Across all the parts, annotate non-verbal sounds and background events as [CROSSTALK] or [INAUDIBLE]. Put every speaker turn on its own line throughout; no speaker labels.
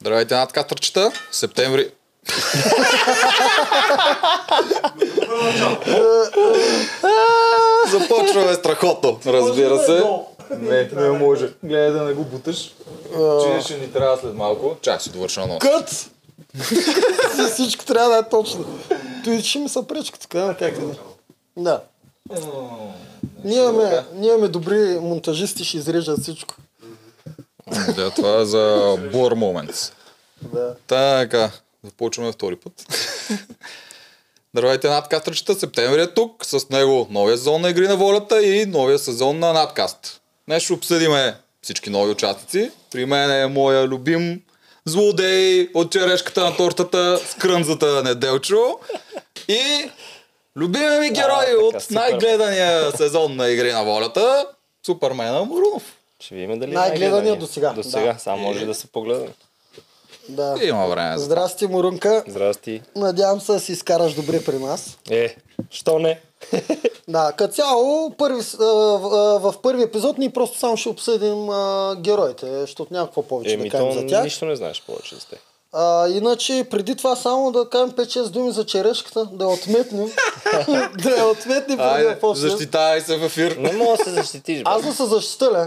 Здравейте, над катърчета. Септември. Започваме страхотно, разбира се. Не, не може. Гледай да не го буташ. е Че ще ни трябва след малко. Чак си довърша много.
Кът! За всичко трябва да е точно. Той ще ми са пречка, така няма как е, да. не. Да. Ние имаме, ние имаме добри монтажисти, ще изрежат всичко.
Да, това е за Bore Moments.
Да.
Така, започваме втори
[LAUGHS]
път. Здравейте, надкастрчета. Септември е тук. С него новия сезон на Игри на волята и новия сезон на надкаст. Днес ще обсъдиме всички нови участници. При мен е моя любим злодей от черешката на тортата с крънзата Неделчо. И любимия ми герой
така,
от
супер.
най-гледания сезон на Игри на волята, Супермена Мурунов.
Ще видим дали е
Най-гледания
най-гледания.
досега,
До сега,
да.
само може да се погледа.
да.
Има време. за-
Здрасти, Мурунка.
Здрасти.
Надявам се да си изкараш добре при нас.
Е, що не?
Да, като цяло, първи, с- а, в- а, в първи епизод ние просто само ще обсъдим а, героите, защото няма какво повече
Еми,
да кажем
то
за тях.
нищо не знаеш повече за те.
А, иначе, преди това само да кажем 5-6 думи за черешката, да
[LAUGHS]
я отметнем. да я отметнем преди
Айде,
да почнем.
защитавай се в ефир.
Не мога да се защитиш, бе.
Аз да се защита, ле.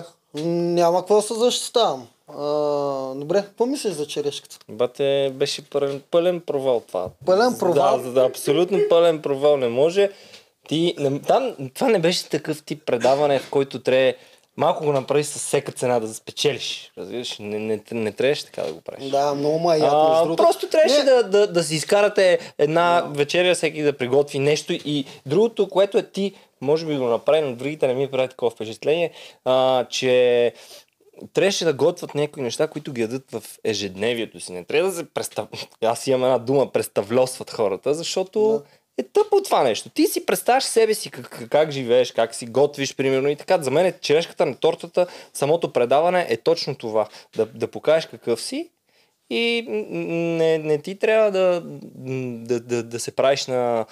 М, Няма какво да се защитавам. А, добре, какво мислиш за черешката?
Бате, беше пълен, пълен провал това.
Пълен провал?
Да, да, абсолютно пълен провал. Не може. Ти, не, там, това не беше такъв тип предаване, в който трябва малко го направиш със всяка цена да спечелиш. Разбираш? Не, не, не трябваше така да го правиш.
Да, много ма е яд, между
А,
другото.
просто трябваше
Не.
да, да, да си изкарате една вечеря, всеки да приготви нещо и другото, което е ти, може би го направи, но другите не ми правят такова впечатление, а, че трябваше да готвят някои неща, които ги ядат в ежедневието си. Не трябва да се представ... Аз имам една дума, представлосват хората, защото е тъпо това нещо. Ти си представяш себе си как, как живееш, как си готвиш, примерно и така. За мен е черешката на тортата, самото предаване е точно това. Да, да покажеш какъв си и м, м, не, не ти трябва да, м, да, да, да се правиш на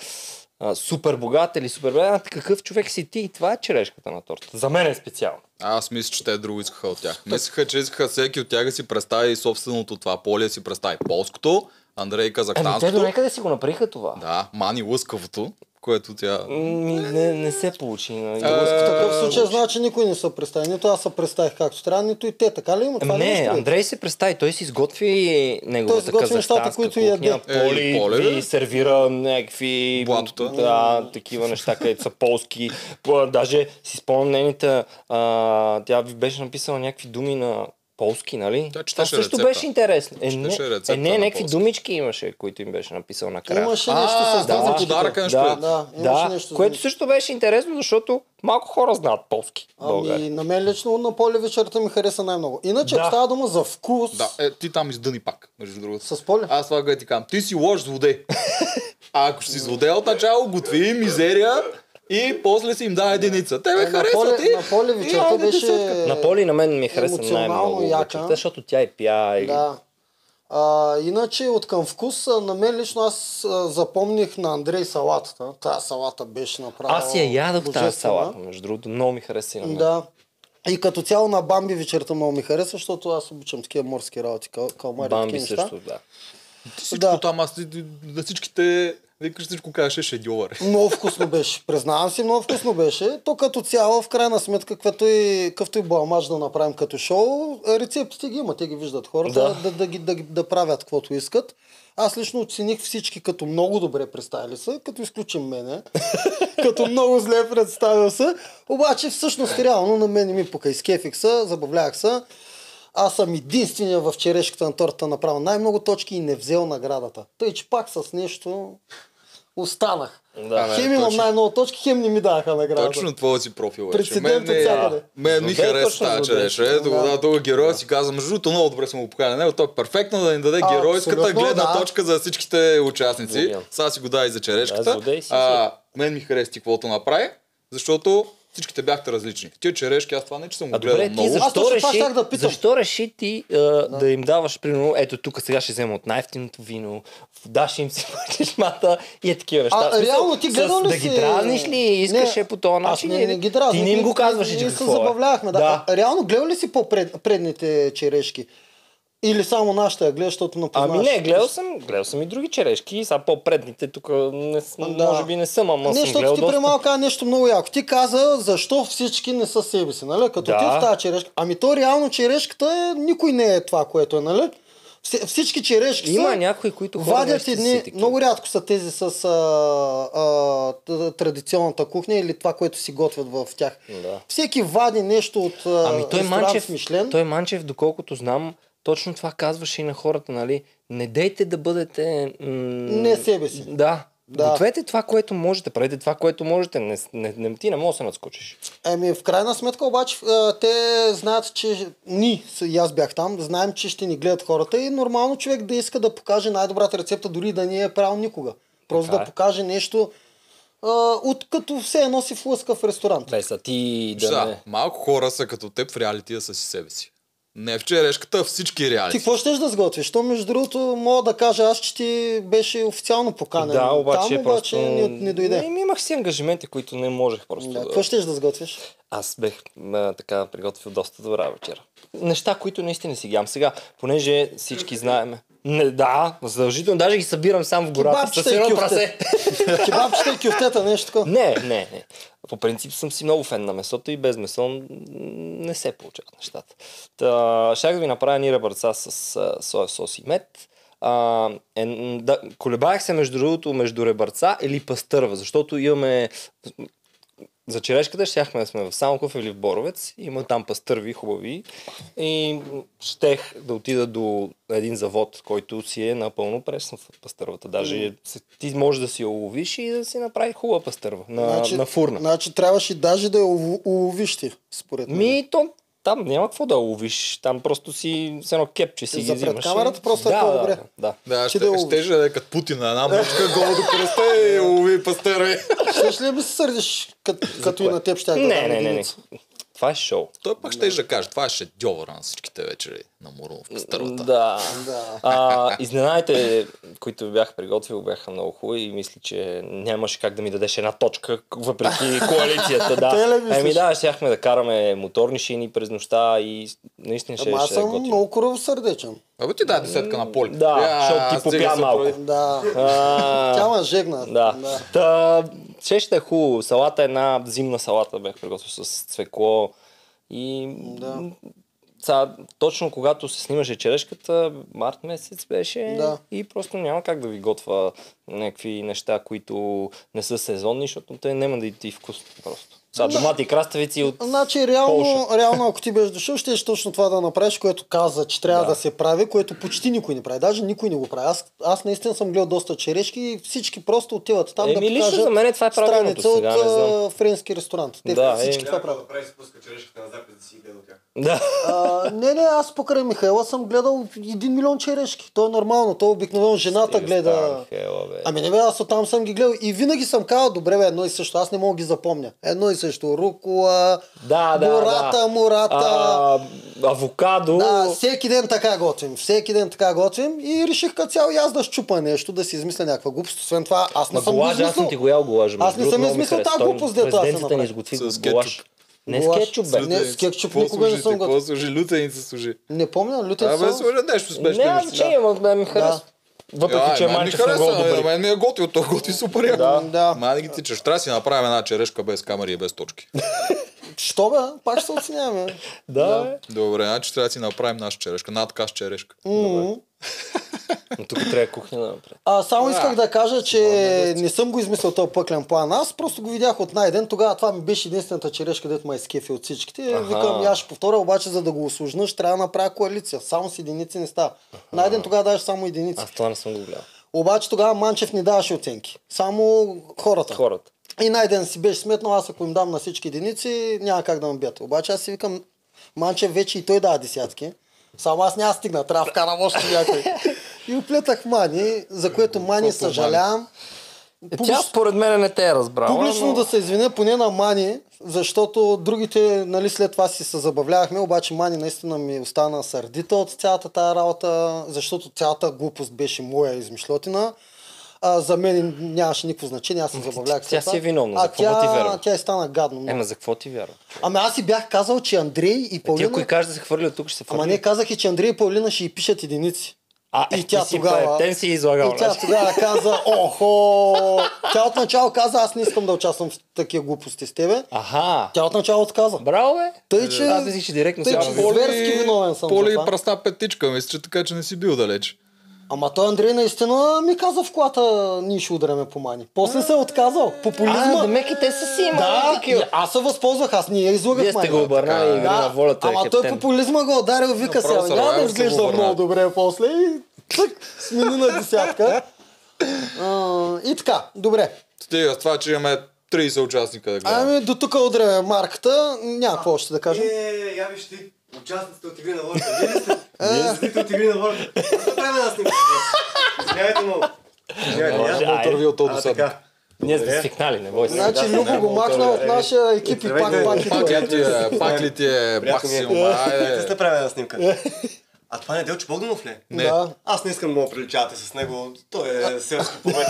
а, супер богат или супер беден. а Какъв човек си ти? И това е черешката на торта. За мен е специално.
Аз мисля, че те друго искаха от тях. Мислеха, че искаха всеки от тях да си представи собственото това поле, да си представи полското,
Е,
Андрей
Еми, те до
казахстанското,
някъде си го направиха това.
да, Мани лъскавото, което тя...
Ми, не, не се получи. нали?
А,
Е, В такъв случай, значи никой не се представи. Нито аз се представих както трябва, нито и те. Така ли има? Това
Ами не,
нещо ли е?
Андрей се представи, той си изготви
Той
неговата
си изготви нещата,
казахстанска
които
кухня,
яде.
Е,
поли,
и поле,
и
да.
сервира някакви
Блатота.
Да, такива неща, където са полски. По- Даже си спомням нейната, а, тя ви беше написала някакви думи на полски, нали?
Тя
Това
четеше
също
рецепта.
беше интересно. Е, не,
Четеше рецепта
е, не,
на
някакви
полски.
думички имаше, които им беше написал накрая.
Имаше
А,
нещо с
да, за
знаците.
подаръка нещо
да,
е.
Да, имаше
да,
нещо за
което
него.
също беше интересно, защото малко хора знаят полски. в България.
Ами, на мен лично на поле вечерта ми хареса най-много. Иначе,
Да.
значи, ако става дума за вкус,
Да, е, ти там издъни пак, между другото.
С поле?
Аз това го ти кам. Ти си лош злодей. а ако ще си злодей от начало, готви мизерия и после си им да единица. Те ме
Е, на,
харесват
поле,
и...
на поле
и
вечерта
айде ти
беше...
сеткат.
На Поли на мен ми хареса
емоционално
най-много
яка.
вечерта, защото тя и пя. И...
Да. А, иначе от към вкус, а, на мен лично аз а, запомних на Андрей салатата. Тая салата беше направена.
Аз я ядох тази
божествена.
салата, между другото. Много ми хареса и на мен.
Да. И като цяло на Бамби вечерта много ми хареса, защото аз обичам такива морски работи, кал- калмари и
Бамби
такива неща.
също, да.
Ти всичко
Да.
там, аз ти- ти- на всичките... Викаш всичко казваше шедьовър.
Много вкусно беше. Признавам си, много вкусно беше. То като цяло, в крайна сметка, каквото и, какъвто и балмаж да направим като шоу, рецептите ги има, те ги виждат хората, да,
Да.
да, да, ги, да, ги- да правят каквото искат. Аз лично оцених всички като много добре представили са, като изключим мене, като много зле представил са. Обаче всъщност реално на мен не ми пока изкефих са, забавлявах са. Аз съм единствения в черешката на тортата направил най-много точки и не взел наградата. Тъй, че пак с нещо останах.
Да,
бе,
хем имам
точно.
най-много точки, хем не ми даха награда.
Точно твоя си профил е.
Прецедент
Мен, не-
отвсякъде.
мен ми
Добре,
хареса
точно
тази
добре.
череш. Ето,
Да.
да, друга героя си каза, между другото, много добре съм го поканил. Него той е перфектно да ни даде
А,
геройската
абсолютно,
гледна
да.
точка за всичките участници.
Злодия.
Сега си го дай за
Да,
черешката.
злодей си,
А, мен ми хареса ти каквото направи, защото всичките бяхте различни. Тия черешки, аз това не че съм го
А добре,
гледал
ти
много.
Аз точно
защо
това
реши,
щях да питам.
защо реши ти а, да. им даваш, примерно, ето тук сега ще взема от най-ефтиното вино, даш им си [LAUGHS] чешмата и е такива неща.
А,
В смисъл,
реално ти гледал
с-
ли
Да
си?
ги дразниш ли и искаше
Не,
по този
аз
начин?
не, не
или-
ги дразних.
значи Ти не им го казваш,
че
че
Ние се
какво е.
забавлявахме, да. А, реално гледал ли си по-предните черешки? Или само нашата я гледаш, защото напознаваш.
Ами не, гледал съм, гледал съм и други черешки, са по-предните, тук не, с-
Да.
може би не съм, ама
Не,
съм гледал
защото ти
доста.
преди малко каза нещо много яко. Ти каза защо всички не са себе си, нали? Като
Да.
ти в тази черешка. Ами то реално черешката е, никой не е това, което е, нали? Все- Всички черешки
Има
са,
някои, които хора
вадят
нещо
едни,
си такива.
много рядко са тези с а, а, т- традиционната кухня или това, което си готвят в тях.
Да.
Всеки вади нещо от а,
Ами той
ресторант
Манчев,
Мишлен.
той Манчев, доколкото знам, точно това казваше и на хората, нали? Не дейте да бъдете... М...
Не себе си.
Да.
Да.
да. Гответе това, което можете, правете това, което можете. Не, не, не, ти не можеш да се надскочиш.
Еми, Ами, в крайна сметка обаче а, те знаят, че ни, с- и аз бях там, знаем, че ще ни гледат хората и нормално човек да иска да покаже най-добрата рецепта, дори да не е правил никога. Просто
Така
да
е.
покаже нещо, а, от като все едно си флъска в ресторант.
Без а ти да,
Да,
не...
малко хора са като теб в реалити да са си себе си. Не в черешката, а всички
Ти
реалити.
какво щеш да сготвиш? То, между другото, мога да кажа аз, че ти беше официално поканен.
Да, обаче
там, обаче
просто...
не, не дойде.
Не, имах си ангажименти, които не можех просто
Да,
да...
какво щеш да сготвиш?
Аз бех а, така приготвил доста добра вечера. Неща, които наистина си ям сега, понеже всички знаем. Не, да, задължително. Даже ги събирам сам в гората.
Кебабчета
С
и
едно
кюфте.
прасе.
[LAUGHS] Кебабчета и кюфтета, нещо такова.
Не, не, не. По принцип съм си много фен на месото и без месо м, не се получават нещата. Та, щях да ви направя ни ребърца с а, соев сос и мед. А, е, м, да, колебаях се между другото между ребърца или пастърва, защото имаме за черешката щяхме да сме в Самоков или в Боровец. Има там пастърви хубави. И щех да отида до един завод, който си е напълно пресен в пастървата. Даже се- ти можеш да си я уловиш и да си направи хубава пастърва на, на фурна.
Значи трябваше даже да я улов- уловиш ти, според мен.
Ми, то, там няма какво да я уловиш. Там просто си с едно кепче си
За
ги
пред
взимаш. и-
камерата просто е
да, да,
по-добре.
Да, да.
Да,
Ти
ще,
да
да
ловиш.
ще да е като Путин на една мъжка, [LAUGHS] голо до кръста и лови пастера.
Щеш ли да ми се сърдиш, кът, като и
кое?
на теб ще я
Не,
дам
не, не, не.
единица?
Това е шоу.
Той пак ще да каже, това е шедьовъра на всичките вечери на Мурунов пастървата.
Да.
Да.
А, изненадите, които ви бях приготвил, бяха много хубави и мисля, че нямаше как да ми дадеш една точка, въпреки коалицията.
[LAUGHS] Те ли
Да.
мислиш?
Еми да, щяхме да караме моторни шини през нощта и наистина ще
Ама аз
ще е
съм
готино.
много коръвосърдечен.
Абе ти дай десетка на поле.
Да, защото ти
стига
попя
се
малко.
прави.
Да.
А,
Тя ме жегна.
Да. Та, ще ще е хубаво. Салата е една зимна салата, бях приготвил с цвекло. И
Да.
Са, точно когато се снимаше черешката, март месец беше
Да.
и просто няма как да ви готва някакви неща, които не са сезонни, защото те няма да и ти вкус просто. Са, домати и краставици от...
Значи, реално,
Полша.
реално, ако ти беше дошъл, ще точно това да направиш, което каза, че трябва да.
Да.
се прави, което почти никой не прави. Даже никой не го прави. Аз, аз наистина съм гледал доста черешки и всички просто отиват там да
Еми, лично
покажат
за мен това е правилното
страница от
сега, не знам.
а, френски ресторант. Те
Да, е.
всички това
Трябва
правят.
да прави спуска черешката на запис да си иде до тях.
Да.
А, не, не, аз покрай Михайла съм гледал един милион черешки. То е нормално, то обикновено жената
Ти
гледа.
стара, Михайла, бе.
Ами не бе, аз оттам съм ги гледал и винаги съм казал, добре бе, едно и също, аз не мога ги запомня. Едно и също, рукола,
Да, да,
мурата,
да.
мурата.
А, авокадо.
Да, всеки ден така готвим, всеки ден така готвим и реших като цяло и аз да щупа нещо, да си измисля някаква глупост. Освен това, аз не
Ма
съм го
голажа, аз съм
измислил.
ти го ял голажа.
Аз не съм измислил тази глупост, дето аз съм
Президентата ни
направил.
изготви
С кетчуп.
голаж. Не с
Голаж.
кетчуп, бе.
Не, с кетчуп никога не съм готвил.
Какво служи? Лютеница служи.
Не помня, лютен
Абе,
сос.
служи нещо смешно.
Няма
нещо, да.
значение, ама да ми харесва. Въпреки,
Ай,
че
мен ми
Манчев е много
хареса, На
добър.
мен ми е готил, той готви супер яко.
Да. Да.
Мани ги тичаш. Трябва да си направим една черешка без камери и без точки.
Що бе? Пак ще се оценяваме.
[LAUGHS] Да, е. бе.
Добре, значи трябва да си направим наша черешка. Надка с черешка.
М.
Но тук трябва кухня да направи.
А, само
Да.
исках да кажа, че не съм го измислил този пъклен план. Аз просто го видях от най-ден. Тогава това ми беше единствената черешка, дето ме изкефи от всичките.
Аха.
Викам, я ще повторя, обаче за да го осложна, ще трябва да направя коалиция. Само с единици не става. Най-ден тогава даваш само единици.
Аз това не съм го гледал.
Обаче тогава Манчев не даваше оценки. Само хората.
Хората.
И най-ден си беше сметнал, аз ако им дам на всички единици, няма как да ме бият. Обаче аз си викам, Манчев вече и той дава десятки. Само аз няма стигна, трябва да вкарам още някой. [LAUGHS] И оплетах Мани, за което Мани
Колко
съжалявам.
Е, Тя
Публично,
според мен не те е разбрала.
публично
но-
да се извиня поне на Мани, защото другите, нали, след това си се забавлявахме, обаче Мани наистина ми остана сърдита от цялата тази работа, защото цялата глупост беше моя измишлотина. А, за мен нямаше никакво значение, аз се забавлях. с
тя
това.
си е виновна, за
А
какво ти
тя,
вярва?
тя и стана гадно. много.
Ема за какво ти вярвам?
Ами аз си бях казал, че Андрей и
Ти
Паулина...
ако и кажеш да се хвърли от тук, ще се хвърли.
Ама не, казах и, че Андрей и Паулина ще й пишат единици.
а,
и тя
ти си
тогава-
пае. Тен си е излагал.
И тя
значи. [LAUGHS]
тогава каза, охо! Тя отначало каза, аз не искам да участвам в такива глупости с тебе.
Аха.
Тя отначало отказа.
Браво, бе.
Тъй, че...
Аз мислих, че директно
тъй,
сега
че
да ви-
Поли- зверски виновен съм за
Поли
това.
пръста петичка, мисля, че така, че не си бил далеч.
Ама той Андрей наистина ми каза в колата, ние ще удряме по мани. После се е отказал.
А,
Популизма.
демек и те са си имали
Да,
такива.
и аз се възползвах, аз не я излагах
Вие сте
мани.
го обърнали
така е.
игра на волята, е,
Ама той
каптен.
популизма го ударил, вика
Направо
сега,
се
няма да
роял, се
изглежда
го
много
върна.
добре после и цък, смени на
[LAUGHS]
десятка. А, и така, добре.
Стига с това, че имаме 30 участника да гледаме.
Ами до тук удряме марката, няма какво още да кажем.
Е, я виж ти, участниците от Игри на
[LAUGHS]
волята. Вие ли сте? Вие ли сте от Игри на волята. Какво време да снимате? Извинявайте много.
Може,
Извинявайте,
Ама
айде.
отърви от
А,
отдосадник.
така.
Ние сме
Благодаря.
свикнали, не бой се. Е,
Значи
да,
Любо
да,
го
да,
макна
да,
от
да,
нашия екип и пак
Здравейте.
пак
е, Пак
идва.
ли ти е, пак ли ти е, пак
Пряко ми
си
е.
ума,
Не сте
айде.
правена снимка. А това не е Делчо Богданов ли?
Не.
Да.
Аз не искам да му приличавате с него. Той е селски
[LAUGHS]
повец.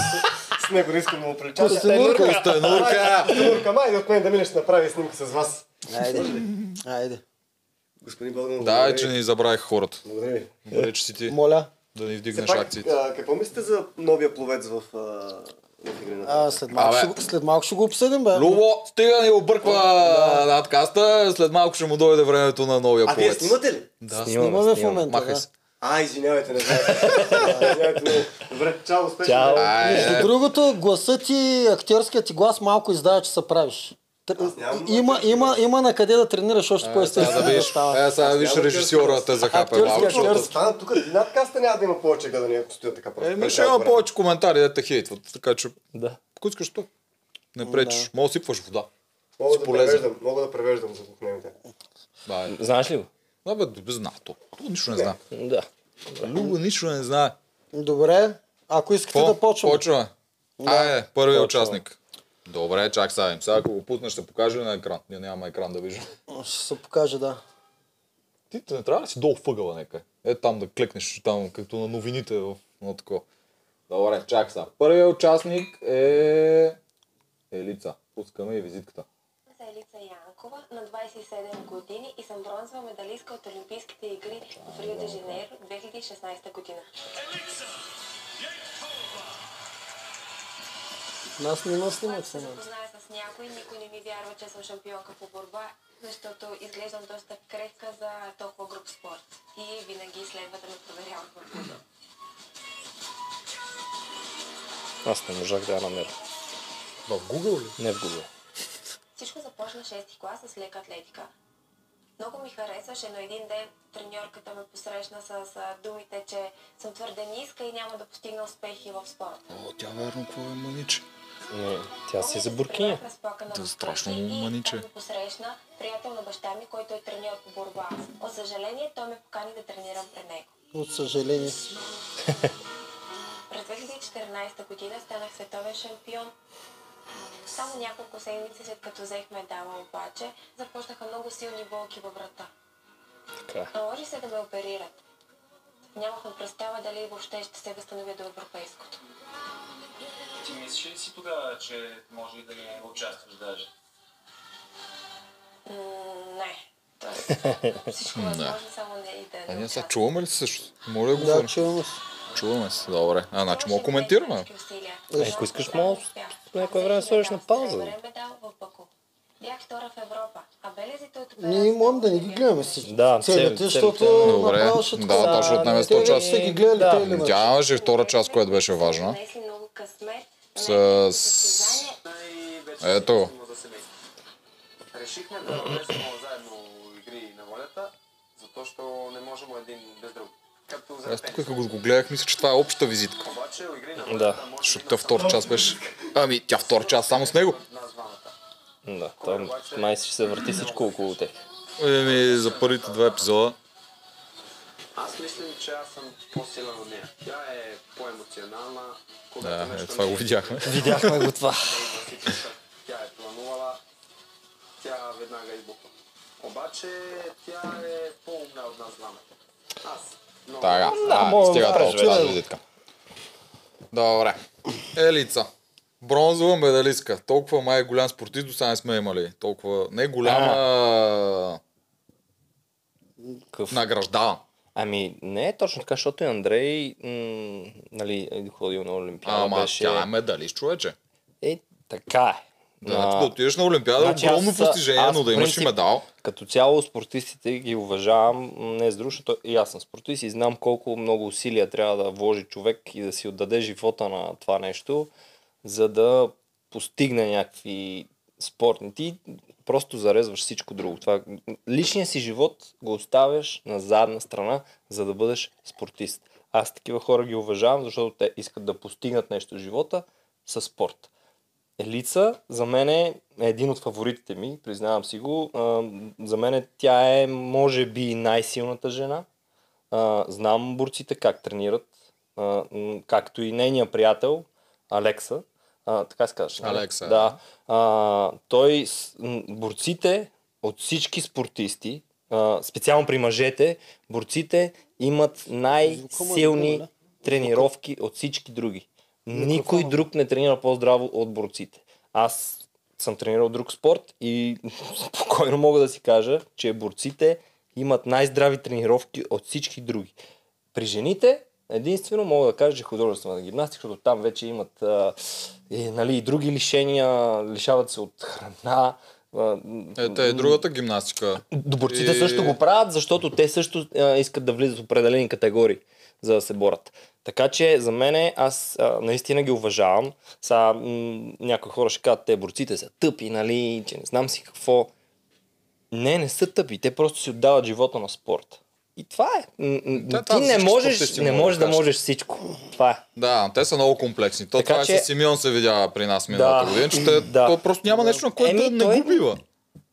С него не искам да му приличавате.
Костенурка.
Костенурка!
Турка, майде от мен да минеш да направи снимка с вас.
Айде. Айде.
Господин Богданов,
Да,
благодаря
е, че
ви.
ни забравих хората.
Благодаря ви.
Вече си ти
Моля.
да ни
Все
вдигнеш
пак,
акциите.
а, какво мислите за новия пловец в, а, в игри на
А, след, малко
Абе.
ще, го- след малко ще го обсъдим, бе.
Любо, стига да ни обърква надкаста, след малко ще му дойде времето на новия
а вие
повец.
снимате ли?
Да,
Снимаме в момента,
махай
да.
се.
А, извинявайте, не
[LAUGHS]
знаете. А, извинявайте много. Добре, чао, успешно.
Чао.
Айде.
е.
Между другото, гласът ти, актьорският ти глас малко издава, че се правиш. Тр-
Аз нямам
и- Има, има, има на къде да тренираш
Е,
още
Сега
по-естествено
да
да
виж,
е става.
е, сега виж
Няма
режисьора
актьорски
те захапе
актьорски
малко.
актьор.
защото-
Ако стана тук, надкаста няма да има повече гледани, ако стоя така просто.
Еми,
през
Ами ще има
цялото
повече коментари, да те хейтват, така че
Да.
ако искаш то. Не пречиш, мога да сипваш вода.
време. Мога да
полезен.
превеждам, мога да превеждам за глухнемите.
Да, е.
Знаеш ли го?
Да, бе, добре знае то. То нищо не знае.
Да.
Люба нищо не знае.
Добре, ако искате да почваме.
Почваме. Айде, е, първият участник. Добре, чак сега. им. Сега ако го пусна, ще покажа ли на екран. Ние нямаме екран да виждам.
Ще се покаже, да.
[LAUGHS] Ти не трябва да си долу въгъла нека. Е там да клекнеш там, като на новините в на такова. Добре, чак сега. Първият участник е... Елица. Пускаме и визитката.
Аз съм Елица Янкова, на 27 години и съм бронзова медалистка от Олимпийските игри в Рио де Жанейро 2016 година.
Нас не нали? ме снимат
Когато
в
се
момента.
запозная с някой, никой не ми вярва, че съм шампионка по борба, защото изглеждам доста крехка за толкова груп спорт. И винаги следва да ме проверяват в Google.
Аз не можах да я намеря.
В Google ли?
Не в Google.
Всичко започна 6-ти клас с лека атлетика. Много ми харесваше, но един ден треньорката ме посрещна с а, думите, че съм твърде ниска и няма да постигна успехи в спорта.
О, тя верно какво е маниче.
Не, тя си е за буркиня.
Да, страшно му маниче.
Там го посрещна приятел на баща ми, който е треньор по борба. От съжаление, той ме покани да тренирам при него.
От съжаление. [LAUGHS]
През 2014 година станах световен шампион. Само няколко седмици след като взех медала обаче, започнаха много силни болки във врата.
Така. е.
Наложи се да ме оперират. Нямахме представа дали въобще ще се възстановя до европейското.
Ти мислиш ли си тогава, че може и да не участваш даже?
М, не. Тоест, всичко възможно, само не е и да не
А ние сега
участвам.
чуваме ли се също? Моля да го
Да,
говорим.
чуваме се.
Чуваме се, добре. А, значи мога
Имаше
коментираме.
най-тежки усилия.
Е, ако искаш, мога по някое
Аз
време да сложиш
медал,
на пауза, бе.
сребърен медал в Баку. Бях втора в Европа, а белезите от
Ние можем да не ги гледаме си.
Да,
целите,
цели-
защото
целите.
Добре,
направо ще
да,
такова.
точно отнеме 100
Те
часа.
вече са ги гледали
Да.
тези
М,
елементи.
Тя имаше и втора част, която беше важна.
Днес много късмет.
С-
най-тежкото
с-
състезание
Ай, вече
Ето.
си му за семейство. Решихме да влезем заедно игри на волята, защото не можем един без друг. Както за
Аз тук
пенис.
като го гледах, мисля, че това е обща визитка.
Обаче игри на
Да,
волята може
Защото тя втора част беше... Ами, тя втора част само с него.
нас двамата.
Да, там май ще се върти всичко около теб.
Еми, за първите два епизода.
Аз мислим, че аз съм по-силен от нея. Тя е по-емоционална.
Да,
Когато
е,
нещо
това
не
го видяхме.
Видяхме го това.
Тя е планувала, тя веднага избухва. Обаче тя е по-умна от нас двамата. Аз. много-
Така,
Да,
а,
мога да
стига
кажа,
толкова
бе.
тази визитка. Добре. Елица. Бронзова медалистка. Толкова май е голям спортист до сега не сме имали. Толкова не е голяма
Къв?
награждава.
Ами, не е точно така, защото и Андрей, м- нали, е ходил на Олимпиада.
Ама
беше...
тя е медалист, човече.
Е, така е.
Да, да отидеш на Олимпиада,
Значи аз
огромно
са-
постижение,
аз
но да
в
имаш и
принцип-
медал.
Като цяло спортистите ги уважавам, м, не е друго, защото и аз съм спортист и знам колко много усилия трябва да вложи човек и да си отдаде живота на това нещо, за да постигне някакви спортни. Ти просто зарезваш всичко друго. Това, личният си живот го оставяш на задна страна, за да бъдеш спортист. Аз такива хора ги уважавам, защото те искат да постигнат нещо в живота със спорт. Елица за мен е един от фаворитите ми, признавам си го. А, За мен тя е, може би, най-силната жена. А, Знам борците как тренират, а, м, както и нейния приятел Алекса. А, така се казваше. нали?
Алекса,
Да. А, той, с- м, борците от всички спортисти, а, специално при мъжете, борците имат най-силни
моля.
тренировки от всички други. Никой друг не тренира по-здраво от борците. Аз съм тренирал друг спорт и [LAUGHS] спокойно мога да си кажа, че борците имат най-здрави тренировки от всички други. При жените единствено мога да кажа, че художествената гимнастика, защото там вече имат а, и, нали, и други лишения, лишават се от храна. а,
Ето е другата гимнастика.
Борците
И-
също го правят, защото те също а, искат да влизат в определени категории, за да се борят. Така че за мен аз а, наистина ги уважавам. Са, м- някои хора ще кажат, те борците са тъпи, нали, че не знам си какво. Не, не са тъпи, те просто си отдават живота на спорт. И това е. М- м-
Те,
ти
това
не
всички
можеш,
спортисти
не
могат да
можеш да
кажат.
можеш всичко. Това е.
Да, те са много комплексни. То
Така
това
че-
е с Симеон се видя при нас миналата
Да.
година, че те,
Да.
то просто няма нещо, на което
Еми,
не
той-
го бива.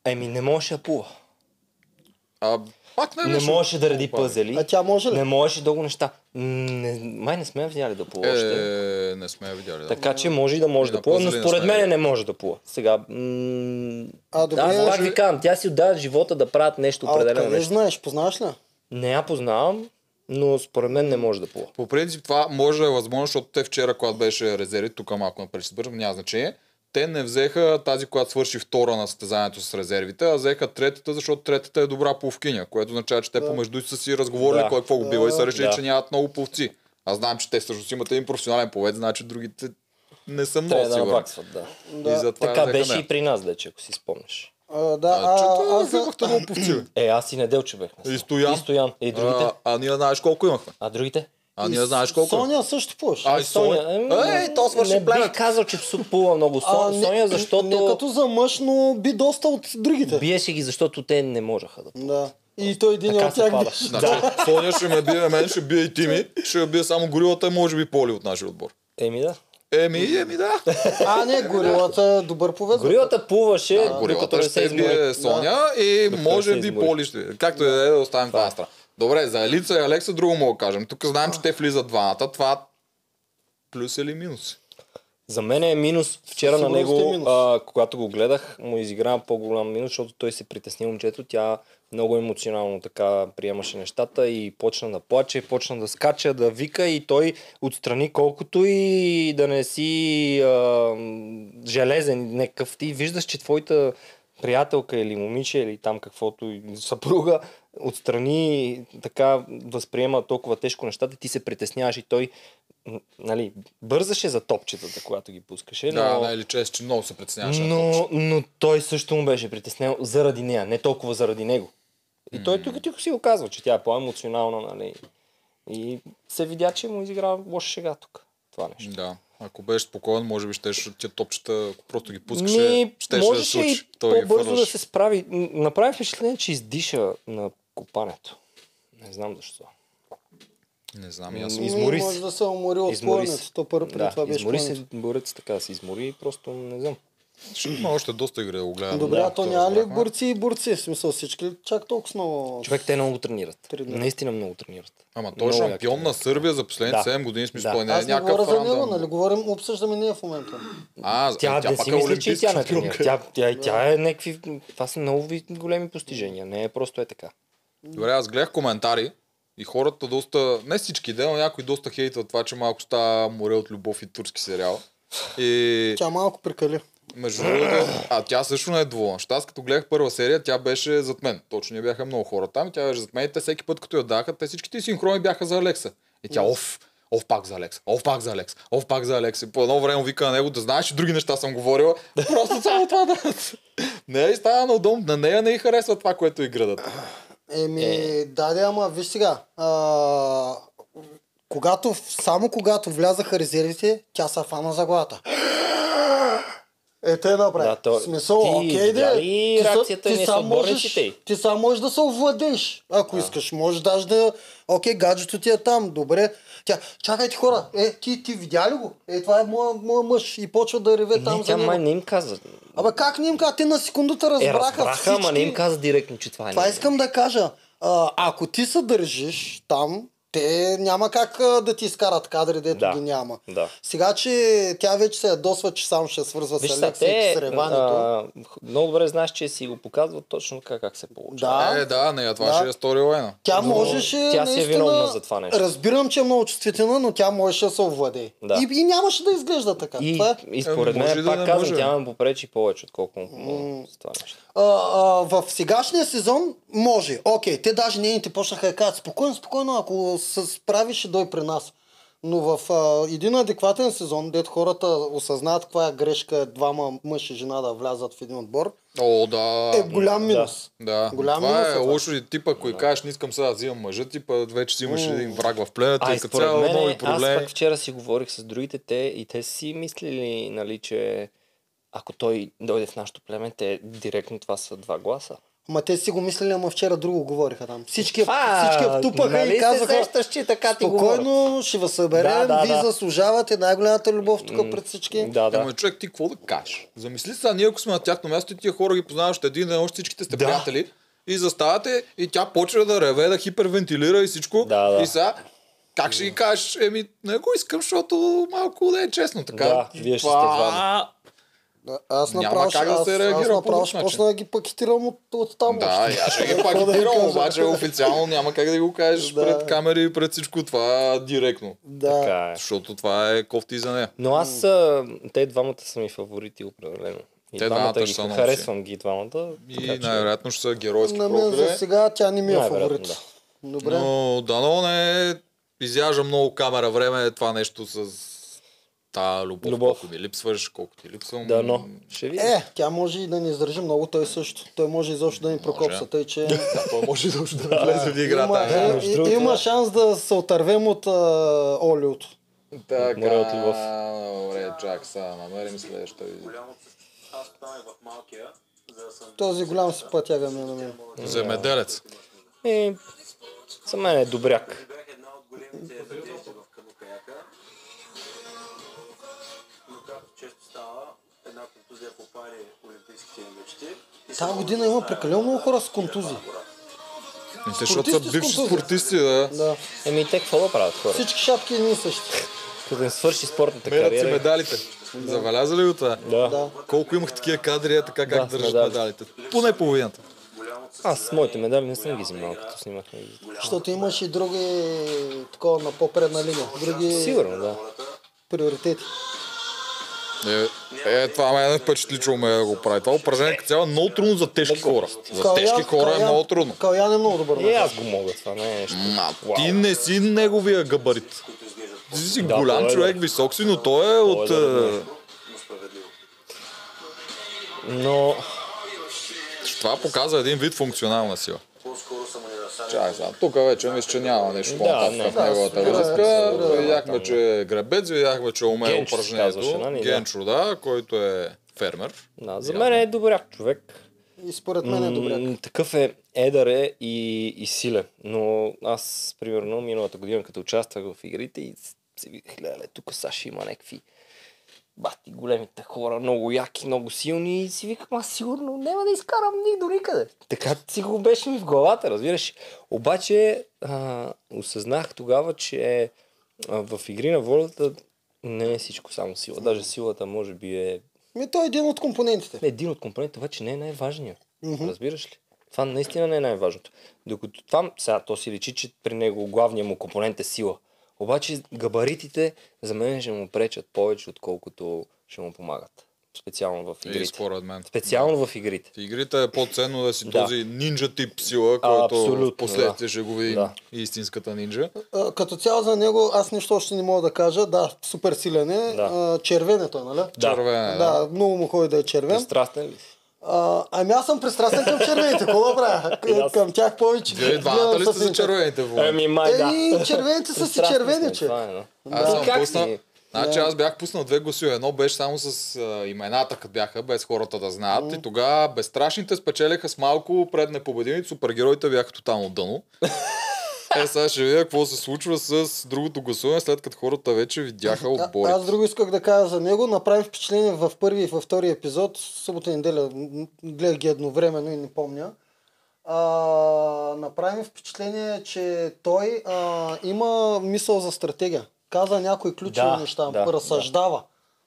Еми, не можеше да плува.
А, пак не, е
Не
беше-
можеше да ради пъзели.
А тя може ли?
Не можеше дълго неща. М, Не, май не сме я видяли да плува още.
Е, не сме я видяли. Да.
Така че може и да може
И на
да плува, но
пъзели не
според
сме
мен
били.
не може да плува. Сега, м...
А, добре,
аз пак
живе-
ви казвам, тя си отдава живота да правят нещо
А
определено
откъде
нещо.
знаеш, познаваш ли?
Не я познавам, но според мен не може да плува.
По принцип това може да е възможно, защото те вчера, когато беше резерви, тук малко напред ще сбързам, няма значение. Те не взеха тази, която свърши втора на състезанието с резервите, а взеха третата, защото третата е добра пловкиня, което означава, че те помежду си са си разговорили
Да.
кой какво го бива и са решили,
Да.
че нямат много пловци. Аз знам, че те всъщност имат един професионален повед, значи другите не са много
Трябва да
сигурни.
набаксват, да.
Да.
И затова
Така
взеха
беше
не.
и при нас вече, ако си спомняш.
А, да,
А, че
а,
това е
аз за-
вземахте много пловци. бе.
Е, аз и неделче бях.
И Стоян.
И Стоян. Е, И другите.
А,
А,
а ние знаеш колко имахме.
другите?
А
и
ние знаеш
с-
колко имахме.
Соня също плуваш.
А, и
Е, Соня.
Соня.
Е,
Ей, то
не
свърши
бих
пленът.
казал, че псу плува много Со,
не-
Соня,
Не
защото
като за мъж, но би доста от другите.
биеше ги, защото те не можеха да
Да. И той един
Така
от
се
тях
пада.
беше.
Значи, Соня ще ме бие мен, ще бие и Тими, ще бие само горилата и може би Поли от нашия отбор.
Еми да.
Еми, еми да.
[LAUGHS] А, не, горилата е добър повец.
Горилата плуваше, докато
Горилата
не
ще
се
те
измори.
бие Соня и
Докато
може
се
би
измори.
Поли ще бие. Както и да е, да оставим това на страна. Добре, за Елица и Алекса друго мога да кажем. Тук знаем, че те влизат двамата. Това плюс или минус?
За мен е минус. Вчера на
Сигурно сте
него,
минус.
а, когато го гледах, му изигра по-голям минус, защото той се притесни момчето. Тя много емоционално така приемаше нещата и почна да плаче, почна да скача, да вика и той отстрани колкото и да не си а, м, железен някакъв. Ти виждаш, че твоята приятелка или момиче или там каквото и съпруга отстрани така възприема толкова тежко нещата, ти се притесняваш и той н- нали, бързаше за топчетата, когато ги пускаше, е, но,
Да, да, или чест, че много се притесняваше. на това,
но, но той също му беше притеснен заради нея, не толкова заради него. И той тук тихо си го казва, че тя е по-емоционална, нали. И се видя, че му изигра лоша шега тук. Това
че-
нещо.
Да. Ако беше спокоен, може би щеше тия топчета, ако просто ги пускаше,
Ми,
щеше да се
можеше
случи.
и
Той ги е
по-бързо да
фърляше.
се справи. М, Направи впечатление, че издиша на копането. Не знам защо.
Не знам, и аз
Ми,
измори
Може
се.
да се умори от
Измори
плуването.
се.
То първо преди
Да,
това беше
измори се
плуването.
борец така, се измори и просто не знам.
Ще има още доста игри да е го гледам.
Добре, а то
Както
няма ли
разбрахме.
борци и борци? В смисъл всички ли чак толкова много?
Човек, те много тренират.
Тренират.
Наистина много тренират.
Ама той е
Много яки
шампион на
тренировки.
Сърбия за последните
Да.
7 години, смисъл
Да.
той не е
Аз не говоря
някакъв
за него,
рандъм.
нали? Говорим, обсъждаме ние в момента.
А, за-
Тя,
е,
тя не
пак
си
е
мисли, че и тя
олимпийска
не тренира.
шампионка.
Тя, тя, и тя е някакви... Това са много ви- големи постижения. Не е просто е така.
Добре, аз гледах коментари И хората доста, не всички, да, но някои доста хейтват това, че малко става море от любов и турски сериал. И
Тя малко прекали.
между другото, а тя също не е доволна. Защото аз като гледах първа серия, тя беше зад мен. Точно не бяха много хора там, тя беше зад мен и те всеки път, като я даха, те всичките й синхрони бяха за Алекса. И тя оф, оф пак за Алекс, оф пак за Алекс, оф пак за Алекс. И по едно време вика на него, да знаеш, че други неща съм говорила. Просто само това да... Не, е и става неудобно. На нея не й харесва това, което и градат.
Еми,
Е.
да, да, ама виж сега. А, когато, само когато влязаха резервите, тя се фана
[GASPS]
за главата. [GASPS] Е, те направи.
Да, то-
Смисъл,
ти
окей,
видя
да.
ли
са-
реакцията ни с
сам можеш,
отборниците й?
ти сам можеш да се овладеш, ако искаш. Можеш даже да... Окей, гаджето ти е там, добре. Тя, чакайте хора, е, ти, ти видя ли го? Е, това е моя, моя мъж и почва да реве там
Не,
за
тя
него.
май не им каза.
Абе как не им каза? Те на секундата
Е,
разбраха,
разбраха, ама не им каза директно, че това е.
това
не.
искам да кажа. А, ако ти се държиш там, те няма как а, да ти изкарат кадри, дето
Да.
ги няма.
Да.
Сега, че тя вече се ядосва, че само ще свързва
Виж,
с
са,
Алекса и
те,
с реването.
а, много добре знаеш, че си го показват точно така как се получи.
Да.
Е, да, не, това
Да.
ще е сторилайна.
Тя
но
можеше.
тя си е
наистина,
виновна за това нещо.
Разбирам, че е много чувствителна, но тя можеше да се овладее.
Да.
И, и нямаше да изглежда така.
И,
Това е.
и
Е,
според
може и
мен,
да
пак
не
казвам,
може.
тя ме попречи повече, отколкото му помогна с това нещо.
А, а, в сегашния сезон може. Окей, те даже нейните почнаха да кажат спокойно, спокойно, ако се справиш, ще дой при нас. Но в а, един адекватен сезон, дето хората осъзнаят каква е грешка двама мъж и жена да влязат в един отбор,
О, да.
е голям минус.
Да,
Голям
това
минус
е
е това.
лошо и типа, ако да. кажеш, не искам сега да взимам мъжа ти, пък вече си имаш един враг в плената
А,
и
и
като
според
цяло
мен,
нови
аз
проблеми.
пак вчера си говорих с другите те и те си мислили, нали, че ако той дойде в нашото племе, те директно това са два гласа.
Ама те си го мислили, ама вчера друго говориха там. Всички, я-
А,
всички я втупаха
нали
и
се
казаха,
сещаш, че така ти
спокойно ще ви съберем,
Да, да,
вие
да.
заслужавате най-голямата любов тук пред всички.
Да, да.
Ама човек, ти какво да кажеш? Замисли сега, ние ако сме на тяхно място и тия хора ги познаваш още един ден, още всичките сте
Да.
приятели и заставате и тя почва да реве, да хипервентилира и всичко.
Да, да.
И сега, как ще ги кажеш, еми, не го искам, защото малко не е честно така.
Да, вие ще сте
Това-
А- Аз
Няма
направо,
как да
аз,
се
аз
реагира по
направо
друг
ще
начин.
почна да ги пакетирам от, от там.
Да, и аз ще ги
[LAUGHS] Какво да ви
пакетирам,
кажа?
обаче официално няма как да го кажеш
Да.
пред камери и пред всичко това директно.
Да.
Така е.
Защото това е кофти и за нея.
Но аз, а, те двамата са ми фаворити определено. И
Те
двамата
двамата
ги
са много
харесвам ги двамата.
И
така че-
най-вероятно ще са геройски
На мен за
профили.
сега тя не ми е
Най-вероятно,
фаворит.
да.
Добре.
Но дано не изяжа много камера време това нещо с та любов.
Любов.
Колко ми липсваш, колко ти липсвам.
Да, но ще видим.
Е, тя може и да не издържи много, той също. Той може изобщо да ни прокопса, тъй че...
Да, той може изобщо да не влезе в играта.
Има,
а?
и-
между другото,
има
да.
шанс да се отървем от а, олиото.
Така,
Море от любов.
добре, чак сега, намерим следващата видео.
Голямото аз останах в малкия, за да съм...
Този голям си пътяга ми е на мен.
Земеделец.
Е, за мен е добряк.
Бях една от големите надежди в канукаяка. Но както често става, една контузия попали олимпийските ми мечти. И се
Та година има прекалено много хора с контузии.
Не се, Е, защото са
Спортисти с
бивши
контузия.
спортисти, да.
Да.
Еми, те какво да правят хора?
Всички шапки едни и същи.
Като им свърши спортната
Мерят си
кариера.
медалите. Забелязали го това?
Да.
Да.
Колко имах такива кадри, е така как
с
държат
медали.
медалите. Поне половината.
Аз с моите медали не съм ги взимал, като снимахме. ги.
Защото имаш и други такова на по-предна линия. Други
Сигурно, да.
приоритети.
Е, е, това ме е впечатличило ме да го прави. Това упражнение като цяло е много трудно за тежки хора. За тежки хора е много трудно.
Калян е много добър.
Е,
на
аз го мога, това не е нещо.
А
Вау.
ти не си неговия габарит. Ти си
Да,
голям
той е
човек,
да.
висок си, но той е от...
да,
е,
Но,
Това показва един вид функционална сила. Чакай сега, тук вече мисля, че няма нещо
Да,
по-нататък
не.
в неговата
Да,
връзка.
сигурно е,
Видяхме, че е гребец, видяхме, че умее
Генчо се казваше,
упражнението.
нали? Да.
Генчо, да, който е фермер.
да, за мен е добряк човек.
И според мен е добре.
М, Такъв е едър е и, и силен. Но аз, примерно, миналата година, като участвах в игрите и с- си видях, леле, тук Саши има някакви бати големите хора, много яки, много силни и си викам, аз сигурно няма да изкарам ни до никъде. Така си го беше ми в главата, разбираш. Обаче а, осъзнах тогава, че а, в игри на волята не е всичко само сила. Даже силата може би е
Ми той е един от компонентите.
е. един от компонентите, обаче не е най-важният. Mm-hmm. Разбираш ли? Това наистина не е най-важното. Докато това, сега то си личи, че при него главният му компонент е сила. Обаче габаритите за мен ще му пречат повече, отколкото ще му помагат. Специално в
И
игрите.
според мен.
Специално в игрите.
В игрите е по-ценно да си
Да.
този нинджа тип сила,
А, абсолютно,
който в последствие
да.
ще го види
Да.
истинската нинджа.
А, като цяло за него аз нищо още не мога да кажа. Да, супер силен е.
Да.
А, червен е той, нали?
Да.
Червена е, да.
Да, много му ходи да е червен.
Пристрастен ли? си?
А, ами аз съм пристрастен към червените. Какво
[LAUGHS]
да правя?
Ами
И аз.
К- Към тях повече.
Вие и двамата
гледам
ли
с
сте за
интерес.
червените вълни?
Еми, Ами май, да.
Еми, червените са си
Пристрастни
червени,
сме,
че.
това е, да.
Аз
И
съм
как
пуснал.
си?
Значи
Да.
аз бях пуснал две гласове. Едно беше само с а, имената, като бяха, без хората да знаят. И тогава безстрашните спечелиха с малко пред непобедимите. Супергероите бяха тотално дъно. Е, сега ще видя какво се случва с другото гласуване, след като хората вече видяха
А-
обои.
Аз друго исках да кажа за него. Направи впечатление в първи и във втори епизод. Събота и неделя м, м, гледах ги едновременно и не помня. А, направи ми впечатление, че той а, има мисъл за стратегия. Каза някои ключови
Да,
неща.
да,
разсъждава.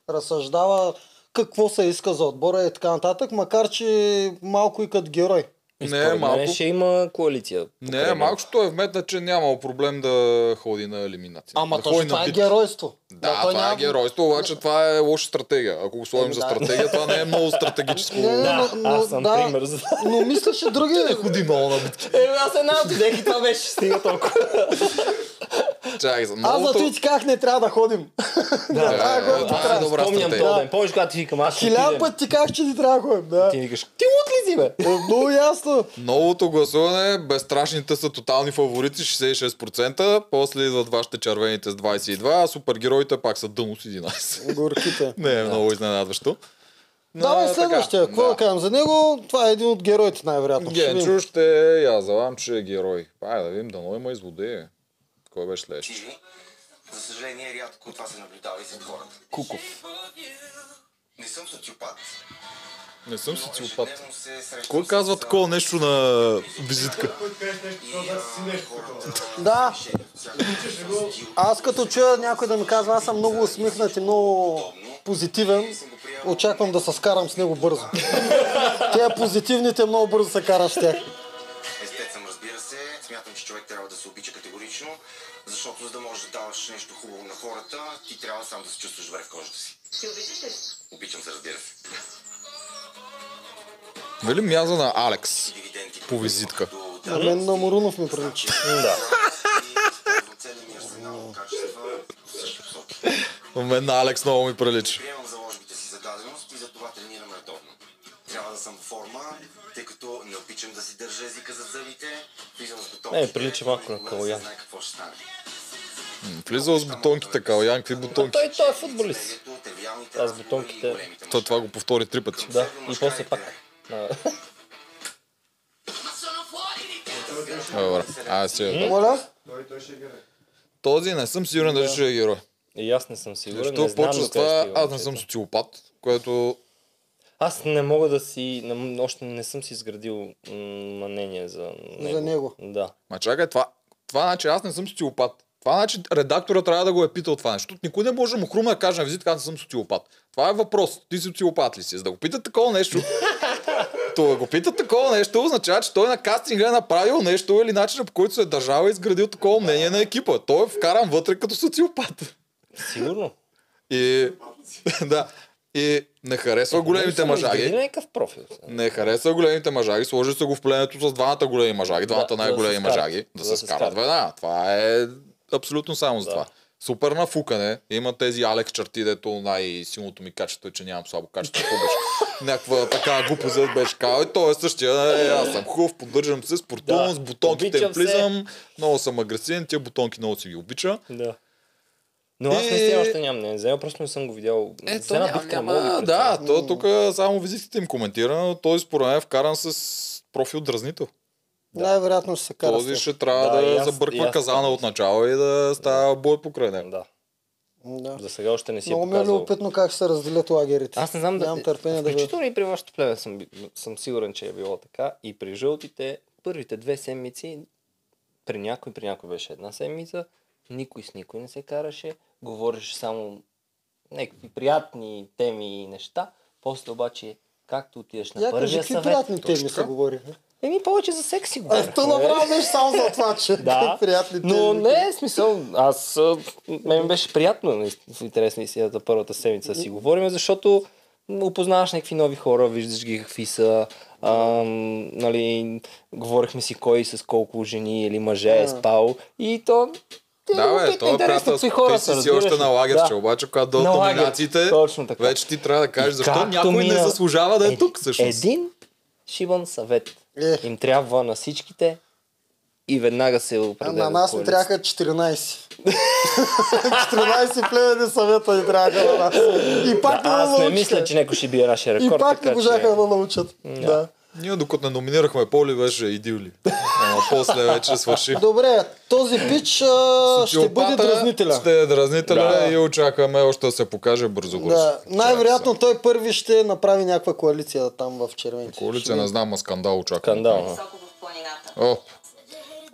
Разсъждава какво се иска за отбора и така нататък, макар че малко и като герой.
Не е
Според мен
малко.
Ще има коалиция.
Не
покрай
е
него.
малко, защото е вметна, че нямал проблем да ходи на елиминация.
Ама
да
точно
ходи на
това е
бит.
геройство.
Да,
той
това
няма-
е геройство, обаче това е лоша стратегия. Ако го сложим
Еми,
за
да.
стратегия, това не е много стратегическо.
Не, не,
Да,
но- но-
аз съм
да.
пример за това.
Но мисля, че други...
Ходи много на битки.
Е, аз една отидех и това беше стига толкова.
Чакай, за
Аз
многото...
зато и ти казах, не трябва да ходим.
Да,
това е
да,
готино.
това е добра
Спомням
стратегия.
този ден. Помниш, когато ти викам, аз ще
Хиляда
отидем.
пъти ти казах, че ти трябва да ходим. Да.
Ти викаш, ти лут ли си, бе?
Е, много ясно.
Новото гласуване, безстрашните са тотални фаворити, 66%, после идват вашите червените с 22%, а супергероите пак са дъно с 11%.
Горките.
[LAUGHS] Не е много изненадващо. Но
[LAUGHS] Давай
така,
следващия. Какво да. кажем за него? Това е един от героите най-вероятно. Ще видим.
Генчо ще е язалам, че е герой. Айде да видим, дано има изводи. Кой беше следващия?
Чижи. За съжаление, рядко това се наблюдава и сред хората.
Куков.
Не съм социопат.
Не съм
но
социопат.
ежедневно се срещам
Кой
с-
казва такова нещо на визитка?
И,
значи
а, хората-
Да.
Всякакъв стил.
Аз като чуя някой да ми казва, аз съм много усмихнат и много позитивен, очаквам да се скарам с
[LAUGHS]
него бързо. Те позитивните много бързо се караш с тях.
Естет съм, разбира се. Смятам, че човек трябва да се обича категорично, защото за да можеш да даваш нещо хубаво на хората, ти трябва сам да се чувстваш добре в кожата си. Ти обичаш ли? Обичам се, разбира се.
Вели мяза на Алекс.
Дивиденти.
По визитка.
До
На мен на Морунов ми прилича.
използвам целия ми арсенал от качества в всички посоки.
На мен на Алекс много ми прилича.
Приемам заложбите си за даденост и за това тренирам редовно. Трябва да съм в форма, тъй като не обичам да си държа езика за зъбите. Влизам с бутонките.
Не, прилича малко на Калоян.
Не знае какво ще стане.
Влизал с бутонките, Калян, какви бутонки?
Той, той е футболист.
Ето, тривиалните
Аз
разговори и
бутонките-
големите
Той това го повтори три пъти.
Да, и после пак.
Добре, а си е.
Моля?
Той, той ще играе.
Този не съм сигурен дали ще е герой.
И аз не съм сигурен.
Защо
не знам
почва с
докъде
е това,
стигам,
аз не
че-
съм социопат, което
Аз не мога да си... Не, още не съм си изградил м, мнение за него.
За него.
Да.
Ма чакай, това, това значи аз не съм социопат. Това значи редактора трябва да го е питал това нещо. Никой не може да му хрума да каже на визитка, аз не съм социопат. Това е въпрос. Ти социопат ли си? За да го питат такова нещо. То да го питат такова нещо, означава, че той на кастинга е направил нещо или начинът по който се е държал и изградил такова мнение на екипа. Той е вкаран вътре като социопат.
Сигурно.
И, [LAUGHS] да, и не
Е,
харесва големите мъжаги.
Изгради някакъв профил.
Не харесва големите мъжаги, сложи се го в племето с двамата големи мъжаги, двамата
да
най-големи
се скарат.
мъжаги, да,
Да
се
се
скарат
скарат.
веднага. Това е абсолютно само за това. Супер нафукане. Има тези Алекс черти, дето най-силното ми качество е, че нямам слабо качество. Какво беше? Някаква така глупост да беше казал. И той е същия. Е, аз съм хубав, поддържам се, спортувам
Да.
с бутонките, им
Обичам се.
влизам. Много съм агресивен, тия бутонки много си ги обича.
Да. Но аз
И-
наистина още нямам не взел, просто не съм го видял.
Е,
За
то
една
няма,
битка не мога
няма,
го
да, то
представя.
тук само визитките им коментира, но той според мен е вкаран с профил дразнител.
Най-вероятно ще се кара с
Този
него.
ще трябва да,
Да, и
да
аз- и
забърква
аз
казана
съм.
от начало и да става бой покрай него.
Да.
Да.
За сега още не си
Много
е
ми е
показал.
любопитно как ще се разделят лагерите.
Аз не знам да...
Нямам търпение да видя.
Включително Значи, и при вашето племе съм, би- съм сигурен, че е било така. И при жълтите първите две седмици, при някой, при някой беше една седмица, никой с никой не се караше, говореше само някакви приятни теми и неща. После обаче, както отидеш на
Я кажи,
първия
какви
съвет,
приятни
Точно
теми се
така.
говори.
Еми, повече за секси говоря.
Ето Е, направо беше само за това, че [LAUGHS]
Да,
приятни
но
термини.
не, смисъл, аз, а, мен ми беше приятно, наистина, в интерес на истината, първата седмица да си говорим, защото опознаваш някакви нови хора, виждаш ги какви са, ам, нали, говорихме си кой с колко жени или мъже е спал и то... е
Да, бе,
любопитно,
това е
интересно
приятел.
какви хора
Ти
са,
си си още
разбираш ли?
на лагер, че обаче, когато дойдат
На лагер,
номинациите,
точно така.
вече ти трябва да кажеш защо
Както
някой не
мина-
заслужава да е
Е-
тук всъщност.
Един шибан съвет.
Е.
Им трябва на всичките и веднага се
А
определя.
на нас ни
коалиция.
трябваха [LAUGHS] 14. 14 племени съвета ни трябваха на нас. И пак не го
Аз не
научиха.
мисля, че някой ще бие нашия
И
рекорд.
пак не
така
можаха
че-
да научат. Да.
Ние докато не номинирахме Поли беше идиоли. Ама после вече свърши.
Добре, този пич а, ще бъде
Социопата
дразнителя.
Ще е дразнителя
Да.
и очакваме още да се покаже бързо горско.
Да, най-вероятно той първи ще направи някаква коалиция там в червените.
Улица не знам, а скандал очаквам.
Скандал.
Високо в планината.
О,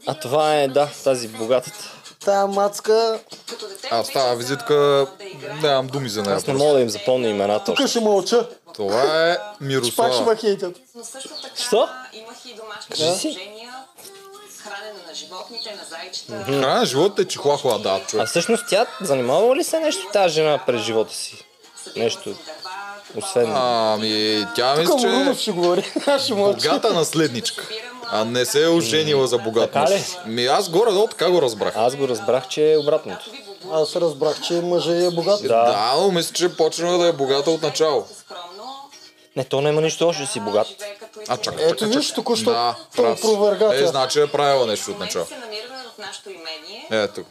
А това е, да, тази богатата.
Та мацка,
Като дете
а в тази визитка нямам думи за нея.
Аз не мога да им запомня имената.
тук ще мълча.
Това е
Ще пак ще ме
Мирослава.
хейтят.
Но също така
Що?
имах и домашни
Да.
положения, хранене на животните, на зайчета.
Храна на живота е чихуахуа, да,
А
човек.
всъщност тя занимавала ли се нещо тази жена през живота си? Нещо. Освен...
Ами, тя мисля,
Тук Морунов
че
ще говори. Аз ще
е
мълча.
богата наследничка. А не се е оженила за богат
Така ли?
мъж. Ми аз горе-долу така го разбрах.
Аз го разбрах, че е обратното.
Аз разбрах, че мъже е богат.
Да.
Да, но мисля, че почна да е богата от начало.
Скромно,
Не, то няма нищо още да си богат.
живее като
А чакай, чакай,
Ето
чакай.
виж, току-що
Да,
той
прав си.
проверга
Е,
тя.
значи е правила нещо от
В
начало.
момента се намираме в нашето имение.
Ето.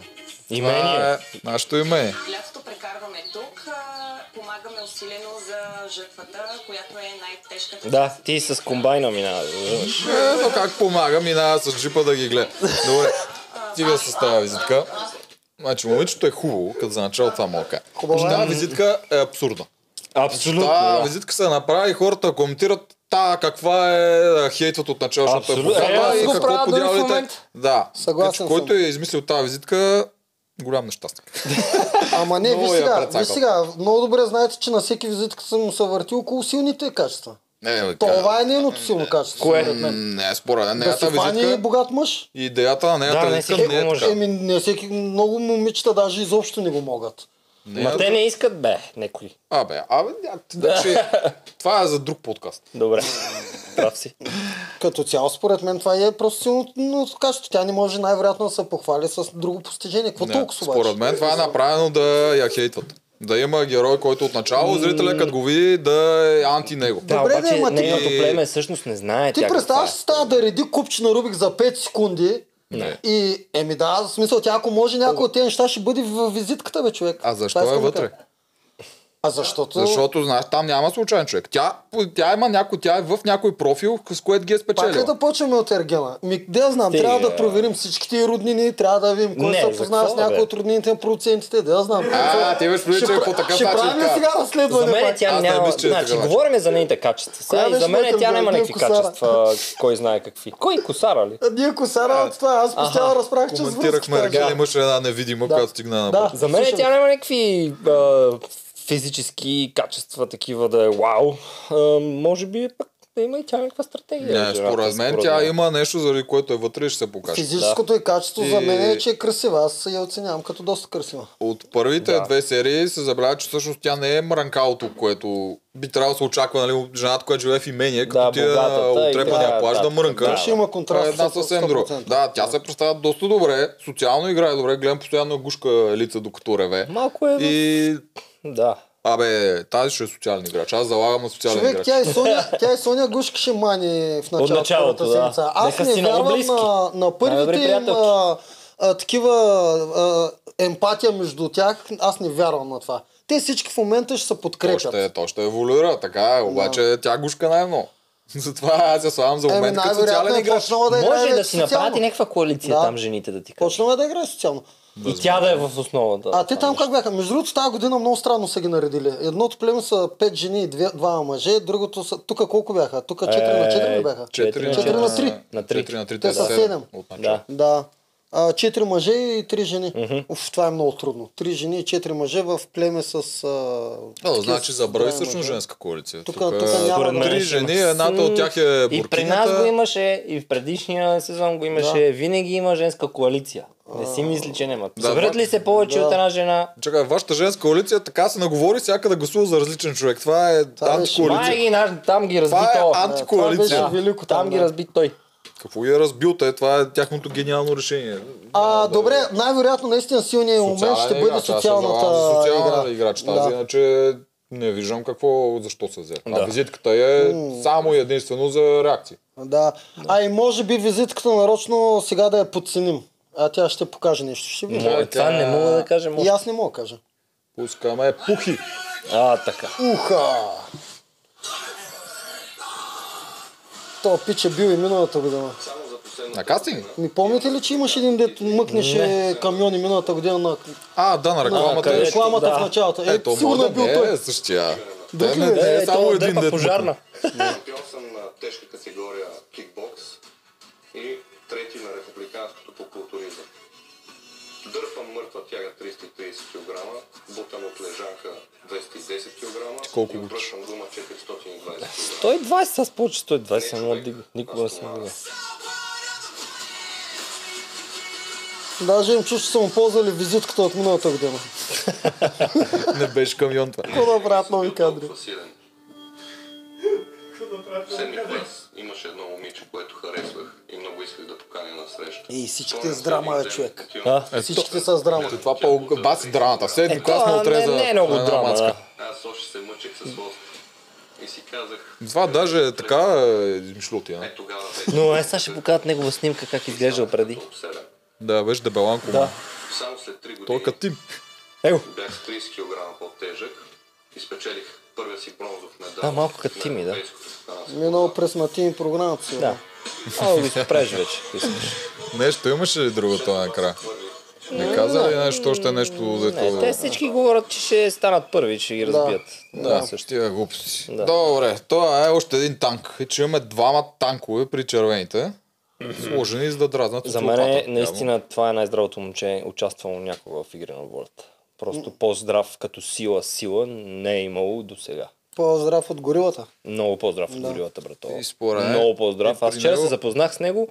Това
Имение.
е нашето име.
Лятото прекарваме тук, а, помагаме усилено за жертвата, която е най-тежката.
Да, ти с комбайна мина.
Е, но как помага, минава с джипа да ги гледа. Добре, стига с тази визитка. Значи, момичето е хубаво, като за начало това малка.
Хубаво е.
Тази визитка е абсурдна.
Абсолютно.
Та
да.
визитка се направи и хората коментират та каква е а, хейтът от начало, защото е
Абсолютно. Е,
богата
аз
и
го
какво
правя дори в
подявалите.
момента.
Да.
Съгласен
Значи, Който
съм.
е измислил тази визитка, голям нещастник.
Ама не, ви
Много я
сега,
прецакал.
ви сега, много добре знаете, че на всеки визитка съм му се върти около силните качества.
Е, бе,
Това е нейното силно качество.
Кое?
според
м,
мен.
Не, е според мен.
Да
Нейната
си фани
визитка.
богат мъж.
Идеята на нейната
Да, не
визитка
всеки
не е
може.
така.
Еми, не всеки, много момичета даже изобщо не го могат.
е
Ма те не искат, бе, некои.
Абе, абе, да, ти- да,
[LAUGHS]
значи,
че... това е за друг подкаст.
Добре. Прав си.
Като цяло, според мен, това е просто силното качество. Тя не може най-вероятно да се похвали с друго постижение. Какво
Не,
толкова обаче?
според мен това е направено да я хейтват. Да има герой, който отначало зрителя, като го види, да е анти него.
Да,
Добре,
обаче
да, ама ти-
нейното племе Е, всъщност не знае
Ти
тя
представяш,
каква е.
става да реди купче на Рубик за 5 секунди.
Не.
И, еми да, в смисъл, тя ако може някой от тези неща ще бъде в визитката, бе, човек.
А
Това
защо е
искам да
вътре?
кажа. А защото...
Защото, знаеш, там няма случайен човек. Тя, тя има някой, тя е в някой профил, с което ги е
Пак ли
спечелила.
да почваме от Ергена? Ми, де я знам,
Ти,
трябва
е.
да
а.
проверим всичките роднини, трябва да видим кой
Не,
се
за
познава с
какво,
някой
бе?
от роднините на продуцентите, де я знам.
А, ти беше прилича е по така
ще
начин.
правим ли
така.
сега
За
разследване?
мен
пак? е
тя
Аз не
няма...
мисля, че е
Значи,
така.
говорим за нейните качества. Сега
Коя
и за
беше
мен
моята
тя няма
любима
някакви
косара?
качества. Кой знае какви. Кой косара ли?
А, Ние косара от това, аз постоянно разправях, че с
Коментирахме
връзката.
Ергена, имаше една невидима, която стигна на
Да.
път.
За мен е
Слушам.
тя няма някакви а, физически качества, такива да е вау. А, може би е пък да има и е, тя някаква стратегия.
Не,
жената,
според мен тя има нещо, заради което е вътре и ще се покаже.
Физическото и качество за мен е,
И-
че е красива. Аз я оценявам като доста красива.
От първите да.
Да.
две серии се забравя, че всъщност тя не е мранкалото, което би трябвало да се очаква, нали, от жената, която живее в имение, като
Да,
тия
богатата и
отрепания
така,
плаж да,
да,
мрънка.
да,
Ще Значи има
Това е
контраст.
една съвсем друга.
100%.
Да, тя се представя доста добре, социално играе добре, гледам постоянно гушка лица докато реве.
Малко е... И...
И,
Да.
абе, тази ще е социален играч, аз залагам на социален
Човек,
играч.
тя и
[LAUGHS]
Соня, тя и Соня гушкаше мани в началото.
началото,
първата
да.
седмица. Аз
Нека си
не
много
вярвам
близки.
на, на първите
Най-добри
им
приятелки.
а, а, такива а, емпатия между тях. Аз не вярвам на това. Те всички в момента ще се
То
подкрепят.
ще, то ще еволюира, така е, обаче тя гушка най-много. [LAUGHS] Затова аз я слагам за
Еми
момент като социален
най-вероятно е
играч.
почнала да играе
Може да
вече
си направят и
социално.
някаква коалиция
Да.
там жените да ти кажат.
Почнала да играе социално.
И тя да е в основата.
А
на
те
това
там
нещо.
как бяха? Между другото, тази година много странно са ги наредили. Едното племе са 5 жени и 2 мъже, другото са... Тук колко бяха? Тук 4 на 4 ли бяха?
Четири
4
на
четири.
на
Четири на три.
3. На 3 на 3.
Те са седем.
От
Да.
Да. а, четири мъже и три жени. Mm-hmm. Уф, това е много трудно. Три жени и четири мъже в племе с... А,
А,
такива
значи
с-
за брой
да,
всъщност
мъже.
женска коалиция.
Тук-
е
тук няма
три
Според мен
ще има.
жени, едната от тях е
И при нас го имаше, и в предишния сезон го имаше, да.
Да.
винаги има женска коалиция. Не си мисли, че няма. Да,
Да,
Съберат
да.
ли се повече да.
Да.
от една жена?
Чакай, вашата женска коалиция така се наговори всяка да гласува за различен човек. Това е
беше-
Май
антикоалиция.
ги, наш- там ги разби
Това е
то.
антикоалиция.
това
Да,
беше велико
там
там,
ги
да.
разби той.
Какво я разбил те? Това е тяхното гениално решение.
А, добре, най-вероятно наистина силният момент
е
ще бъде социалната
социална
игра.
игра, че тази,
Да.
иначе не виждам какво, защо се взе.
Да.
А визитката е само и единствено за реакции.
Да. А и може би визитката нарочно сега да я подценим. А тя ще покаже нещо. Ще видим.
Моля,
Мой, това не мога да кажа.
И
Мога.
аз не мога да кажа.
Пускаме пухи.
А, така.
Уха! То пич е бил и миналата година.
На кастинг?
Ми помните ли, че имаше един дет мъкнеше камиони миналата година на
А, да, на
на
рекламата.
къде?
е.
рекламата
да.
в началото? Е,
Ето,
сигурно
може
е
да
бил
не
той.
е същия.
Друг
Те
ли
не,
е?
не е,
Е,
само
то
един
дърпа
дед.
пожарна. [LAUGHS]
Шампион съм на тежка категория кикбокс и трети на републиканското по културизъм. Дърпам мъртва тяга 330 кг, бутам от лежанка 210 кг
колко
и
буташ?
обръщам дума 420 кг.
120, аз повече 120 не мога да дигна. Никога не съм дигал.
Даже им чу, че са му ползвали визитката от миналата година.
Не беше камион това.
Какво да правят нови кадри?
Толкова силен. В седми клас имаше едно момиче, което харесвах и много исках да поканя на среща. е
И всичките
Спомням се
драма,
един
бе,
ден,
човек.
отивам
А?
Ето,
Всичките са с драма.
ето това по баси драмата. В Седми клас ме
Това не,
отреза.
не е много
една
драма.
мацка.
Да.
Аз още се мъчех с лост. И си казах...
Това даже е така е измишлотия.
Е, тогава
Но е, сега ще покажат негова снимка как изглеждал преди.
Да, беше дебеланко.
Да.
Да.
Само след 3 години
Той е като ти.
Его,
бях с 30 кг по-тежък и спечелих първия си бронзов медал.
Да, малко като
на
ти ми, да.
европейското стопанство.
Минало през на тим програмата си.
да. Ало, го изправиш вече. ако искаш.
Нещо имаше ли другото накрая? Не каза ли нещо, още нещо за
Не, те всички говорят, че ще станат първи, че ги разбият.
Да, същия глупости.
Да.
Добре, това е още един танк. И че имаме двама танкове при червените. Сложени за да дразнат.
За
от
мен е,
лопата, явно.
наистина това е най-здравото момче, участвало някога в игри на волята. Просто по-здрав като сила, сила не е имало до сега.
По-здрав от горилата.
Много по-здрав от горилата, братова.
И според мен- е
Много по-здрав.
и
Аз
при
вчера се
него-
запознах с него.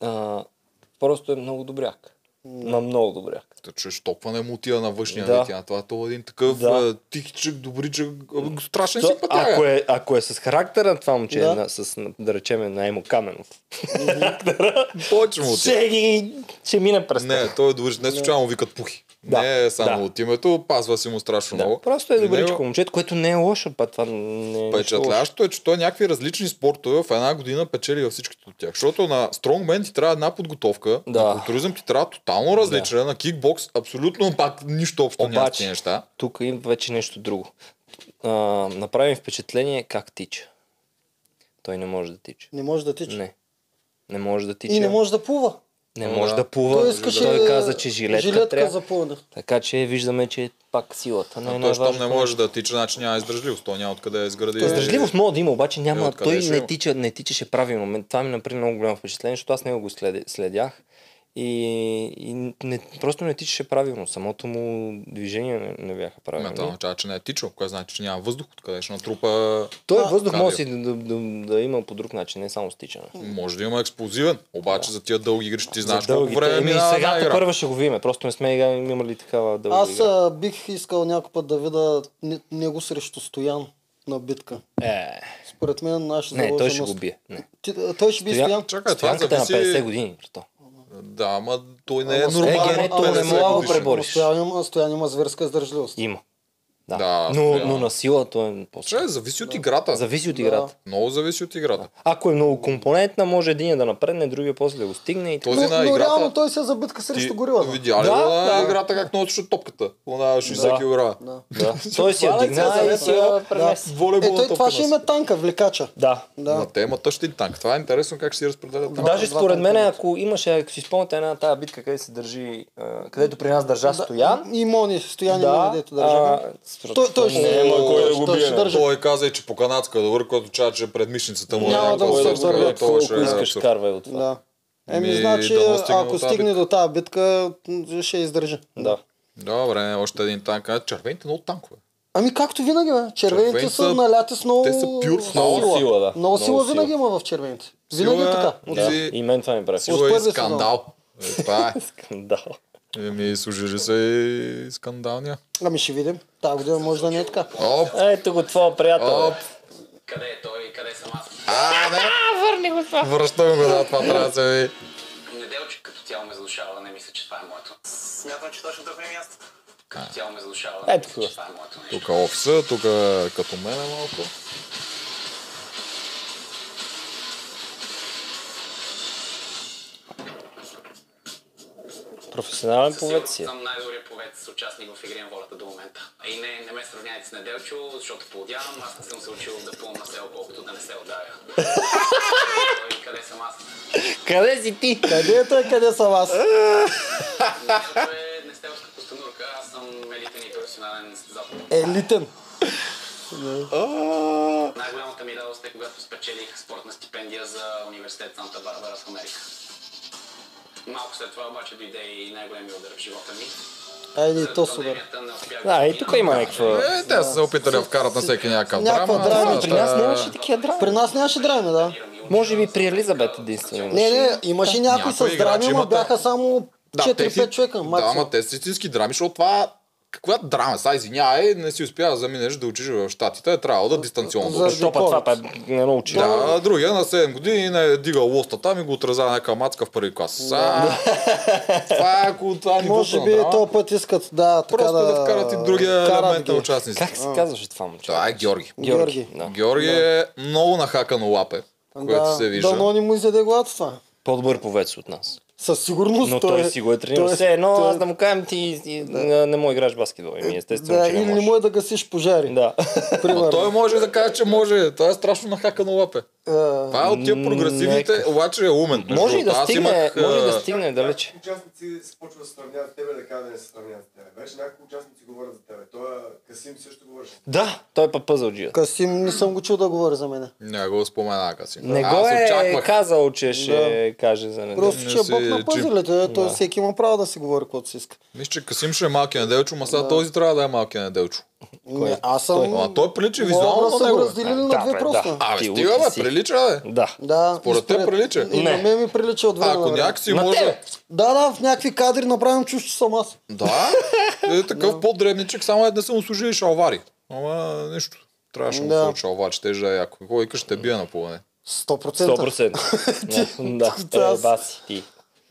А, просто е много добряк. Ма много добряк.
Та чуеш, толкова не му отива на външния
Да.
да. на Това то е един такъв
Да.
да. тихичък, добричък, а, страшен
То,
си [LAUGHS]
ако,
пътяга.
е, ако е с характера на това момче, да,
Да.
на, с, на, да речем, на Емо Каменов,
Повече му отива.
ще, ги, ще мине през тях.
Не, той е добрич. Не случайно му викат пухи.
Да.
Не е само
Да.
от името, пазва си му страшно
Да,
много.
просто е
При него-
добричко момчето, което не е лошо, па това не е нищо лошо.
Впечатляващото е, че той някакви различни спортове в една година печели във всичките от тях. Защото на стронгмен ти трябва една подготовка,
Да.
на културизъм ти трябва тотално различна, на кикбокс абсолютно пак нищо общо няма с
Обаче-
тези неща.
Тук има вече нещо друго. А, направи ми впечатление как тича. Той не може да тича.
Не може да тича.
Не. Не може да тича.
И не може да плува.
не
Да.
може да плува.
Той искаше
Той каза, че жилетка,
жилетка
трябва.
за плуване.
Така че виждаме, че пак силата. Не е
А той щом не
най-важното.
може да тича, значи няма издържливост. Той няма откъде да изгради.
Издържливост мога да има, обаче
Е,
няма.
откъде
Той
ще
не
има?
тича, не тичаше правилно. Мен- Това ми направи много голямо впечатление, защото аз него го следи- следях. И, и не, просто не тичаше правилно. Самото му движение не, не бяха
Ма, това
правилни.
означава, че не е тичал, кое значи, че няма въздух, откъде ще натрупа.
Той е
А,
въздух
кардио.
може да, да, да, да има по друг начин, не само с тичане.
Може да има експлозивен, обаче за тия дълги игри ще ти знаеш
За
колко
дългите.
време
Еми,
минава една
сега
игра.
първа ще го видим. Просто не сме игра- имали такава дълга
Аз
игра.
а, бих искал някой път да видя не- него срещу Стоян на битка.
Е,
Според мен аз ще
не, той
заложа
ще
на
го
Ст-
бие. Не.
Ти- а, Той ще би
Стоян-
Стоян.
Чакай, това
Стоянката е на
зависи...
50 години. Брато.
Да, ама той не е
Ама
нормален.
Гене,
от
той не
50
мога да го
годишен.
пребори.
Ама Стоян има, Стоян има зверска издържливост.
Има. Да.
Да,
но,
Стоян.
но на сила той е по-силен.
Че, зависи от играта.
Зависи от играта.
Много зависи от играта.
Ако е многокомпонентна, може един е да напредне, другия после да го стигне и така.
Този
Но,
на
но
играта-
реално той се е за битка срещу горила. да.
видя ли
Да,
да,
да.
на играта как носиш топката? Она 60 кг.
Да.
[LAUGHS]
Да. Той си я
Хвалят се,
дигна и
е зависи
си я
от-
пренесе.
Е, той
Волейболна
това
топка
ще
носи.
има танка, влекача.
Да.
На
Да.
темата ще ти танк. Това е интересно как ще си разпределят танк.
Даже
два
според мен,
танка.
ако имаше, ако си спомняте една тая битка, където се държи, а, където при нас държа Стоян,
И Мони, Стоян да. и
да,
Мони, дето държаха.
а,
Той- той ще-
не,
Е,
Няма
ма,
кой да го
Той ще
бие.
държи.
Той каза и че по канадска е добър, който чача пред мишницата му.
Няма да
някаква
го
сърска, това
забравя,
ще
Колко
е
искаш
абсурд.
карвай от това.
Да. Еми,
Ми,
значи,
дано стигне
ако
до тази
стигне до тази битка, ще издържи.
Да.
Добре, още един танк. А, червените много танкове.
Ами както винаги, бе. Червените
Червените
са
са-
наляти с много...
те са пюр с
много сила, да.
Много
Много
сила
сила.
винаги има в червените. Винаги е
Сила-
така.
От
да.
си-
И мен това ми прави.
От
Сила е
първия
скандал. Е, това е.
[LAUGHS] Скандал.
Еми, служили се и скандалния.
Ами ще видим. Тази година може да не е така.
Оп,
Ето го твоя приятел.
оп.
бе.
Къде е той и къде съм аз?
А, не. Върни го Връщам го, да, това трябва да се види.
Неделче като цяло ме задушава, не мисля, че това е моето. Смятам, че точно тръгне място. Като цяло ме задушава, не
Ето
мисля,
го.
че това е моето нещо.
Тук офиса, тук като мен е малко.
Професионален
Със
повец
сигурност
си. е.
съм най-добрият повец участник в игри на волята до момента. И не, не ме сравнявайте с Неделчо, защото поудявам, аз не съм се учил да пълна село, колкото да не се ударя. Той, къде съм аз?
Къде си ти?
Къде е той, къде съм
[LAUGHS]
аз?
Неделчо е нестелска костенурка, аз съм елитен и професионален състезател.
Елитен.
Най-голямата ми радост е когато спечелих спортна стипендия за университет Санта Барбара в Америка. Малко след това обаче дойде и най-големият удар в живота ми.
Айде и
След
то се удари.
пандемията не успях
Да, и тук има някаква...
Е, те са се опитали да вкарат на всеки някакъв
Някаква
драма.
драма,
да,
При нас
та-
нямаше такива
При
драми.
нас нямаше драми, да.
Може би при Елизабет единствено.
Не, не, имаше някои
Някои
с драми,
играчи
ама
имат-
бяха само
Да, те
4-5
си-
човека
Да,
максимум.
ама те са истински драми, защото това каква драма, са извинявай, не си успя да заминеш да учиш в Штатите, е трябвало да дистанционно.
За-
За...
Що па това па не научи.
Да, другия на 7 години не е дигал лоста там и го отреза някаква мацка в първи клас. А, това е ако това е нивото
Може
на
би
драма.
този път искат да така
Просто да, вкарат и другия
карат
елемент на
ги.
участниците.
Как се казваше това момче?
Това е Георги.
Георги.
Да.
Георги е много нахакано лапе, което
Да,
се вижда.
Дано не му изяде главата това.
По-добър повец от нас.
Със сигурност
Но той, си го е тренирал.
той-
Все едно
той-
аз да му кажа, ти, ти не, не му играеш баскетбол. Еми, естествено,
Е, Да,
че
или
не
не
можеш.
може да гасиш пожари.
Да.
Но
Примерно.
той може да каже, че може. Той е страшно нахакано лапе.
А,
Това е от тия прогресивните, обаче е умен. Между
Може и да
другото, аз
стигне,
имах,
може и да
а,
стигне далече.
Участници се почва да сравняват с тебе, да кажат да не се сравняват с тебе. Вече няколко участници говорят за тебе. Той Касим също говореше.
Да, той е па пъзъл джия.
Касим не съм го чул да говори за мене.
Не го споменаха си.
Не
Аз
го е
очаквах.
казал, че ще каже за него.
Просто,
не
че е
си
бог на
джим.
пъзелите, той всеки има право да си говори каквото си иска.
Мисля, че Касим ще е малкият неделчо, ма сега този трябва да е малкият неделчо.
Не, аз съм...
Ама той прилича
Мога
визуално
да
на
са го
него.
разделили на
Да,
две
бе,
просто.
да.
Абе,
Ти
стига,
луд
бе,
си.
прилича, бе.
Да.
Да,
Според
и според-
теб прилича.
И на
Не.
мен ми прилича от време
Ако
на време.
някакси
На
може...
тебе.
Да, да, в някакви кадри направим чуш, че съм аз.
Да, е такъв по-дребничък, само е да са му служили шалвари. Ама нищо. Трябваше му
Да.
да. шалвари, ще да е яко. Кой викаш, ще бия на полане.
100%.
100%.
[LAUGHS]
Да,
Ти-
да. Е, баси, ти.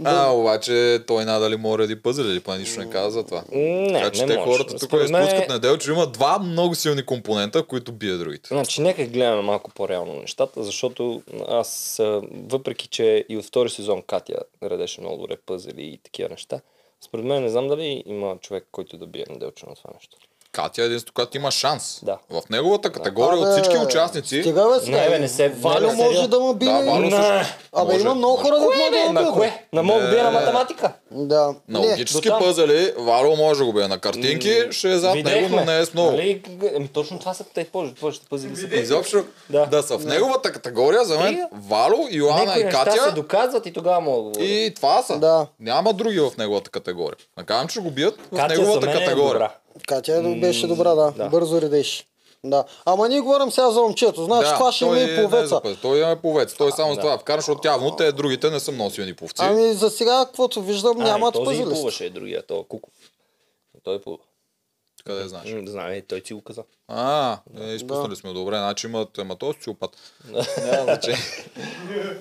А, обаче той надали му реди пъзели, или па нищо не каза за това.
Не,
така че
не
Значи те
може.
хората тук
Според мен-
изпускат неделчо, има два много силни компонента, които бие другите.
Значи, нека гледаме малко по-реално нещата, защото аз, а, въпреки че и от втори сезон Катя редеше много добре пъзели и такива неща, според мен не знам дали има човек, който да бие неделче на това нещо.
Катя е единството, която има шанс.
Да.
В неговата категория
Абе,
от всички участници.
Стига бе сега.
Не, бе, не се-
Валю
не, бе,
може
сериозно.
да му бие.
Да, Валю също.
Абе,
Може.
има много хора, които могат да
Е,
му
на
бият, бе.
кое? На мога бие на математика?
Да.
На
Не,
логически
дотам.
пъзели, Варо може да го бие на картинки, ще е зад него, но не е с много.
Ами, Нали? Еми, точно това са те повече, повечето пъзели са пъзели.
Изобщо да,
Да.
са в неговата категория, за мен
Стига.
Вало, Йоанна
Някои
и
неща се
Катя
доказват и тогава мога да говоря.
и това са.
Да.
Няма други в неговата категория. Накавам, че го бият в
Катя за
неговата
мен е
категория.
добра.
Катя беше добра, да.
да.
Бързо редеш. Да. Ама ние говорим сега за момчето. Значи това ще
той
ми
не
е
е
повеца.
за пъз, Той е повец. Той само за
да.
това вкара, защото явно те е, другите не са много силни пловци.
Ами за сега, каквото виждам,
А,
нямат
и този и
пъзелист.
плуваше е другия, този Куков. Той плува.
Къде знаеш?
М, Знае, той си го каза.
А, е, изпуснали сме добре, значи имат, ама той е социопат. Няма
[LAUGHS]
значение.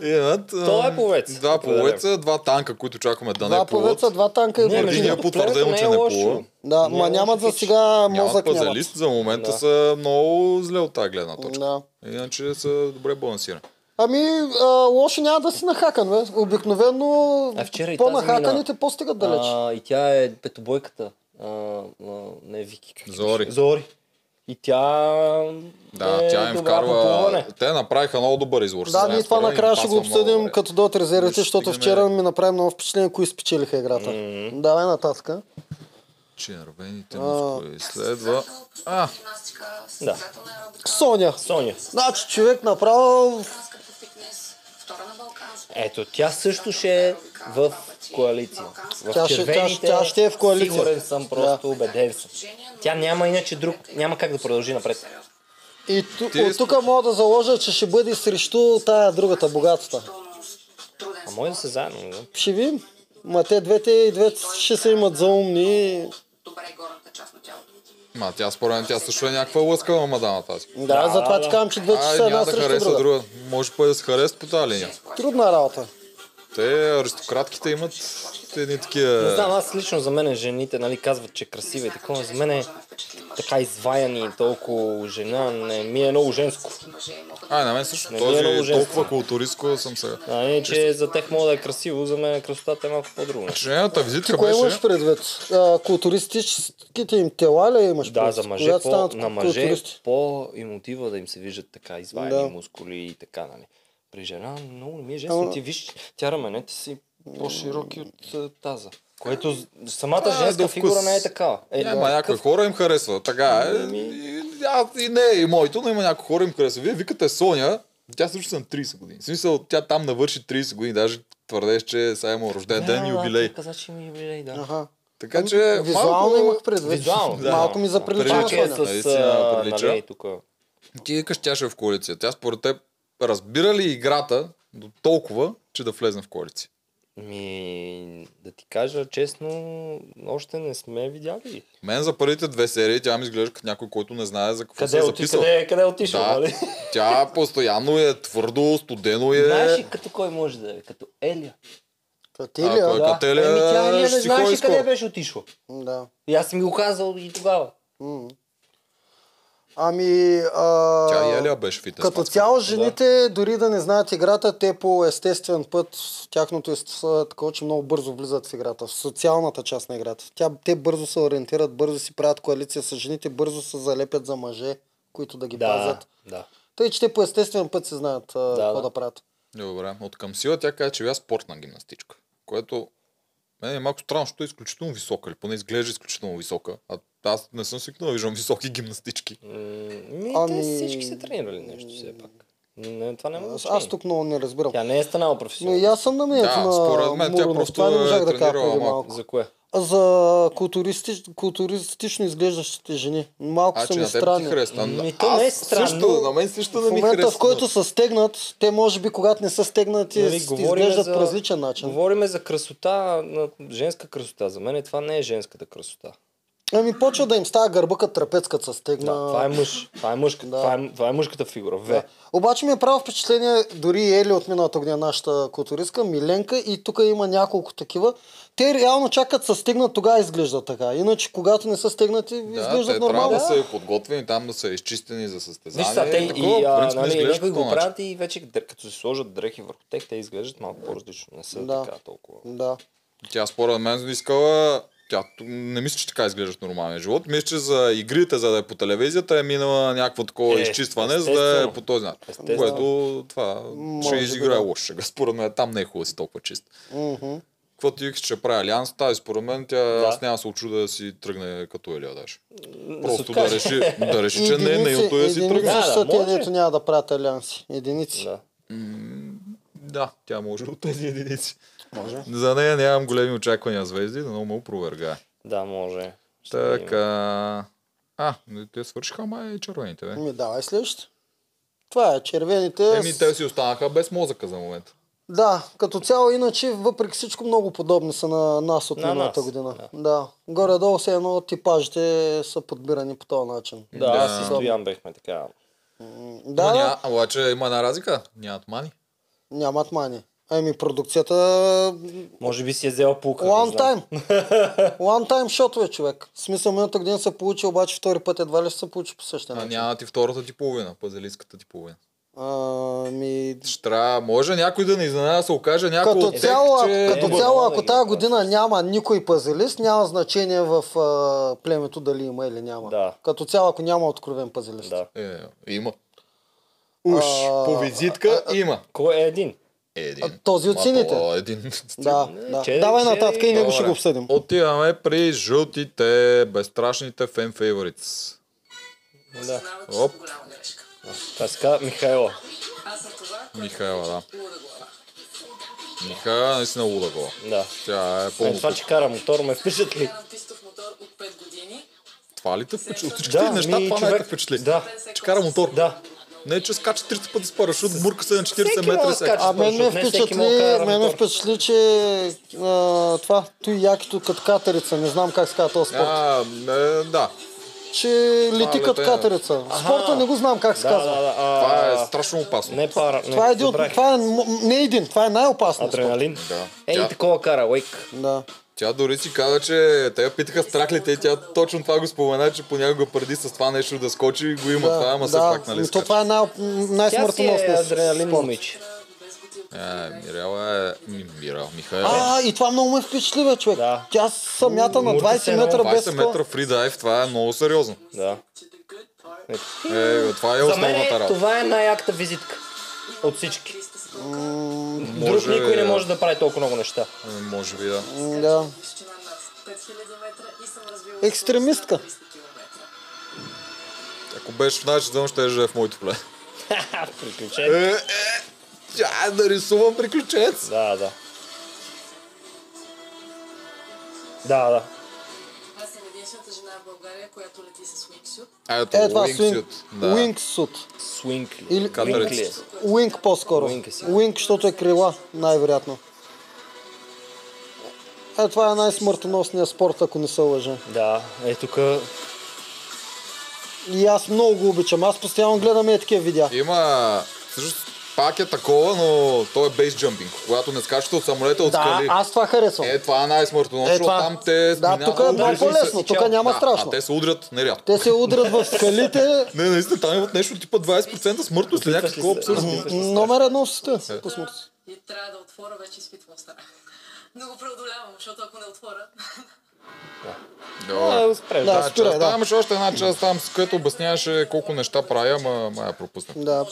имат а,
Той е пловец.
два повеца, два танка, които чакаме да
Два
не
повеца,
плуват.
два танка и
Не,
един.
между
Единия
другото,
потвърдено,
плуването
че
не
не
е
плува.
лошо.
Да,
Не
ма
е
нямат
лошо
за
хич.
сега
Нямат
мозък. нямат.
пазалист, за момента
Да.
са много зле от тази гледна точка.
Да.
Иначе са добре балансирани.
Ами, а, лошо няма да си нахакан, бе. Обикновено
А Е, вчера и тази
по-нахаканите
мина.
по-стигат далеч.
А, и тя е петобойката. А, а, не Вики. как
Зори.
беше? Зори. И тя
Да,
е
тя им
добра по
вкарва...
плуване.
Те направиха много добър избор.
Да,
Сега
ние това
вкарва им
накрая ще
пасва
го
много
обсъдим
добре.
като дойдат резервите,
Ще
защото
стигнем-
вчера ми направи много впечатление, кои спечелиха играта. Давай нататък.
Червените мускули следва... А,
Гимнастика,
Да.
състезателна аеробика,
Соня.
Соня.
Значи човек направо
фитнес, Втора на Балканска.
Ето, тя също ще е в коалиция. В
Тя ще-
червените,
тя- тя ще е в коалиция.
Сигурен съм, просто
Да.
убеден съм. Тя няма иначе друг, няма как да продължи напред.
И ту,
Ти-
от тук мога да заложа, че ще бъде срещу тая другата богатата.
А може да са заедно. да?
Ще видим. Ма те двете и двете ще се имат за умни.
Добре, горната част на тялото.
Ма тя според мен тя също е някаква лъскава мадама тази.
Да,
Да,
затова
да.
ти казвам, че двете ще
Ай,
са
няма
една
да
срещу
харесва
друга.
друга. Може пък да се харесва по тази линия.
Трудна работа.
Те, аристократките имат едни
Не знам,
такива...
аз лично за мен жените нали, казват, че е красива и такова. За мен е така изваяни и толкова жена не ми е много женско.
Ай, на мен също
Не
този
е много
е
женствено.
толкова културистко съм сега.
А не, че за тях мога да е красиво, за мен красотата е малко по-друго. нещо.
Че нейната визитка
Кое имаш
беше...
предвид? А, културистическите им тела ли имаш
Да,
предвид?
за мъже,
Когато
по,
станат
на мъже
културисти?
по и мотива да им се виждат така изваяни
Да.
мускули и така, нали. При жена много не ми е
Ама-
женствено. Ти виж, тя раменете си по-широки от а, таза. Което з- самата
А,
женска
до
фигура
вкус.
не е такава. Е,
Е,
да,
Има някои хора им харесва. Така е.
Ами.
И, аз и не е и моето, но има някои хора им харесва. Вие викате Соня, тя също е на 30 години. В смисъл, тя там навърши 30 години. Даже твърдеш, че сега има рожден ден и юбилей.
Да, каза, че има юбилей, да.
Аха.
Така че
Визуално
малко...
имах предвид.
Визуално. да.
Малко ми заприлича на
Пак е
Прилича.
Соня.
с...
Наистина
а,
прилича.
нали, тук.
Ти викаш, тя ще е в коалиция. Тя според теб разбира ли играта до толкова, че да влезне в коалиция?
Ми, Ами, да ти кажа честно, още не сме видяли.
Мен за първите две серии тя ми изглежда като някой, който не знае за какво се
Къде,
е
оти,
записал.
къде, къде отишъл,
Да.
нали?
Тя постоянно е твърдо, студено е.
Знаеш ли като кой може да е? Като Елия.
Кателия,
Ако е
да.
кате- Елия
Еми, тя Елия не
ще си
знаеш
ходи
ли
с
къде
кола.
беше отишла.
да.
И аз съм ми го казал и тогава.
М. Ами... А...
Тя и Елия беше фитнес.
Като
мацка.
цяло жените, дори да не знаят играта, те по естествен път, тяхното естество е такова, че много бързо влизат в играта, в социалната част на играта. Тя, те бързо се ориентират, бързо си правят коалиция с жените, бързо се залепят за мъже, които да ги пазят.
да.
Тъй, че те по естествен път се знаят а, какво да,
да.
правят.
Добре. От към сила тя каза, че била спортна гимнастичка. Което мен е малко странно, защото е изключително висока. Или поне изглежда изключително висока. А аз не съм свикнал да виждам високи гимнастички.
М, Ми,
Ами-
те всички са тренирали нещо все пак. Не, това няма
Аз,
значение.
аз тук много не разбирам. Ами,
Тя не е станала
Но
професионална.
и аз съм на мнението
Да,
е на
според мен тя
Мурунов.
просто
Това не
е
можах да кажа
тренирала
преди
малко.
малко.
За кое?
За културистич, културистично изглеждащите жени. Малко
А,
са
че
ми
на теб ти
странни.
харесва.
Ми, то
Аз
не е странно.
Също, на мен също не
в
ми
момента,
харесва.
в който са стегнат, те може би, когато не са стегнати,
Нали,
нали,
говорим
изглеждат
за-
по различен начин.
Говориме за красота, на женска красота. За мен това не е женската красота.
Ами почва да им става гърба като трапец, като се стегна.
Да, това е мъж. Това е мъжката,
Да.
това е, това е мъжката фигура. Ве.
Да. Обаче ми е право впечатление, дори и Ели от миналата година, нашата културистка, Миленка, и тук има няколко такива. Те реално чакат се стегнат, тогава изглеждат така. Иначе, когато не са стегнати,
Да,
изглеждат
те
нормално.
трябва да са подготвени, там да са изчистени за състезание.
Виж са, те
такова,
и
в
а,
принцип, не
нали,
изглежда значи.
някои
по този
го
начин.
правят и вече дър- като се сложат дрехи върху тях, те изглеждат малко по-различно. Не са
Да.
така толкова.
Да.
Тя според мен искала... Тя т- не мисля, че така изглеждаш нормалния живот. Мисля, че за игрите, за да е по телевизията, е минала някакво такова
Е,
е, изчистване, за да е
естествено.
по този начин.
Естествено.
Което това
Може
ще
би
изиграе
да.
лошо. [LAUGHS] шега. Според мен там не е хубаво да си толкова чист.
Мгм.
Какво ти викаш, че прави Алианс? Тази според мен тя,
Да.
аз няма да се очуда да си тръгне като Елия даже.
Да се
Просто да
откаже.
реши, да реши че не е
Единици-
нейното и да си
единици
тръгне.
Да,
ще са те,
може.
дето няма да правят алианси. Единици.
Да.
Да, тя може от тези единици. Може. За нея нямам големи очаквания звезди, но му опровергае.
да, може. Ще видим.
Така. А, не, те свършиха май червените, бе.
Ми, Ами, давай следващите. Това е, червените.
Еми,
с-
те си останаха без мозъка за момент.
Да, като цяло иначе, въпреки всичко, много подобни са на нас от
На
миналата
нас,
година. Да. Горе-долу все едно типажите са подбирани по този начин.
Да,
Да.
аз и Стоян бехме така.
М,
Да,
Да,
Но
да,
ня, обаче има една разлика. Нямат мани.
нямат мани. Еми, продукцията...
Може би си е взел пука.
One time. One time шотове, човек. В смисъл, миналата година се получи, обаче втори път едва ли ще се получи по същия
А
начин.
нямат и втората ти половина, пазелиската ти половина.
Ами,
Ще трябва, може някой да не изненада да се окаже някой
като
от тях,
цяло, ако-
че...
като
Е,
цяло,
много
ако
ги
тази
направи.
година няма никой пазелист, няма значение в а, племето дали има или няма.
Да.
Като цяло, ако няма откровен пазелист.
Да.
Е, има. Уж,
А,
по визитка има.
Кой е един?
Един.
а, този от
Ма,
сините.
то е
[LAUGHS]
Един.
Да,
Не,
да.
че-
Давай
че-
нататък и него ще
Добре.
го обсъдим.
Отиваме при жълтите, безстрашните фен фейворитс.
Да.
Оп,
Аз каза Михайла.
Аз за това
Михайла, да. Михайла е наистина луда гола.
Да.
Тя е
Е,
пълно.
това, че кара мотор, ме впечатли.
Карам пистов мотор от 5 години.
Това ли те впечатли? От всичките
Да,
неща,
ми,
това човек...
човек-
най-те впечатли.
Да.
Че кара мотор.
Да.
Не, че скача 30 пъти с парашут, мурка се на 40
Всеки може
метра
да
и всеки.
скача.
А мен ме
Защото не всеки
впечатли,
мога да кара
мен ме
мотор.
впечатли, че а, това, той якито като катерица, не знам как се казва този спорт,
А, не, да.
че
това
лети като
летене.
катерица. Спорта не го знам как се
Да, да,
казва.
да.
Това
А,
е страшно опасно.
Не пара. не,
Това е един, от-
забравих.
това е м- не един, това е най-опасният спорт.
Адреналин.
Да.
Ей,
Тя-
такова кара, лейк.
Да.
Тя дори си каза, че те я питаха страх ли те и тя точно това го спомена, че понякога преди с това нещо да скочи и го има това, ама все пак нали
ми то
скача.
това е най-
Тя си е
най-смъртоносният
адреналин
спорт.
момиче.
Е, Мирела е... Ми, Мирела, Михайла.
А, и това много ме впечатли, бе, човек.
Да.
Тя самята на
Мурка се
20 метра без
20
такова.
метра фридайв, това е много сериозно.
Да.
Е, това е
За мен е-
основната работа.
това е най-якта визитка. От всички. Друг
Може,
никой не
да.
може да прави толкова много неща.
Е, Може би да.
М, Да.
Височина над 5000 метра и съм развила...
Екстремистка.
скорост на 300 километра.
Ако беше в нашата зона, ще е в моето поле.
Ха, [LAUGHS] приключение.
Е, е, тя е да рисувам приключенец.
Да, да. Да, да.
Аз съм единствената е жена в България, която лети с уиксют.
А ето,
Е, това
Wingsuit.
swing,
Да.
wingsuit.
Swing ли?
Или-
Wing ли е?
Катарец.
Wing по-скоро.
Wing е сега.
Wing, защото е крила, най-вероятно. Е, това е най-смъртоносният спорт, ако не се лъжа.
Да, е тук.
И аз много го обичам. Аз постоянно гледам и такива видеа.
Има... Всъщност, пак е такова, но то е бейс джампинг. Когато не скачате от самолета, от
Да,
скали.
аз това харесвам.
Е, това е най-смъртоносно,
Е,
защото
това-
там те...
Да,
минават
тук е много
удари с-
по-лесно, тук няма
да,
страшно.
А те се удрят нерядко.
Те се удрят в скалите.
[LAUGHS] Не, наистина, там имат нещо типа 20% смъртност или
Опитваш
някакво
ли се?
абсурдно.
Номер едно в
Е.
света. по смърт.
И трябва да отворя, вече изпитвам страх. Но го преодолявам, защото ако не отворя...
Да,
А, спреш,
Да,
да.
Та
спира,
част,
да.
Там имаше още една част там, с която обясняваше колко неща прави, ама май я пропусна.
Да.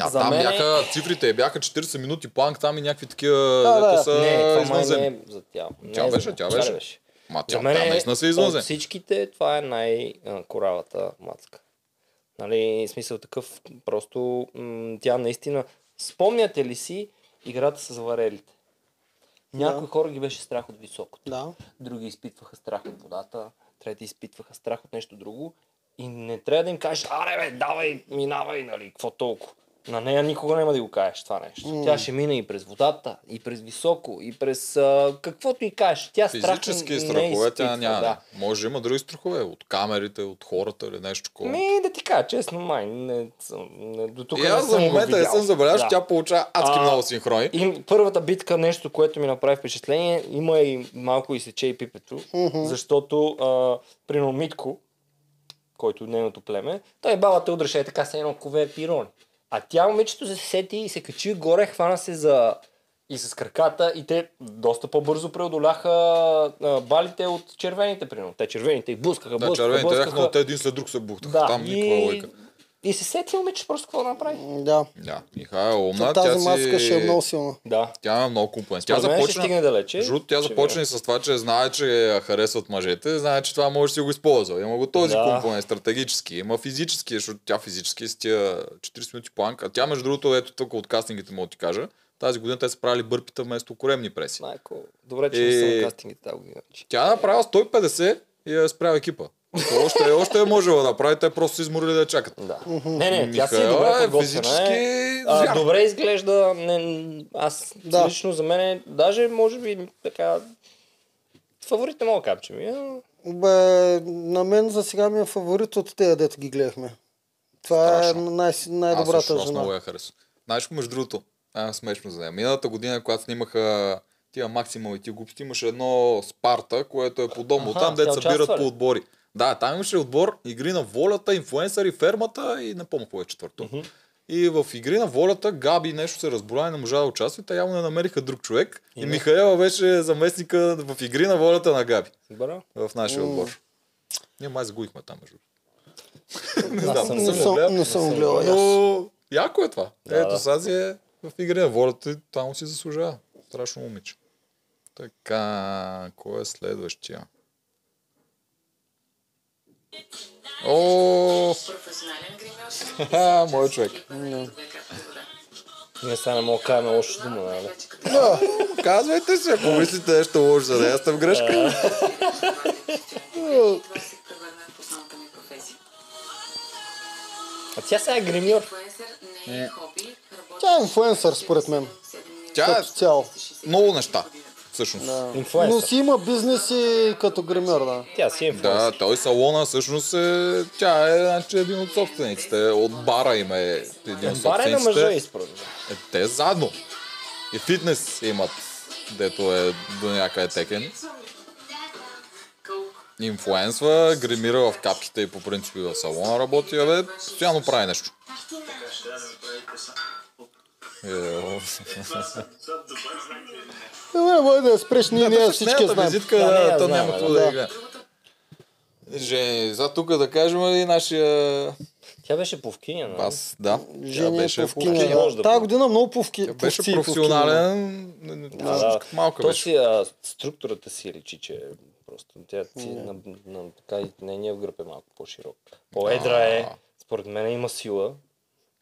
А
За
там
мен е-
бяха цифрите, бяха 40 минути планк там и някакви такива,
Да, да.
дето са
Не, това май не
извънземни.
е за тя. Не
Тя
е за
беше,
мен.
тя
Това ли
беше. Ма тя, тя наистина е са
е от
извънземни.
всичките, това е най-коравата мацка. Нали, смисъл такъв, просто м- тя наистина... Спомняте ли си играта с варелите? Някои хора ги беше страх от високото.
Да.
други изпитваха страх от водата, трети изпитваха страх от нещо друго и не трябва да им кажеш, аре бе, давай, минавай, нали, какво толкова. На нея никога няма да го кажеш това нещо. Mm. Тя ще мине и през водата, и през високо, и през а, каквото и кажеш. Тя страх не
Физически страхове
изпитва,
тя няма.
Да.
Може има други страхове, от камерите, от хората или нещо такова.
Ми, да ти кажа, честно, май, не, съм- не, до тук
И аз
не
за
съм го
момента не
видял.
съм забелязал, че
Да.
тя получава адски
А,
много синхрони.
И първата битка, нещо, което ми направи впечатление, има и малко и сече и пипето, защото а, прино Митко, който е нейното племе, той бабата удреше е така с едно кове пирони. А тя момичето се сети и се качи горе, хвана се за и с краката и те доста по-бързо преодоляха а, балите от червените, примерно. Те червените и блъскаха,
Да,
блъскаха,
червените бяха, но
блъскаха.
Значи, те един след друг се бухтаха.
Да,
Там никаква
и,
логика.
и се сети момиче просто какво да направи.
Да.
Да, Михай е умна.
Тази
Тя
маска ще е много
си...
силна.
Да.
Тя е много компонент. Тя
Според мен ще стигне
започна...
далече.
Жут, тя
Ще
започна и с това, че знае, че я харесват мъжете, знае, че това може да си го използва. Има го този
Да.
компонент стратегически, има физически, защото тя физически е с тия 40 минути планк. А тя, между другото, ето тук от кастингите мога да ти кажа, тази година те са правили бърпита вместо коремни преси.
Майко, добре, че не
Е.
са на кастингите тази година. че.
Тя е направила 150 и я е спрял екипа. То Още, още е можела да прави, те просто са изморили да я чакат.
Да. Не, не, тя си е
Михаела
добре
е
подготвена.
физически
е.
зрял.
А, добре изглежда. Не, аз
Да.
да. лично за мен, е, даже може би така... Фаворит не мога да кажа, че ми е.
Бе, на мен за сега ми е фаворит от тези, дето ги гледахме. Това е
Страшно.
най-
аз, също,
най-добрата
аз много е.
жена.
я харесвам. Знаеш, между другото, а, смешно за нея. Миналата година, когато снимаха тия максимал и тия глупости, имаше едно Спарта, което е подобно.
Аха,
там,
тя
дето събират
участва ли?
по отбори. Да, там имаше отбор игри на волята, инфлуенсъри, фермата и не помня кое е четвърто. И в игри на волята Габи нещо се разболя и не можа да участва. и Те явно не намериха друг човек. И, и Михаела беше заместника в игри на волята на Габи.
Добре.
в нашия отбор. Ние май загубихме там, между
[LAUGHS]
другото. Не
Аз
знам,
съм
не съм го гледал.
Не съм, не съм гледал. и аз.
Но яко е това.
Да,
Ето,
да.
Сази е [LAUGHS] в игри на волята и там си заслужава. Страшно момиче. Така, кой е следващия? О,
Професионален гримьор.
ха, мой човек.
Клипа на YouTube е капсула.
Не сега не мога да кажа на лошо дума, нали?
Вече като
Да, казвайте си, ако мислите нещо лошо, за да я сте в грешка.
и това се превърна в основната ми професия.
А тя сега е гримьор.
Инфлуенсър не е хоби, работи
Тя е инфлуенсър, според мен.
Тя е
Като цяло.
много неща, всъщност. Да,
Но
Инфлуенсър.
си има бизнес и като гример, да.
Тя си е инфлуенсър.
той салона всъщност е... Тя е значи, един от собствениците. От бара им е един от
Баре на мъжа
собствениците.
изпродава.
Е, те заедно. И фитнес имат, дето е до някъде текен. Инфлуенсва, гримира в капките и по принцип и в салона работи, а бе, постоянно прави нещо. Е, [LAUGHS]
Е, бе, може да я спреш, ние, ние
Ето с
всички
нейната
знаем.
визитка,
Да, не
да,
я
то
знам,
няма
да.
какво да я гледа. Жени, за тук да кажем и нашия...
Тя беше повкиня, нали?
Аз, да. Тя
Жени
беше
е
повкиня,
повкиня.
повкиня.
може да
Да. Тая
бъде.
година много повки, е.
Беше
повци и повкиня.
професионален.
Да, да.
Малка
То
беше.
си, а, структурата си личи, че е просто тя си на, на, така и нейния гръб е малко по-широк. По-едра е, според мен има сила.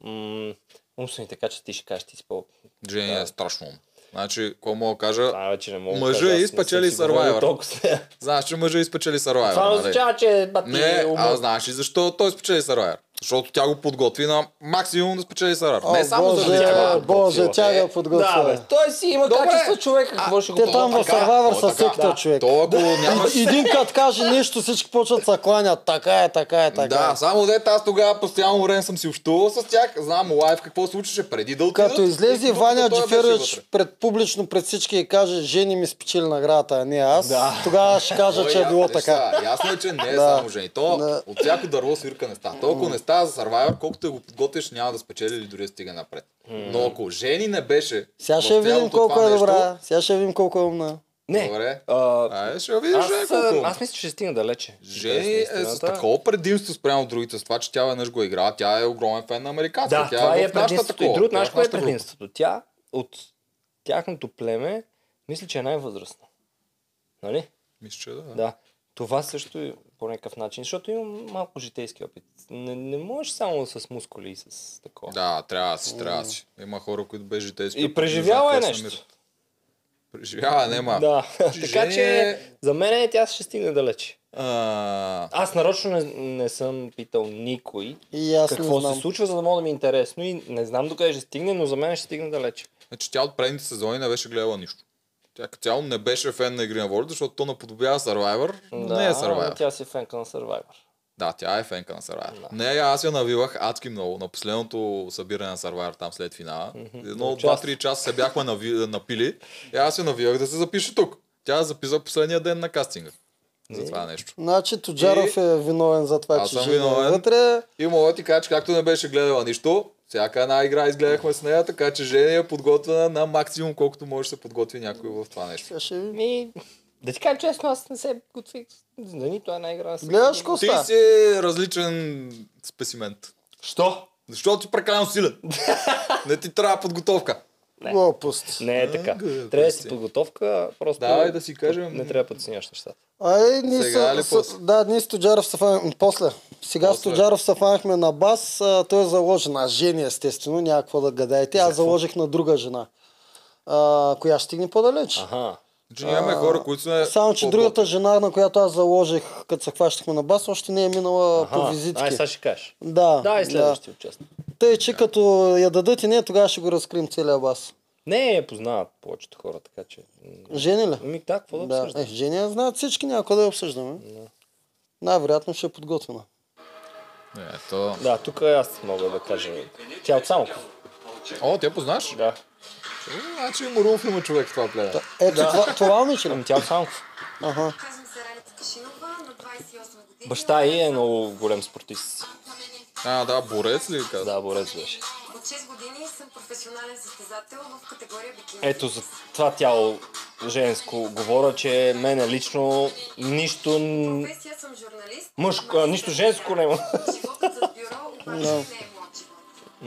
М- умствени така, че ти ще кажеш, ти си по...
Жени е страшно. ум. Значи, какво мога да кажа?
А, вече не мога. да
Мъжа
кажа, аз
е
не съм
изпечели
си говорил
Survivor.
толкова с нея.
Знаеш, че мъжа изпечели
Това не
Survivor, нали?
означава, че е бати
Не, а
ума.
знаеш ли защо той спечели Survivor? Защото тя го подготви на максимум да спечели Survivor. Не
О,
само заради
Боже,
това.
Боже, тя
Е,
я
Да,
подготвя.
бе, той си има
Добре.
качество човека, какво ще го
Те там
подготвя?
в Survivor са
така.
секта, човек.
То ако нямаш...
Един кът каже нещо, всички почват да се кланят. Така е, така е, така
Да,
е.
само дете, аз тогава постоянно време съм си общувал с тях, знам лайв какво случваше преди да отидат.
Като излезе
и докато
Ваня
той беше
Джеферович
вътре.
пред публично, пред всички и каже, жени ми спечели наградата, а не аз, тогава ще кажа,
Той
че е
ясно,
било
виж
така.
сега, Ясно е, че не е
Да.
само жени. То
Да.
от всяко дърво свирка не става. Толкова не става за Survivor, колкото го подготвиш, няма да спечели или дори да стига напред. Но ако жени не беше.
Сега
в
ще видим
цялото
колко
това
е
нещо,
добра. Сега ще видим колко е умна.
Не,
Добре.
а,
Ай, ще видиш
аз,
Жени
а,
колко. е
аз мисля, че ще стигна далече.
Жени е с
Истината.
такова предимство спрямо от другите, с това, че тя веднъж го игра, тя е огромен фен на американците.
Да,
тя
това
в
е
нашата
предимството. И
такова,
друг,
тя
знаеш
в
кое е
нашата група.
предимството? Тя от тяхното племе, мисля, че е най-възрастна. Нали?
Мисля, че да.
Да. Това също е по някакъв начин, защото имам малко житейски опит. Не, не можеш само с мускули и с такова.
Да, трябва да си, трябва да си. Има хора, които без житейски. опит, не
И
знаят
преживяла е
къде се
нещо.
намират. Преживява, нема.
Да. [LAUGHS] така
Жени
че
е-
за мен тя ще стигне далече.
А,
Аз нарочно не, не съм питал никой
И аз не
какво се
знам.
случва, за да мога да ми е интересно и не знам докъде ще стигне, но за мен ще стигне далече.
Значи тя от предните сезони не беше гледала нищо. Тя като цяло не беше фен на игри на волята, защото то наподобява Survivor, но
Да,
не е
но
Survivor.
Тя си е фенка на Survivor.
Да, тя е фенка на Survivor. Не, аз я навивах адски много на последното събиране на Survivor там след финала. Едно от
Част.
2-3 часа се бяхме нави... напили и аз я навивах да се запише тук. Тя я записа последния ден на кастинга
Е.
за това нещо.
Значи Тоджаров
И-
е виновен за това,
Аз
че
съм
жени е
виновен.
вътре.
И мога да ти кажа, че както не беше гледала нищо, всяка една игра изгледахме с нея, така че Жени е подготвена на максимум, колкото може да се подготви някой в това нещо.
Сега ще видим.
Ми, да ти кажа честно, аз не се готвих за нито една игра. аз съм-
Гледаш какво
Ти
става?
си различен спесимент.
Що?
Защото си прекалено
[LAUGHS]
силен. Не ти трябва подготовка.
Глупост.
Не е така.
глупости.
Трябва да си подготовка, просто
Давай да си кажем.
не трябва да подценяш нещата.
Ай, ние
Сега
са,
или
с,
после?
да, ние с Тоджаров се фанахме. После. Сега с
После.
Тоджаров се фанахме на бас. А, той е заложен. Аз жени, естествено, няма какво да гадаете. Аз заложих на друга жена, а, която ще стигне по-далеч.
Аха. е
Че имаме Значи хора, които са...
Само, че
по-готини.
другата жена, на която аз заложих, като се хващахме на бас, още не е минала по визитки.
Ай, сега ще кажеш.
Да,
Да, и следващия участник.
Тъй, че като я дадат и не, тогава ще го разкрием целия бас.
Не я познават повечето хора, така че... м,
Жени ли?
Ми да, Ами какво да
Да, е,
обсъждаш?
Жени я знаят всички, някой да я обсъждаме. Най-вероятно ще е подготвена.
Ето.
Да, тук аз мога да кажа. Тя е от Самоков.
О, тя познаш?
Да.
Значи Мурунов има човек в това племе.
Ето, това, това момиче ли?
Ами Тя е от Самоков.
Аха.
Казвам се Ралица Кашинова, на 28 години.
Баща ѝ е много голям спортист.
А, да, борец ли е каза?
Да, борец беше.
От 6 години съм професионален състезател в категория бикини.
Ето за това тяло женско говоря, че мене лично нищо... н-
Професия съм журналист.
Мъжко, а, нищо женско няма.
Животът зад бюро обаче не е млад живот.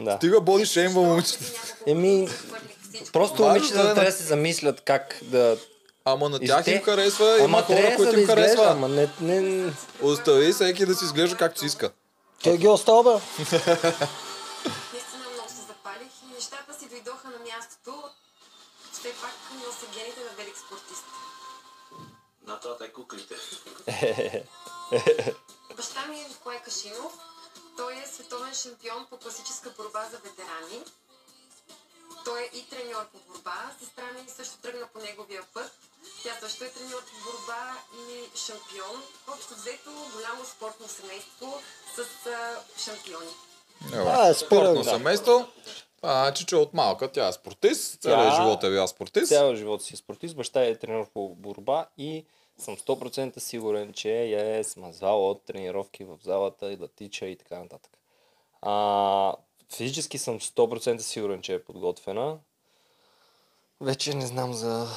Да.
Стига боди шейм във момичета.
Еми,
Хвърлих всичко.
Просто
Важно
момичета
е,
да
но-
трябва да се замислят как да...
Ама на
И
тях
те-
им харесва, Е, има хора,
трябва
които
да
им
изглежда,
харесва.
Ама не, не...
Остави всеки да си изглежда както си иска.
Той ги остава, бе.
[LAUGHS]
Наистина много се запалих и нещата си дойдоха
мястото, все пак но са гените на велик спортист.
Нататък куклите.
[LAUGHS]
[LAUGHS]
Баща ми е Николай Кашинов. Той е световен шампион по класическа борба за ветерани. Той е и треньор по борба. Сестра ми също тръгна по неговия път. Тя също е треньор по борба и шампион. Общо взето голямо спортно семейство с а, шампиони.
А,
Добре.
е, спорен,
Спортно
да.
семейство. А, че, че от малка тя е спортист, целият
Тя-
живот е била спортист.
Цял живот си е спортист, баща е тренер по борба и съм 100% сигурен, че я е смазвал от тренировки в залата и да тича и така нататък. А, физически съм 100% сигурен, че е подготвена. Вече не знам за...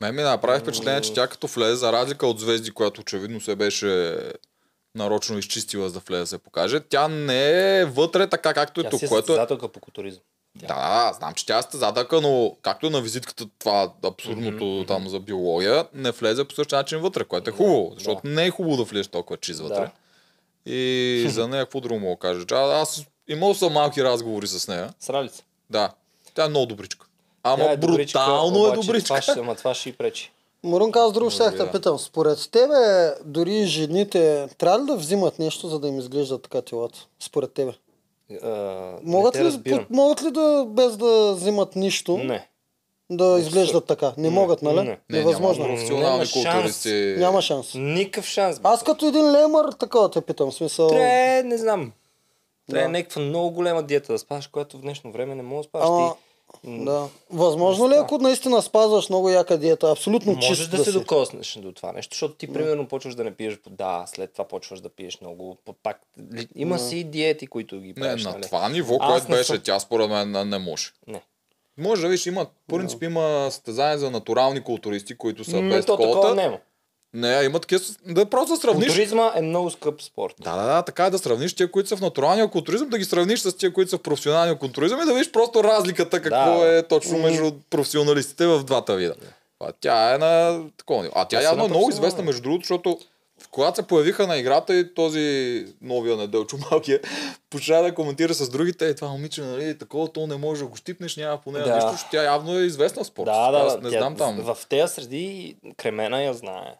Мен ми направи впечатление, че тя като влезе, за разлика от Звезди, която очевидно се беше нарочно изчистила за да влезе да се покаже, тя не е вътре така както е
Тя
тук,
си е
което е...
състезателка по културизъм.
Да, да, знам, че тя е стезатъка, но както е на визитката това абсурдното mm-hmm. там за биология, не влезе по същия начин вътре, което е хубаво, защото да. не е хубаво да влезеш толкова чиз вътре.
Да.
И за нея какво друго мога да кажа? Че а- аз имал съм малки разговори с нея.
Срали се.
Да. Тя е много добричка. Ама
Тя е добричка,
брутално е
обаче Това ще,
добричка.
ама това ще и пречи.
Морунка, аз друго ще
Добре,
те
да.
питам. Според тебе, дори жените трябва ли да взимат нещо, за да им изглежда така телата? Според тебе.
Е, А,
Могат
не те
ли,
разбирам.
под- могат ли да, без да взимат нищо,
Не.
да изглеждат така? Не,
Не,
могат, нали?
не.
Не,
Невъзможно.
няма
Няма,
професионални
Няма шанс.
културисти.
шанс.
Никакъв шанс. бе.
Аз като един лемър, така те питам. в Смисъл...
Трябва, не знам. Трябва
Да.
е някаква много голяма диета да спаш, която в днешно време не мога да спаш.
Ама,
Ти
да. Възможно ли, е, ако наистина спазваш много яка диета, абсолютно
можеш
чист
да, се
си?
докоснеш до това нещо, защото ти примерно почваш да не пиеш вода, след това почваш да пиеш много. п- Пак, ли- има си диети, които ги
Не,
правиш.
на
нали?
това ниво,
Аз
което
не
беше
съм.
тя, според мен не- не може.
Не.
Може да виж, има, по принцип има състезания за натурални културисти, които са
М,
без
то такова
колата.
няма.
Не, имат такива, с- да просто сравниш.
Културизма е много скъп спорт.
Да, да, да, така е да сравниш тия, които са в натуралния културизъм, да ги сравниш с тия, които са в професионалния културизъм и да видиш просто разликата какво
Да.
е точно между професионалистите в двата вида. А тя е на такова ниво. А тя
Тя са
явно
на
е много
професионални.
известна, между другото, защото когато се появиха на играта и този новия неделчо малкия [LAUGHS] почна да коментира с другите, е това момиче, нали, такова, то не може да го щипнеш, няма поне
Да.
да. нищо, защото тя явно е известна в спорта.
Да, да,
Аз
да,
не
тя-
знам там.
В тези среди Кремена я знае.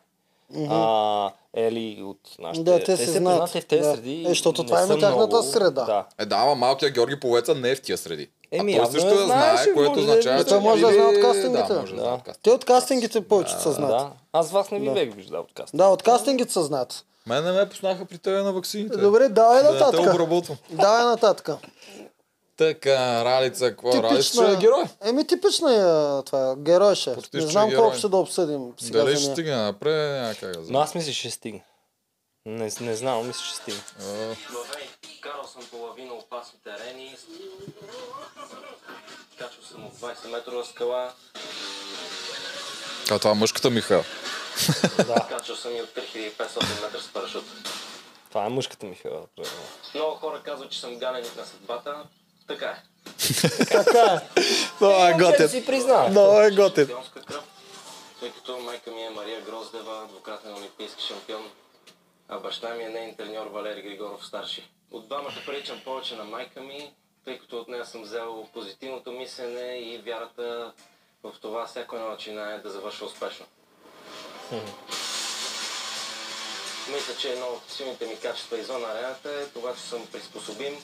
А, Ели от нашите...
Да, те се знаят.
познат и в тези
Да.
среди.
Е, защото
не
това е
са
на тяхната
много.
среда.
Да.
Е, да, ама малкия Георги Повеца не е в тия среди.
Еми,
а той
явно
също
я
я
знаеше,
знае, което
може да
означава,
е
че...
Той може да
или-
знае от кастингите.
Да, може да знае
Да.
от кастингите.
Те от кастингите повече са знаят. Да.
Да. Аз вас не ви
Да.
бех виждал от каста.
от кастингите са знаят.
Мен не ме познаха при тебе на ваксините.
Добре, давай
да не те
нататък.
обработвам.
Давай нататък.
Така, Ралица, какво? Ралица ще е герой.
Еми типична е това, герой ще. е.
Почти
Не
ще е
знам
герой.
колко ще да обсъдим сега
Дали
за
ще
нея.
стигне напред, няма как да
Но
знам.
аз мисля, че ще стигне. Не, не знам, мисля, че ще стигне.
Въвей, карал съм по лавина опасни терени. Качвал съм от 20 метрова скала.
А това е мъжката Михаил.
Качвал съм и от 3500 метра с парашут.
Това е мъжката ми хела. примерно.
Много хора казват, че съм галеник на съдбата. Така е.
Това е
Ще
готин.
си призна.
Това е готин.
Шпионска кръв. Тъй като майка ми е Мария Гроздева, двукратен олимпийски шампион, а баща ми е нейн треньор Валери Григоров старши. От двамата приличам повече на майка ми, тъй като от нея съм взел позитивното мислене и вярата в това всяко едно начинание да завършва успешно. Мисля, че едно от силните ми качества извън арената е това, че съм приспособим.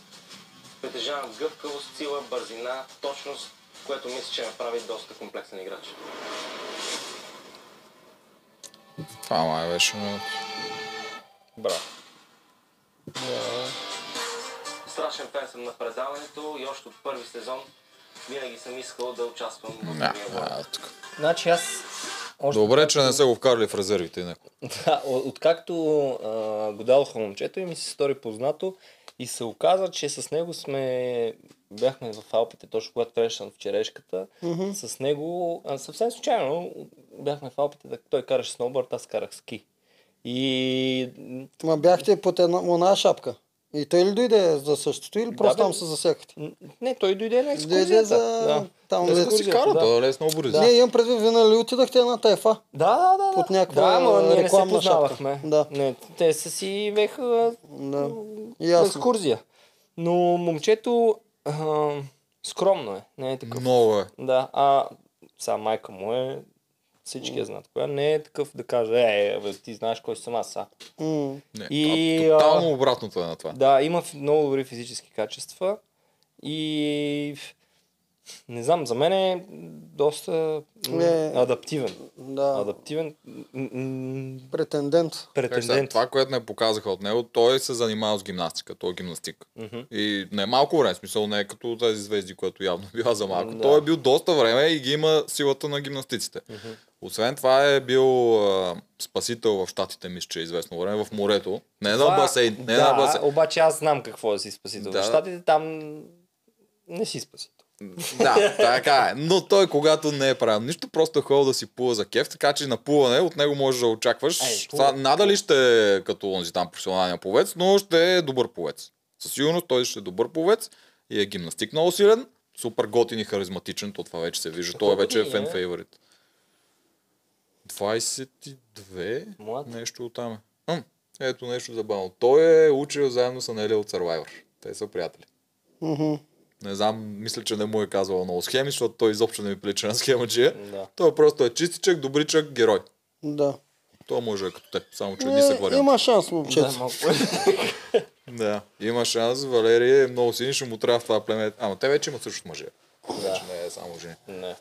Притежавам гъвкавост, сила, бързина, точност, което мисля, че ме прави доста комплексен играч.
Това май беше... много.
Браво.
Страшен фен съм на предаването и още от първи сезон винаги съм искал да участвам в
А,
Големия вой.
а, тук.
Значи аз... Още
Добре, че не са го вкарали в резервите. и някой.
[LAUGHS] Да, о- откакто а, го дадоха момчето и ми се стори познато и се оказа, че с него сме... Бяхме в Алпите, точно когато трябваше в черешката. Mm-hmm. С него, а, съвсем случайно, бяхме в Алпите, да- той караше сноуборд, аз карах ски. И м,
Ма бяхте под една, една шапка. И той ли дойде за същото или просто
бе.
там се засекахте?
н- не, той дойде на екскурзията.
Дойде за...
Да.
Там,
Те
да,
да си карат,
е
да, лесно обори.
Не, имам предвид, вие нали отидахте на тайфа?
Да, да, да.
Под
да.
някаква,
да, ама
а,
ние не се
рекламна шапка.
познавахме.
Да.
Не, те са си беха
Да.
на
Ясно.
екскурзия. Но момчето... А, Скромно е, не е такъв.
Много е.
Да, а сега майка му е, всички я знаят. Коя не е такъв да каже, е, бе, ти знаеш кой съм аз. А.
М.
Не,
И,
и, а, тотално обратното е на това.
Да, има фи- много добри физически качества и ф- не знам, за мен е доста м,
Е.
адаптивен.
Да,
Адаптивен м, м,
претендент.
Как сега,
претендент.
това, което не показаха от него, той се занимава с гимнастика, той е гимнастик.
Мгм.
И не е малко време, в смисъл не е като тези звезди, което явно била за малко.
Да.
Той е бил доста време и ги има силата на гимнастиците.
Мгм.
Освен това е бил а, спасител в щатите, мисля, че е известно време, в морето. Не на
Това-
басейн, не
да,
на басейн.
обаче аз знам какво е да си спасител.
Да.
Да. Штатите там не си спасител.
Да, така е. Но той, когато не е правил нищо, просто е ходил да си плува за кеф, така че на плуване от него можеш да очакваш.
Ай,
Е,
плува.
надали ще е като онзи там професионалния пловец, но ще е добър пловец. Със сигурност той ще е добър пловец и е гимнастик много силен, супер готин и харизматичен, то това вече се вижда. Той
Колко
вече е
години
фен
е?
фейворит. 22?
[LAUGHS] Млад.
Нещо е. от там. Ето нещо забавно. Той е учил заедно с Анелия от Survivor. Те са приятели.
Мгм.
Не знам, мисля, че не му е казвал много схеми, защото той изобщо не ми прилича на схемаджия.
Да.
Той просто е чистичък, добричък, герой.
Да.
Той може да е като те, само че не са
Е,
вариант.
има шанс, момчето.
[LAUGHS] Да, малко.
Да, има шанс, Валерия е много силен, ще му трябва в това племе. Ама те вече имат също мъже. Вече не е само жени.
не.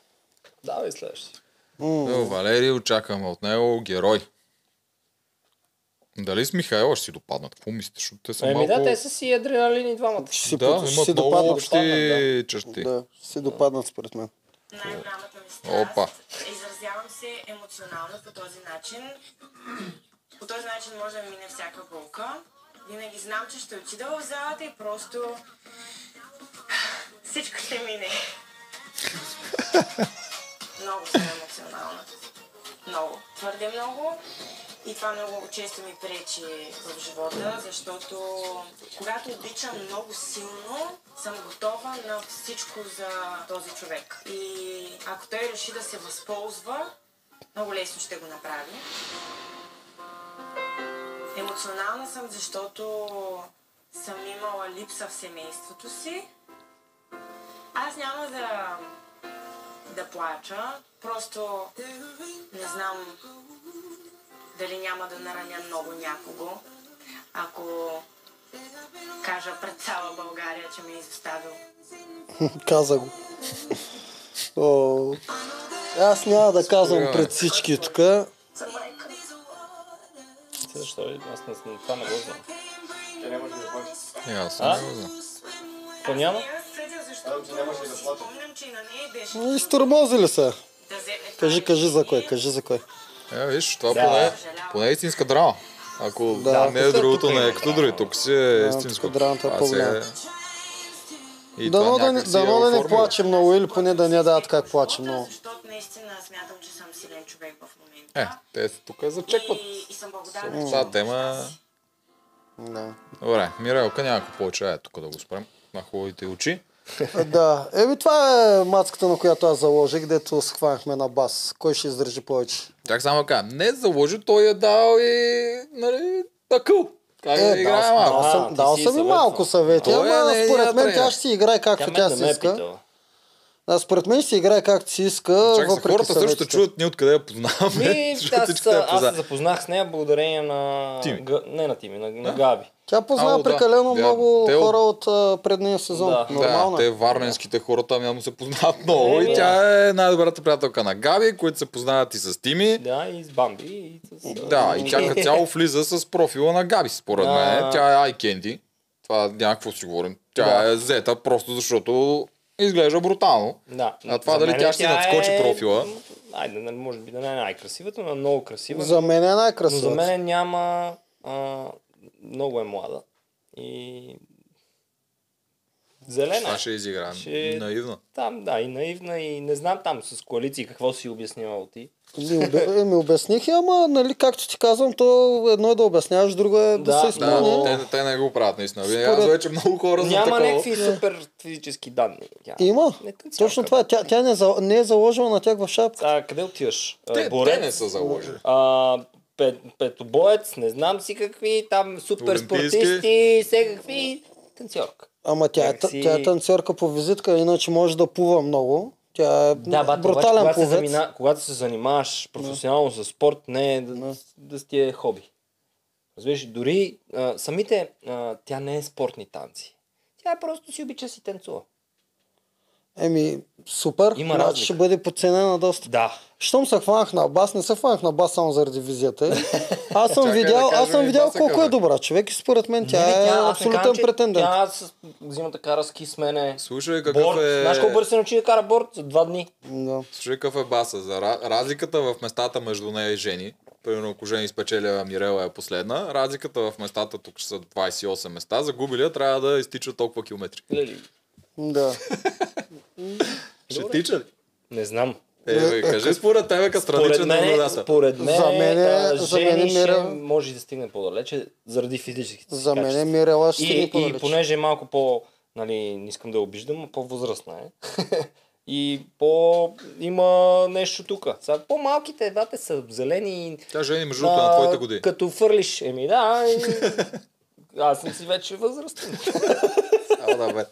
Давай следващия.
Е, Валерий, очакваме от него герой. Дали с Михайла ще си допаднат? Какво мислиш? Защото Те са
Еми
малко...
да, те са си адреналини двамата.
Ще си,
да,
под- ще
имат
си
много
допаднат.
общи черти.
Да, ще си допаднат според мен. [LAUGHS]
Най-голямата ми страст.
Опа.
Изразявам се емоционално по този начин. По този начин може да ми мине всяка болка. Винаги знам, че ще отида в залата и просто всичко ще мине. Много съм емоционална. Много. Твърде много. И това много често ми пречи в живота, защото когато обичам много силно, съм готова на всичко за този човек. И ако той реши да се възползва, много лесно ще го направи. Емоционална съм, защото съм имала липса в семейството си. Аз няма да, да плача, просто не знам дали няма да нараня много някого, ако кажа пред цяла България, че ме е изоставил.
Каза го. О, аз няма да казвам пред всички тук.
За майка.
Защо? ли? Аз не, знам, това не го знам.
Е, аз не
А?
го знам. [LAUGHS]
Това няма?
Не я съдя, защото си спомням, че и на нея й беше
Изтормозили са.
да вземе
Кажи,
това
кажи за
решение.
кой, кажи за кой.
Е, виж, това
Да.
поне, поне е истинска драма. Ако
Да,
да, не е
тук е-
другото,
тук
не
има
е като други. Тук си е истинско.
тук драмата е
Това
по-голяма.
се е- И
Дано
това
да, не-
някак си е
дано да не
оформило.
плаче много или поне да не я дават как плаче много.
Защото наистина смятам, че съм силен човек в момента.
Е, те тук зачекват.
И, и съм благодарна, че
Та тема...
Да.
Добре, Мирелка някакво повече е тук да го спрем на хубавите очи.
да. Еми това е мацката, на която аз заложих, дето схванахме на бас. Кой ще издържи повече?
Чак само така, не заложи, той е дал и... Нали, такъл. Как
Е,
да играе малко.
дал
А,
съм,
ти
дал
си
съм и
съветвал.
малко съвети,
Той
ама
е
според мен
нейният
тя ще си играе както
Тя
тя
мен не
си
ме е
иска.
питала.
А според мен ще си играе както си иска,
Чак Е, са
въпреки
хората също
съветите.
чуят ние откъде я познаваме.
Ми,
Ами, защото
аз,
всички те я
аз се
познават.
запознах с нея благодарение на...
Тими.
Г... Не на Тими, на, на Габи.
Тя познава
Ало, да.
прекалено
Вярно.
много
Те от-
хора от а, предния сезон.
Да.
Нормално.
Да,
е.
те варненските хора там явно се познават много
Еми,
и тя е най-добрата приятелка на Габи, които се познават и с Тими.
Да, и с Бамби. И с...
Да, и тя
[LAUGHS]
като цяло влиза с профила на Габи, според
Да.
мен. Тя е iCandy. Това няма какво си говорим. Тя
Да.
е зета просто защото изглежда брутално.
Да.
А това
За
дали
мен
тя ще си надскочи
е-
профила?
Айде, нали, може би да не е най-красивата, но е много красива.
За мен е
Но
най-красива.
за мен няма... А, много е млада. И... Зелена.
Това
е.
ще изиграем.
Ще-
Наивно.
Там, да, и наивна, и не знам там с коалиции какво си обяснявал ти.
Ми, обе... е, ми обясних, я, ама, нали, както ти казвам, то едно е да обясняваш, друго е да,
Да,
се
Да,
изпълни.
Но-
те, те, не го правят наистина. Според...
Според-
Аз вече много хора за
Няма
такова.
някакви супер физически данни. Тя-
Има.
Не, тъй цяло
Точно
къде.
това е. Тя, тя не, е за... не е заложила на тях в шапка.
А, къде отиваш? А,
Те,
борец?
те не са заложили.
А, пет, петобоец, не знам си какви, там супер
Олимпийски.
спортисти, всякакви. танцорка.
Ама тя, е,
Някак
та-
си-
тя е танцорка по визитка, иначе може да плува много. Тя
Да,
е
бат, обаче,
брутален
когато, се
пловец.
замина, когато се занимаваш професионално с спорт, не е да, да. да си ти е хоби. Разбираш, дори а, самите, а, тя не е спортни танци. Тя е просто си обича си танцува.
Еми, супер.
Има
Значи
разлика.
ще бъде подценена доста.
Да.
Щом се хванах на бас, не се хванах на бас само
[LAUGHS]
заради визията. й. Аз съм
Чакай да
видял, аз
кажем
съм
и
видял
баса
колко е
каза.
добра човек и според мен тя,
Не, не, аз
е
не
абсолютен
казвам, че
претендент.
Тя с, взима така разки с мене.
Слушай какъв
Борт.
е...
Знаеш колко бързо се научи да кара борт? За два дни.
Да.
Слушай какъв е баса. За ра- разликата в местата между нея и Жени, примерно ако Жени спечеля Мирела е последна, разликата в местата тук ще са 28 места, загубилия трябва да изтича толкова километри.
Нали?
Лели.
Да.
Ще тича ли?
Не знам.
Е, бе, кажи според тебе като
Според
страничен на
мен,
водата.
според мен,
За мен е-
а,
за мен е
жени ще
Мира-
може да стигне по-далече заради физическите си
За мен е
качества.
Мирела ще
И,
стигне
и
по-далеч.
понеже е малко по, нали, не искам да я обиждам, но по-възрастна е. [LAUGHS] и по... има нещо тук. Сега по-малките двата са зелени. и,
Тя Жени между другото е на
а,
твоите години.
Като фърлиш, еми да. И... [LAUGHS] Аз съм си вече възрастен.
Ама да, бе.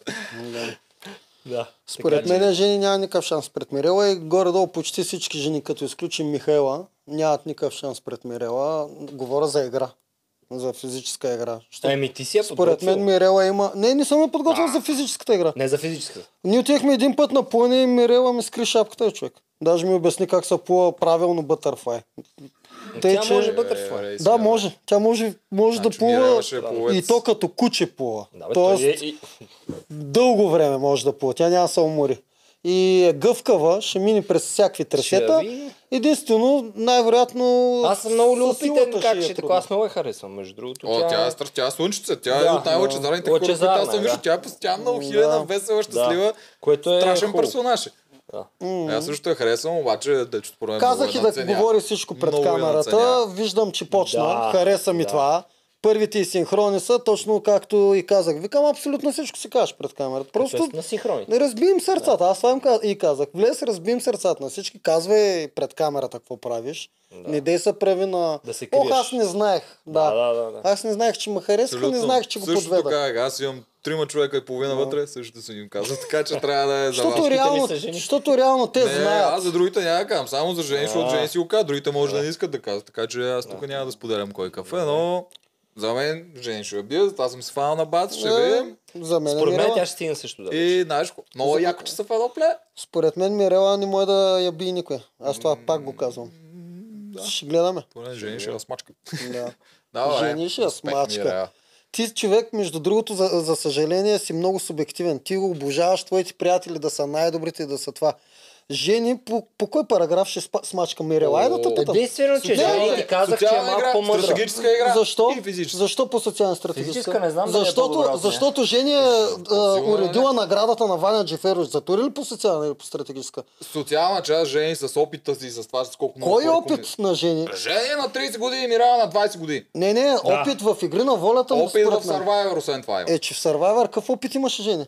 да.
Според мен жени няма никакъв шанс пред Мирела и горе-долу почти всички жени, като изключим Михайла, нямат никакъв шанс пред Мирела. Говоря за игра. За физическа игра. Ще...
Еми Е, ти си я
Според мен Мирела има... Не, не съм я подготвил за физическата игра.
Не за физическата.
Ние отихме един път на плуване и Мирела ми скри шапката, е, човек. Даже ми обясни как се плува правилно бътърфлай. Тъй,
Е, Тя
че-
може
Е,
бътърфлай.
е, сега.
Да, може. Тя може, може
Значи
да плува
Мирела ще е пловец.
и то като куче плува.
Да, бе,
Тоест,
той е, и...
дълго време може да плува. Тя няма да се умори. И е гъвкава, ще мине през всякакви трасета.
ви.
Единствено, най-вероятно...
Аз съм много
със
любопитен
силата
как
е
ще е така.
трудно.
Аз много я харесвам, между другото.
О, тя е, стар, тя е слънчица, тя е
Да,
от най-лъчезарните хора, които
лъчезарна
аз съм
е,
виждал.
да.
Тя е постоянно ухилена,
Да.
весела, щастлива.
Което е
Страшен
хубаво.
персонаж. е.
Да.
Аз също я харесвам, обаче дечето според мен е
Казах
много
и
я
да
надценя.
говори всичко пред
Много я
камерата.
надценя.
Виждам, че почна.
Да,
Хареса ми
да.
това. Първите и синхрони са, точно както и казах. Викам, абсолютно всичко си кажеш пред камерата. Просто
Просто... на синхрони.
не разбием сърцата. Аз това им каз... и казах. Влез, разбием сърцата на всички. Казвай пред камерата какво правиш.
Да.
Не дей се прави на...
Да се
Ох,
криеш.
аз не знаех. Да.
Да, да, да, да.
Аз не знаех, че ме харесва, не
Абсолютно.
знаех, че го
Също
подведах.
така, аз имам трима човека и половина вътре, също си им казвам, така че трябва да е за вас.
Защото реално,
са жени.
защото реално те
Не,
знаят.
аз за другите няма да казвам, само за жени, защото
А.
жени си го казват, другите може да не искат да казват, така че аз тук няма да споделям кой кафе, но за мен жени ще я бие, затова съм се фанал на бац, ще
Е,
видим.
За мен е
Според мен
Мирела.
тя ще стигне също да.
И знаеш, какво? много
За-
яко, че са в едно пле.
Според мен Мирела не може да я бие никой. Аз това пак го казвам. Ще гледаме.
Поне жени ще я смачка. [LAUGHS]
Да.
Да, бе.
Жени ще я
Успех,
смачка.
Мира.
Ти човек, между другото, за, за съжаление си много субективен. Ти го обожаваш твоите приятели да са най-добрите и да са това. Жени, по, по кой параграф ще спа- смачка Мирела? Айде да те питам.
Единствено, че
Социална-
жени ти казах, че е
социална
малко
игра,
по-мъдра.
Стратегическа игра.
Защо?
И физическа.
Защо по социална стратегическа?
Физическа не знам дали е
защото,
по-добра от нея.
защото Жени е а,
Сигурно е някаква.
уредила наградата на Ваня Джеферович. За тури ли по социална или по стратегическа?
Социална част, жени с опита си, с това, с колко много
Кой е
хора
опит на Жени?
комуни- Жени на 30 години и Мирала на 20 години.
Не, не, опит в игри на волята му
Опит в
според мен.
Survivor, освен това има.
Е, че в Survivor какъв опит имаше жени?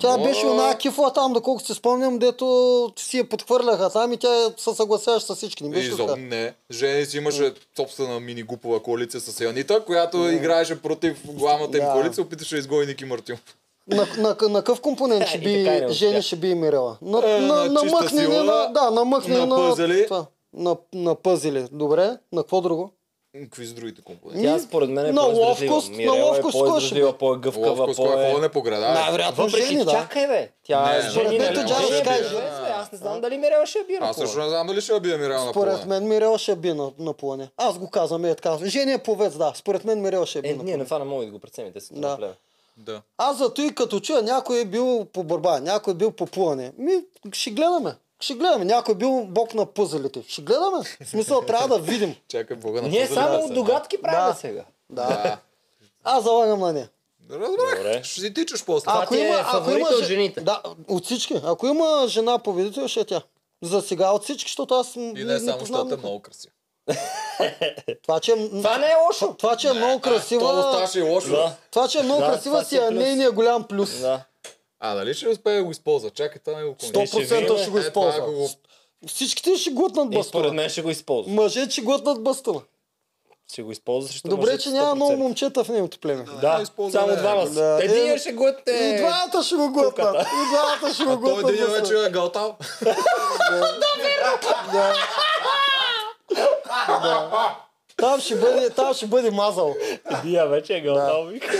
Тя
Ма-
беше една кифла там, доколкото се спомням, дето си я подхвърляха там и тя е се съгласяваше с всички. Не беше ли Е.
Изо,
така.
Е, не. Жени си имаше собствена мини-гупова коалиция с Янита, която играеше против главната им
Е. Да.
коалиция, опиташе да изгони Ники Мартин. [LAUGHS]
На, на, на, какъв компонент
Е,
ще
и така и не
би,
успя.
Жени ще би и Мирела? На,
Е,
на,
на
на,
чиста
мъкнене
сила,
на, да, на мъкнене
на пъзели.
това, на, на пъзели. Добре, на какво друго?
Какви са другите компоненти?
Тя според мен е
Ами, На
по-издръжлива.
ловкост- на
Мирела е
ловкост кой ще
по-издръжлива,
бе?
Ловко
по-гъвкава,
с кой е
по
ходене по града.
Най-вероятно
Въпреки,
Жени, да.
чакай бе, тя
Не,
е
не,
жени,
не,
нали?
не, не,
Жени
не,
е
не,
бе,
не.
Аз не знам дали Мирела ще я бира.
Аз също не знам дали ще я бия Мирал на
Според
пола.
мен Мирела ще е би на, на плане. Аз го казвам, е така. Жени е повец, да. Според мен Мирела ще би
Е,
на
ние на това не мога да го преценим, те са
Да.
да.
Да.
Аз зато и като чуя някой е бил по борба, някой е бил по плуване. Ми, ще гледаме. Ще гледаме. Някой е бил бог на пъзелите. Ще гледаме. В смисъл трябва да видим.
[LAUGHS] Чакай бога на
Ние
пъзела да
само
се,
догадки правим
Да.
сега.
Да.
Да.
Аз залагам на нея.
Да, Разбрах.
Добре.
Ще си тичаш после.
А, ти е фаворита от
же-
жените.
Да, от всички. Ако има жена победител, ще е тя. За сега от всички, защото аз
И не само, защото е
никой.
много
[LAUGHS]
красив.
Това, че е,
Това не е лошо.
това, че е много
Това
красива,
оставаше и лошо.
Да.
това, че е много
Да,
красива
това
си
си е
е
плюс.
нейният голям плюс.
Да.
А, дали ще успее да го използва? Чакай, това не го коментирай.
100% ще го
Е, това ако
използва.
го-
Всичките ще глотнат
И според
бастула.
мен ще го използва.
Мъже, че глотнат бастула.
Ще го използва срещу
Добре,
мъжете
че няма
100%.
много момчета в нейното племе.
Да,
Да,
използва
само
не.
двама.
Да.
Да. Един
Е,
ще го те...
И двамата ще го глътнат. И двамата ще го
Той
глътнат.
един
после.
вече е галтал.
Да. Да. Там ще бъде, там ще бъде мазал.
Дия вече е гълдал вика.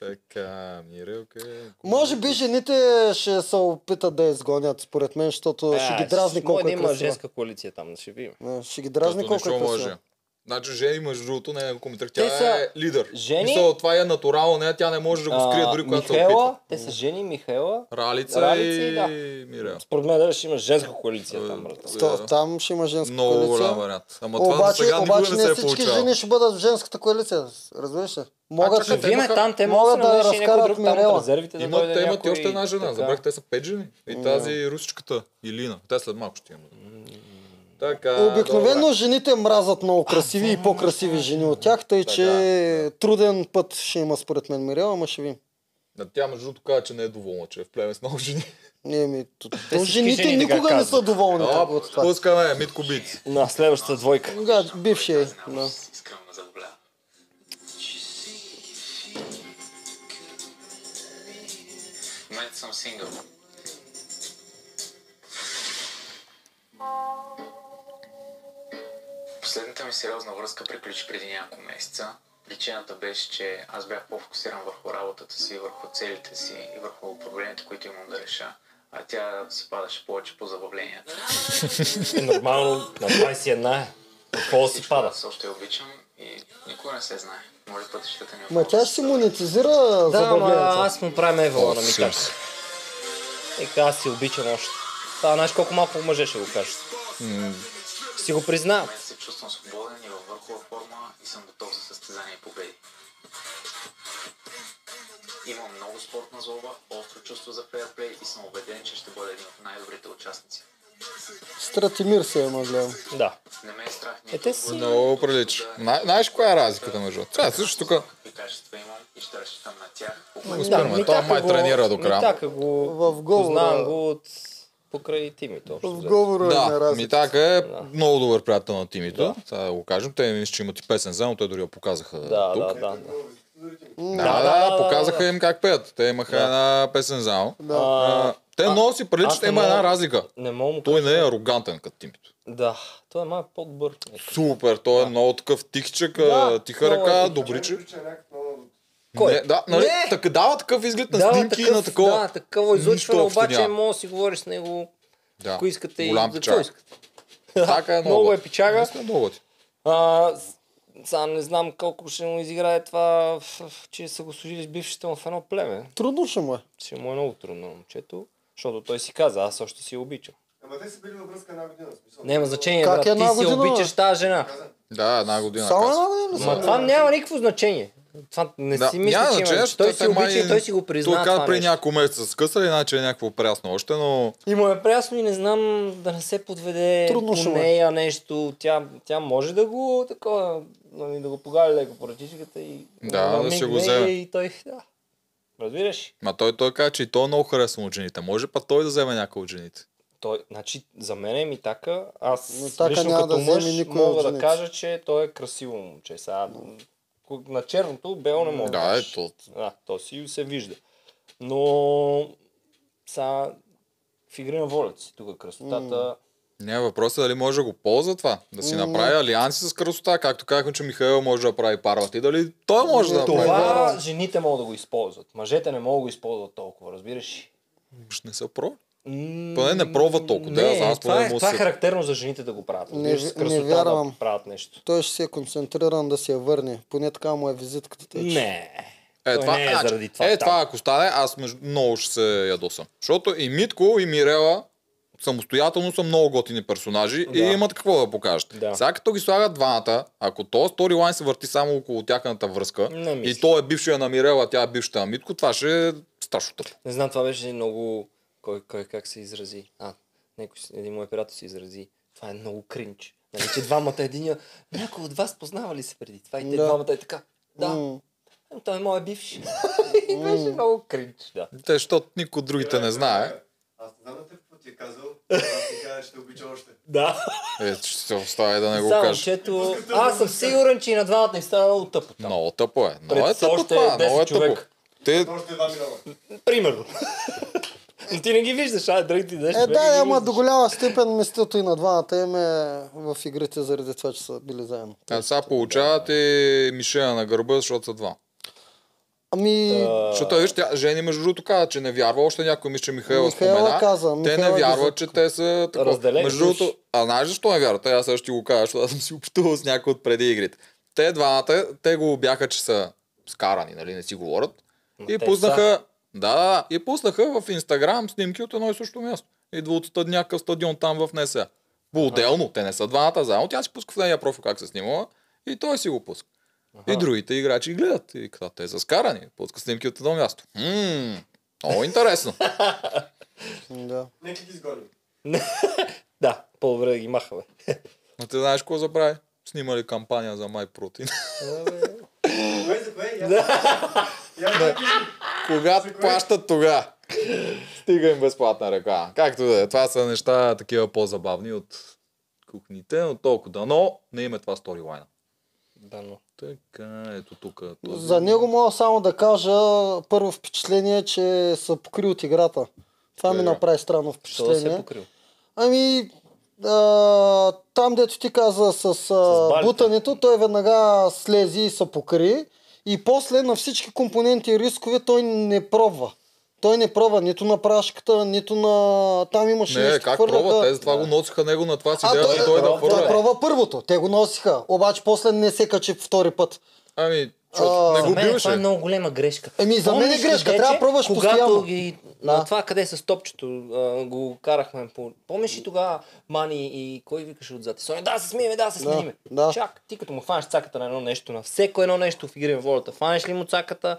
Така, Мирелка.
Може би жените ще се опитат да я изгонят, според мен, защото
А,
ще ги дразни
ще
колко
може
е
да има
красива.
женска коалиция там, ще видим.
Да, Ще ги дразни
Като нищо
колко е красива.
лъже. Значи Жени, между другото, не е коментар. Тя
Те са-
е лидер.
Жени-
Мисъл, това е натурално, не, тя не може да го скрие,
А,
дори когато се опитва.
Михаела, те са жени Михаела.
Ралица,
Ралица и
и
да.
Мирел.
Според мен дали ще има женска коалиция там, брат.
Е,
Та- Там ще има женска
Много голям
коалиция.
вариант. Ама това за
Обаче,
сега
обаче
никога не
не
се е
всички
получавало.
жени ще бъдат в женската коалиция. Разбираш ли? Могат
чакай,
ли?
те
Виме
имаха-
там, те
могат
могат
да
да ще някой
разкарат
друг там
Мирела.
от резервите да
Имат,
дойде
те имат и
някой
още една жена.
така.
Забрах, те са пет жени. И тази русичката, Илина. Те след малко ще има. Така,
Обикновено
Е, добре. Е,
жените мразят много красиви и по-красиви жени от тях, тъй че
да.
труден път ще има според мен Мирела, ама ще видим.
Да, Тя между другото каза, че не е доволна, че е в племе с много жени.
Не, ми, то, то
всички
жените
жени така
никога не са
казват.
доволни
А,
от това.
пускаме, Митко Бит.
На следващата двойка.
Да, бившия. е, Да.
Искрено забавлява. В момента съм сингъл. Последната ми сериозна връзка приключи преди няколко месеца. Причината беше, че аз бях по-фокусиран върху работата си, върху целите си и върху проблемите, които имам да реша. А тя си падаше повече по забавленията.
[LAUGHS] Е нормално на 21 е. Какво си пада?
Аз още я обичам и никога не се знае. Може пътищата ни
Ма тя ще си монетизира
Да, ама
забавлението.
аз му правя евала на Митак.
Сирс.
Е, аз си обичам още. Това знаеш колко малко мъже ще го кажат. Си го признавам.
момента се чувствам свободен и във върхова форма и съм готов за състезания и победи. Имам много спортна злоба, остро чувство за фейерплей и съм убеден, че ще бъда един от най-добрите участници.
Стратимир се има гледам.
Да.
Не ме е страх
Е,
нито
[LAUGHS]
те си...
Много прилича. Зна- Знаеш коя е разликата между другото? Трябва също тук.
какви качества имам и ще разчитам на тях.
Го спираме. Той май тренира до края.
Митака го...
В говора.
Познавам го от... Покрай тимито. общо
В
взето.
говора да, на
Да,
разлика.
Митака е много добър приятел на тимито. Сега да го кажем. Те мисля, че имат и песен заедно, те дори я показаха
Да,
тук.
да, да. да.
Да, да, да, показаха им как пеят. Те имаха една песен заедно. А, Те много си приличат,
аз не
има една
мога-
разлика.
Не мога му
Той не е арогантен като тимито.
Да, той е малко по-добър. Е,
Супер, той е много такъв тихичък, а,
Да,
тиха
много е
ръка,
тихичък.
добричък.
Кой?
Не, да, нали,
Не!
така дава такъв изглед на
Дава
снимки и на такова.
Да, такова излъчване,
Нищо общо
обаче
няма.
мога да си говориш с него,
Да.
ако искате и
Голям
за
печага.
какво искате.
Така е много.
Много е
готин.
печага.
Наистина е много готин.
А, с- сега не знам колко ще му изиграе това, в- в- че са го служили с бившите му в едно племе.
Трудно ще му е.
Ще му е много трудно на момчето, защото той си каза, аз още си я обичам.
Ама те са били във връзка една година. в Смисъл.
Няма значение,
Как е
брат,
една
ти си
година, бе?
обичаш тази жена.
Да, една година.
Само
каза.
една година ли
Ма
са?
това няма никакво значение. Това не
Да,
си мисля,
няма
че
значение,
има.
защото
Той си
те май-
обича и той си го призна
Той каза
това
преди
нещо.
няколко месеца са скъсали, иначе е някакво прясно още, но
И му е прясно и не знам да не се подведе
Трудно
Трудно
ще
по
му е.
нея нещо. Тя, тя може да го такова, нали, да го погали леко поратичката и
Да,
да
да ще го
мигне
вземе.
И той, да. Разбираш?
Ма той, той каза, че и той е много харесва от жените. Може па той да вземе някой от жените.
Той, значи, за мен е Митака,
Значи,
аз
Митака
лично
няма
като
да вземе
мъж
никой от
мога да
жените.
кажа, че той е красиво момче. Сега, ко- на черното бело не мога
Да,
кажеш.
е, то-
Да, то си се вижда. Но сега в игри на волята си тук е красотата.
Не, въпросът е дали може да го ползва това. Да си направи алианси с красота. Както казахме, че Михаил може да прави парва. Ти дали той може да
Това
направи парва?
жените могат да го използват. Мъжете не могат да го използват толкова, разбираш? ли?
Уж Не са про.
М,
Поне не пробват толкова, да, аз
Не,
знам,
това, е,
поне му
това е
се-
характерно за жените да го правят.
Не
разбираш ли?
ви-
С красота
не вярвам.
да правят нещо.
Той ще си е концентриран да си я върне. Поне така му е визитката. тъй че-
Не.
Е,
Той
това,
не е
значи,
заради това
Е,
там.
това ако стане, аз между... много ще се ядосам. Защото и Митко, и Мирела самостоятелно са много готини персонажи да. и
Да.
имат какво да покажат.
Да.
Сега като ги слагат двамата, ако то сторилайн се върти само около тяхната връзка
Не мисля.
и той е бившия на Мирела, тя е бившата на Митко, това ще е страшно тъпо.
Не знам, това беше много... Кой, кой как се изрази? А, някой, си- един мой приятел се изрази. Това е много кринч. Нали, че двамата единия... Някой от вас познава ли се преди това? И те
Да.
двамата е така. Да.
М.
Ами, Той е моят бивш. [LAUGHS] И беше много кринч, да.
Те, защото никой от другите не знае.
Аз не знам на теб какво ти ти е
[LAUGHS]
казал, аз ти кажа, ще обича още.
Да.
Е, ще се оставя да не го
Само,
кажа.
чето... Аз съм сигурен, че и на двамата ни става много тъпо. там.
Много тъпо е. Много е
Пред
тъпо
още
това.
10
Много е тъпо.
човека.
Те,
Още два милиона.
Примерно. Но ти не ги виждаш, а другите днес.
Е, да, ама до голяма степен мистото и на двамата им е в игрите заради това, че са били заедно.
а сега получават и мишена на гърба, защото са два.
Ами,
Защото, виж, тя, Жени, между другото, каза, че не вярва. Още някой мисля, че Михайла,
Михайла
спомена.
каза,
те
Михайла е
не
ги
вярват,
зак-
че те са такова.
Разделени
Между
души.
другото, а знаеш защо не вярват? Аз също ти го кажа, защото аз съм си общувал с някой от преди игрите. Те двамата, те го бяха, че са скарани, нали, не си говорят. и
те
пуснаха, да, да, и пуснаха в Инстаграм снимки от едно и също място. Идват от някакъв стадион там в НСА. По-отделно, те не са двамата заедно. Тя си пуска в нейния профил как се снимала и той си го пуска. И другите играчи гледат. И казват, те са скарани. Пуска снимки от едно място. Ммм, много интересно.
да.
Нека ги изгоним.
Да, по-добре да ги махаме.
Но ти знаеш какво забрави? Снимали кампания за май протеин.
Кое за кое? Я- Я да
Когато плащат тога. Стига им безплатна ръка. Както да е. Това са неща такива по-забавни от кухните, но толкова да. Но не има това сторилайна.
Да, но.
Така, ето тук.
За него мога само да кажа първо впечатление, че са покри от играта. Това ми
Кое?
направи странно
Що се е
впечатление.
покрил?
Ами, а, там дето ти каза с, а,
балите.
бутането, той веднага слези и се покри. И после на всички компоненти и рискове той не пробва. Той не пробва нито на прашката, нито на... Там имаше
Не,
нещо,
как
хвърляха.
пробва? Те затова го носиха него на това си
А,
идеята
той, е
да той да
той
хвърля.
пробва първото. Те го носиха. Обаче после не се качи втори път.
Ами, защото
А,
не
За
го
мен това е
биеше.
много голема грешка.
Еми, за мен е
Помниш ли,
грешка,
Гече,
трябва да пробваш
когато
постоянно.
Ги...
Да.
На това къде е с топчето а, го карахме по... Помниш ли тогава Мани и кой викаше отзад? Соня, да, се смиеме, да, се
Да,
смиеме.
да.
Чак, ти като му фанеш цаката на едно нещо, на всяко едно нещо в игри на волята, фанеш ли му цаката,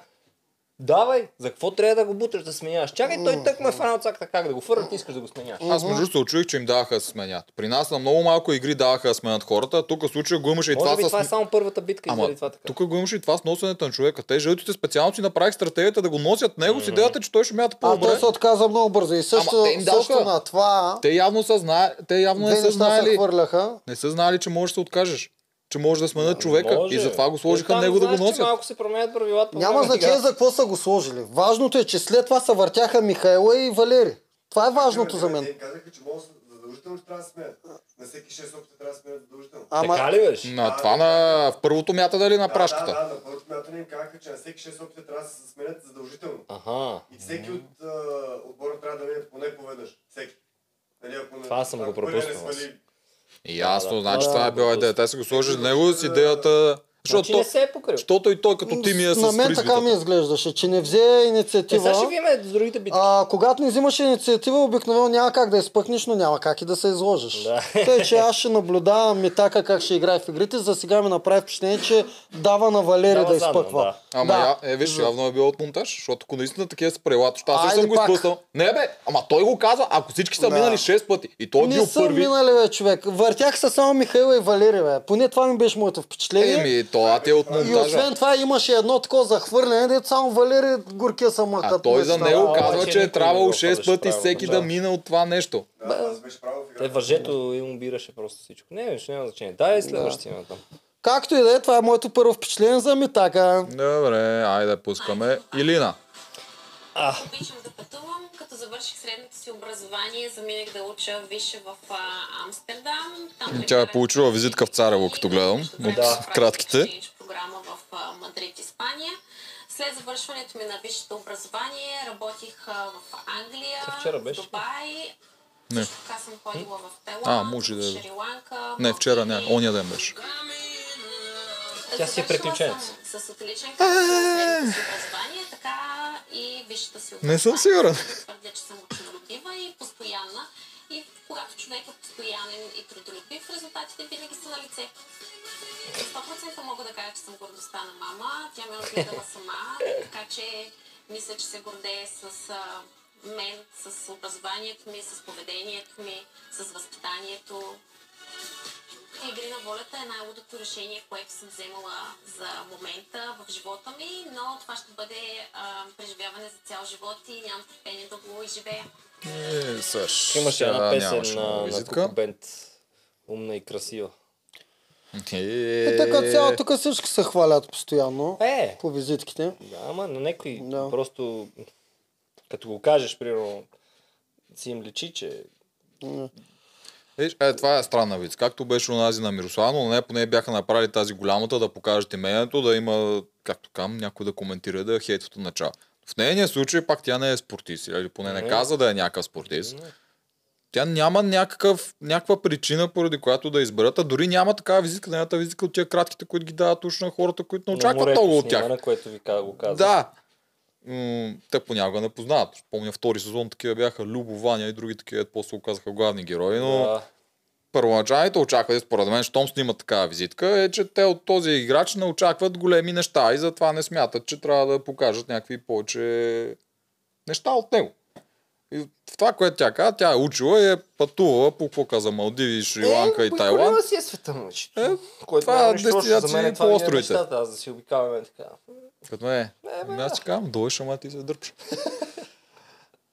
Давай, за какво трябва да го буташ да сменяваш? Чакай, той тък ме е фанал цаката, как да го фърля, ти искаш да го сменяваш.
Аз между другото се очуих, че им даваха да се сменят. При нас на много малко игри даваха да сменят хората. Тук в случая го имаше и
Може
това
би това е
с...
само първата битка и
Ама,
заради това така.
тук го имаше и това с носенето на човека. Те жълтите специално си направих стратегията да го носят него с
Е.
идеята, че той ще мята
А той
по-добре.
се отказа много бързо. И също,
Ама те им даваха.
също на това...
Те явно са знае... те явно
Две
не са
неща се
знаели,
хвърляха.
не са знали, че можеш да се откажеш. Че може да сменят човека
Може.
и затова го сложиха
Той там
него да го
знаеш, че
носят.
Малко се променят правилата. по
Няма
време на
значение
играта.
за какво са го сложили. Важното е, че след това се въртяха Михайла и Валери. Това е важното за мен.
Те им казаха, че могат задължително ще трябва да смеят. На всеки 6 опита трябва да смеят задължително.
Ама
Така ли беше?
На това на в първото мята дали е на
Да,
прашката.
Да, да, на първото мятане им казаха, че на всеки 6 опита трябва да се сменят задължително.
Аха.
И всеки от а, отбора трябва да мине поне поведнъж. Всеки. Нали, ако не,
Това съм го
ако първия не
пропуснал аз.
свали-
Ясно,
Да, да.
значи
Да, Е,
това е
да,
била
да.
идея. Те са го сложили с него с идеята... Защото
Значи не се е покрил.
Защото и той като ти ми е с
на мен така ми
фризвитата.
изглеждаше, че не взе
Е, сега ще
инициатива.
видим с другите битки.
А, когато не взимаш инициатива, обикновено няма как да изпъхнеш, но няма как и да се изложиш.
Да.
Тъй,
[LAUGHS]
е, че аз ще наблюдавам и така как ще играе в игрите. За сега ми направи впечатление, че дава на Валери
Дава
да
задно,
изпъква.
да.
Ама
Да.
я, е, виж, явно е било от монтаж, защото ако наистина такива са правилата, защото аз
Айде
също съм го
пак.
изпуснал. Не бе, ама той го казва, ако всички са
Да.
минали 6 пъти и той е
не
бил
са
първи.
минали, бе, човек. Въртях се само Михайла и Валери, бе. Поне това ми беше моето впечатление.
Еми, това ти е от
И
монтажа.
освен това имаше едно такова захвърляне, дето само Валери горкия са мъкат.
А той за него
обаче
казва, че е
никой не
трябвало
го
6
ходеше
пъти
правилно,
всеки
да.
да мине от това нещо.
Да, това си беше право в
Те
играта.
въжето им убираше просто всичко. Не, виж, няма значение. Дай следващия да. там.
Както и да е, това е моето първо впечатление за Митака.
Добре, айде пускаме. Илина.
Обичам да пътувам. Като завърших средното си образование, заминах да уча висше в а, Амстердам. Там
Тя е
прекарах
получила визитка в Царево, като гледам, от
да.
кратките.
програма в а, Мадрид, Испания. След завършването ми на висшето образование работих а, в Англия,
Е,
Та вчера
в
беше.
Дубай.
Не.
Също така съм ходила в Тайланд,
А, може да е.
Шри-Ланка.
Не, вчера не,
Малдиви.
оня ден беше.
Тя си е
Завършила
приключенец.
съм С
Е!
отличен качествен си образование, така и висшата си
Не съм
образование.
сигурен.
Твърдя, че съм трудолюбива и постоянна. И когато човек е постоянен и трудолюбив, резултатите винаги са на лице. 100% мога да кажа, че съм гордостта на мама. Тя ме е отгледала сама, така че мисля, че се гордее с а, мен, с образованието ми, с поведението ми, с възпитанието. Игри на волята е най-лудото решение, което съм вземала за момента в живота ми, но това ще бъде а, преживяване за цял живот и нямам търпение да го изживея.
И съш.
Имаше една
Е, сега
песен
нямаше много
на, на
визитка.
Куко Бенд. Умна и красива.
Е,
Е, така цяло, тук всички се хвалят постоянно.
Е,
По визитките.
да, ама на някой
Да.
просто, като го кажеш, примерно, си им личи, че
Виж, е, това е странна вид. Както беше онази на Мирослава, но не поне бяха направили тази голямата да покажат имението, да има, както кам, някой да коментира да е хейтват от начало. В нейния случай пак тя не е спортист, или поне не
Не.
каза да е някакъв спортист. Тя няма някакъв, някаква причина, поради която да изберат, а дори няма такава визитка, нейната визитка от тия кратките, които ги дават уж на хората, които не очакват
морето
много от
снима,
тях.
На което ви ка- го казах.
Да. М, те понякога не познават. Помня втори сезон такива бяха Любо, Ваня и други такива, после оказаха главни герои, но
Да.
първоначалните очаквания, според мен, щом снимат такава визитка, е, че те от този играч не очакват големи неща и затова не смятат, че трябва да покажат някакви повече неща от него. И в това, което тя каза, тя е учила и е пътувала по какво каза Малдиви, Шри-Ланка и Тайланд.
Е, си е света, момичето.
Е,
Което
това
няма нищо лошо, за
дестинации
мен
по
това ми е
островите.
мечтата, Аз да си обикаваме така.
Като ме е. Ами аз ти казвам, дойш, ама ти се дърпаш.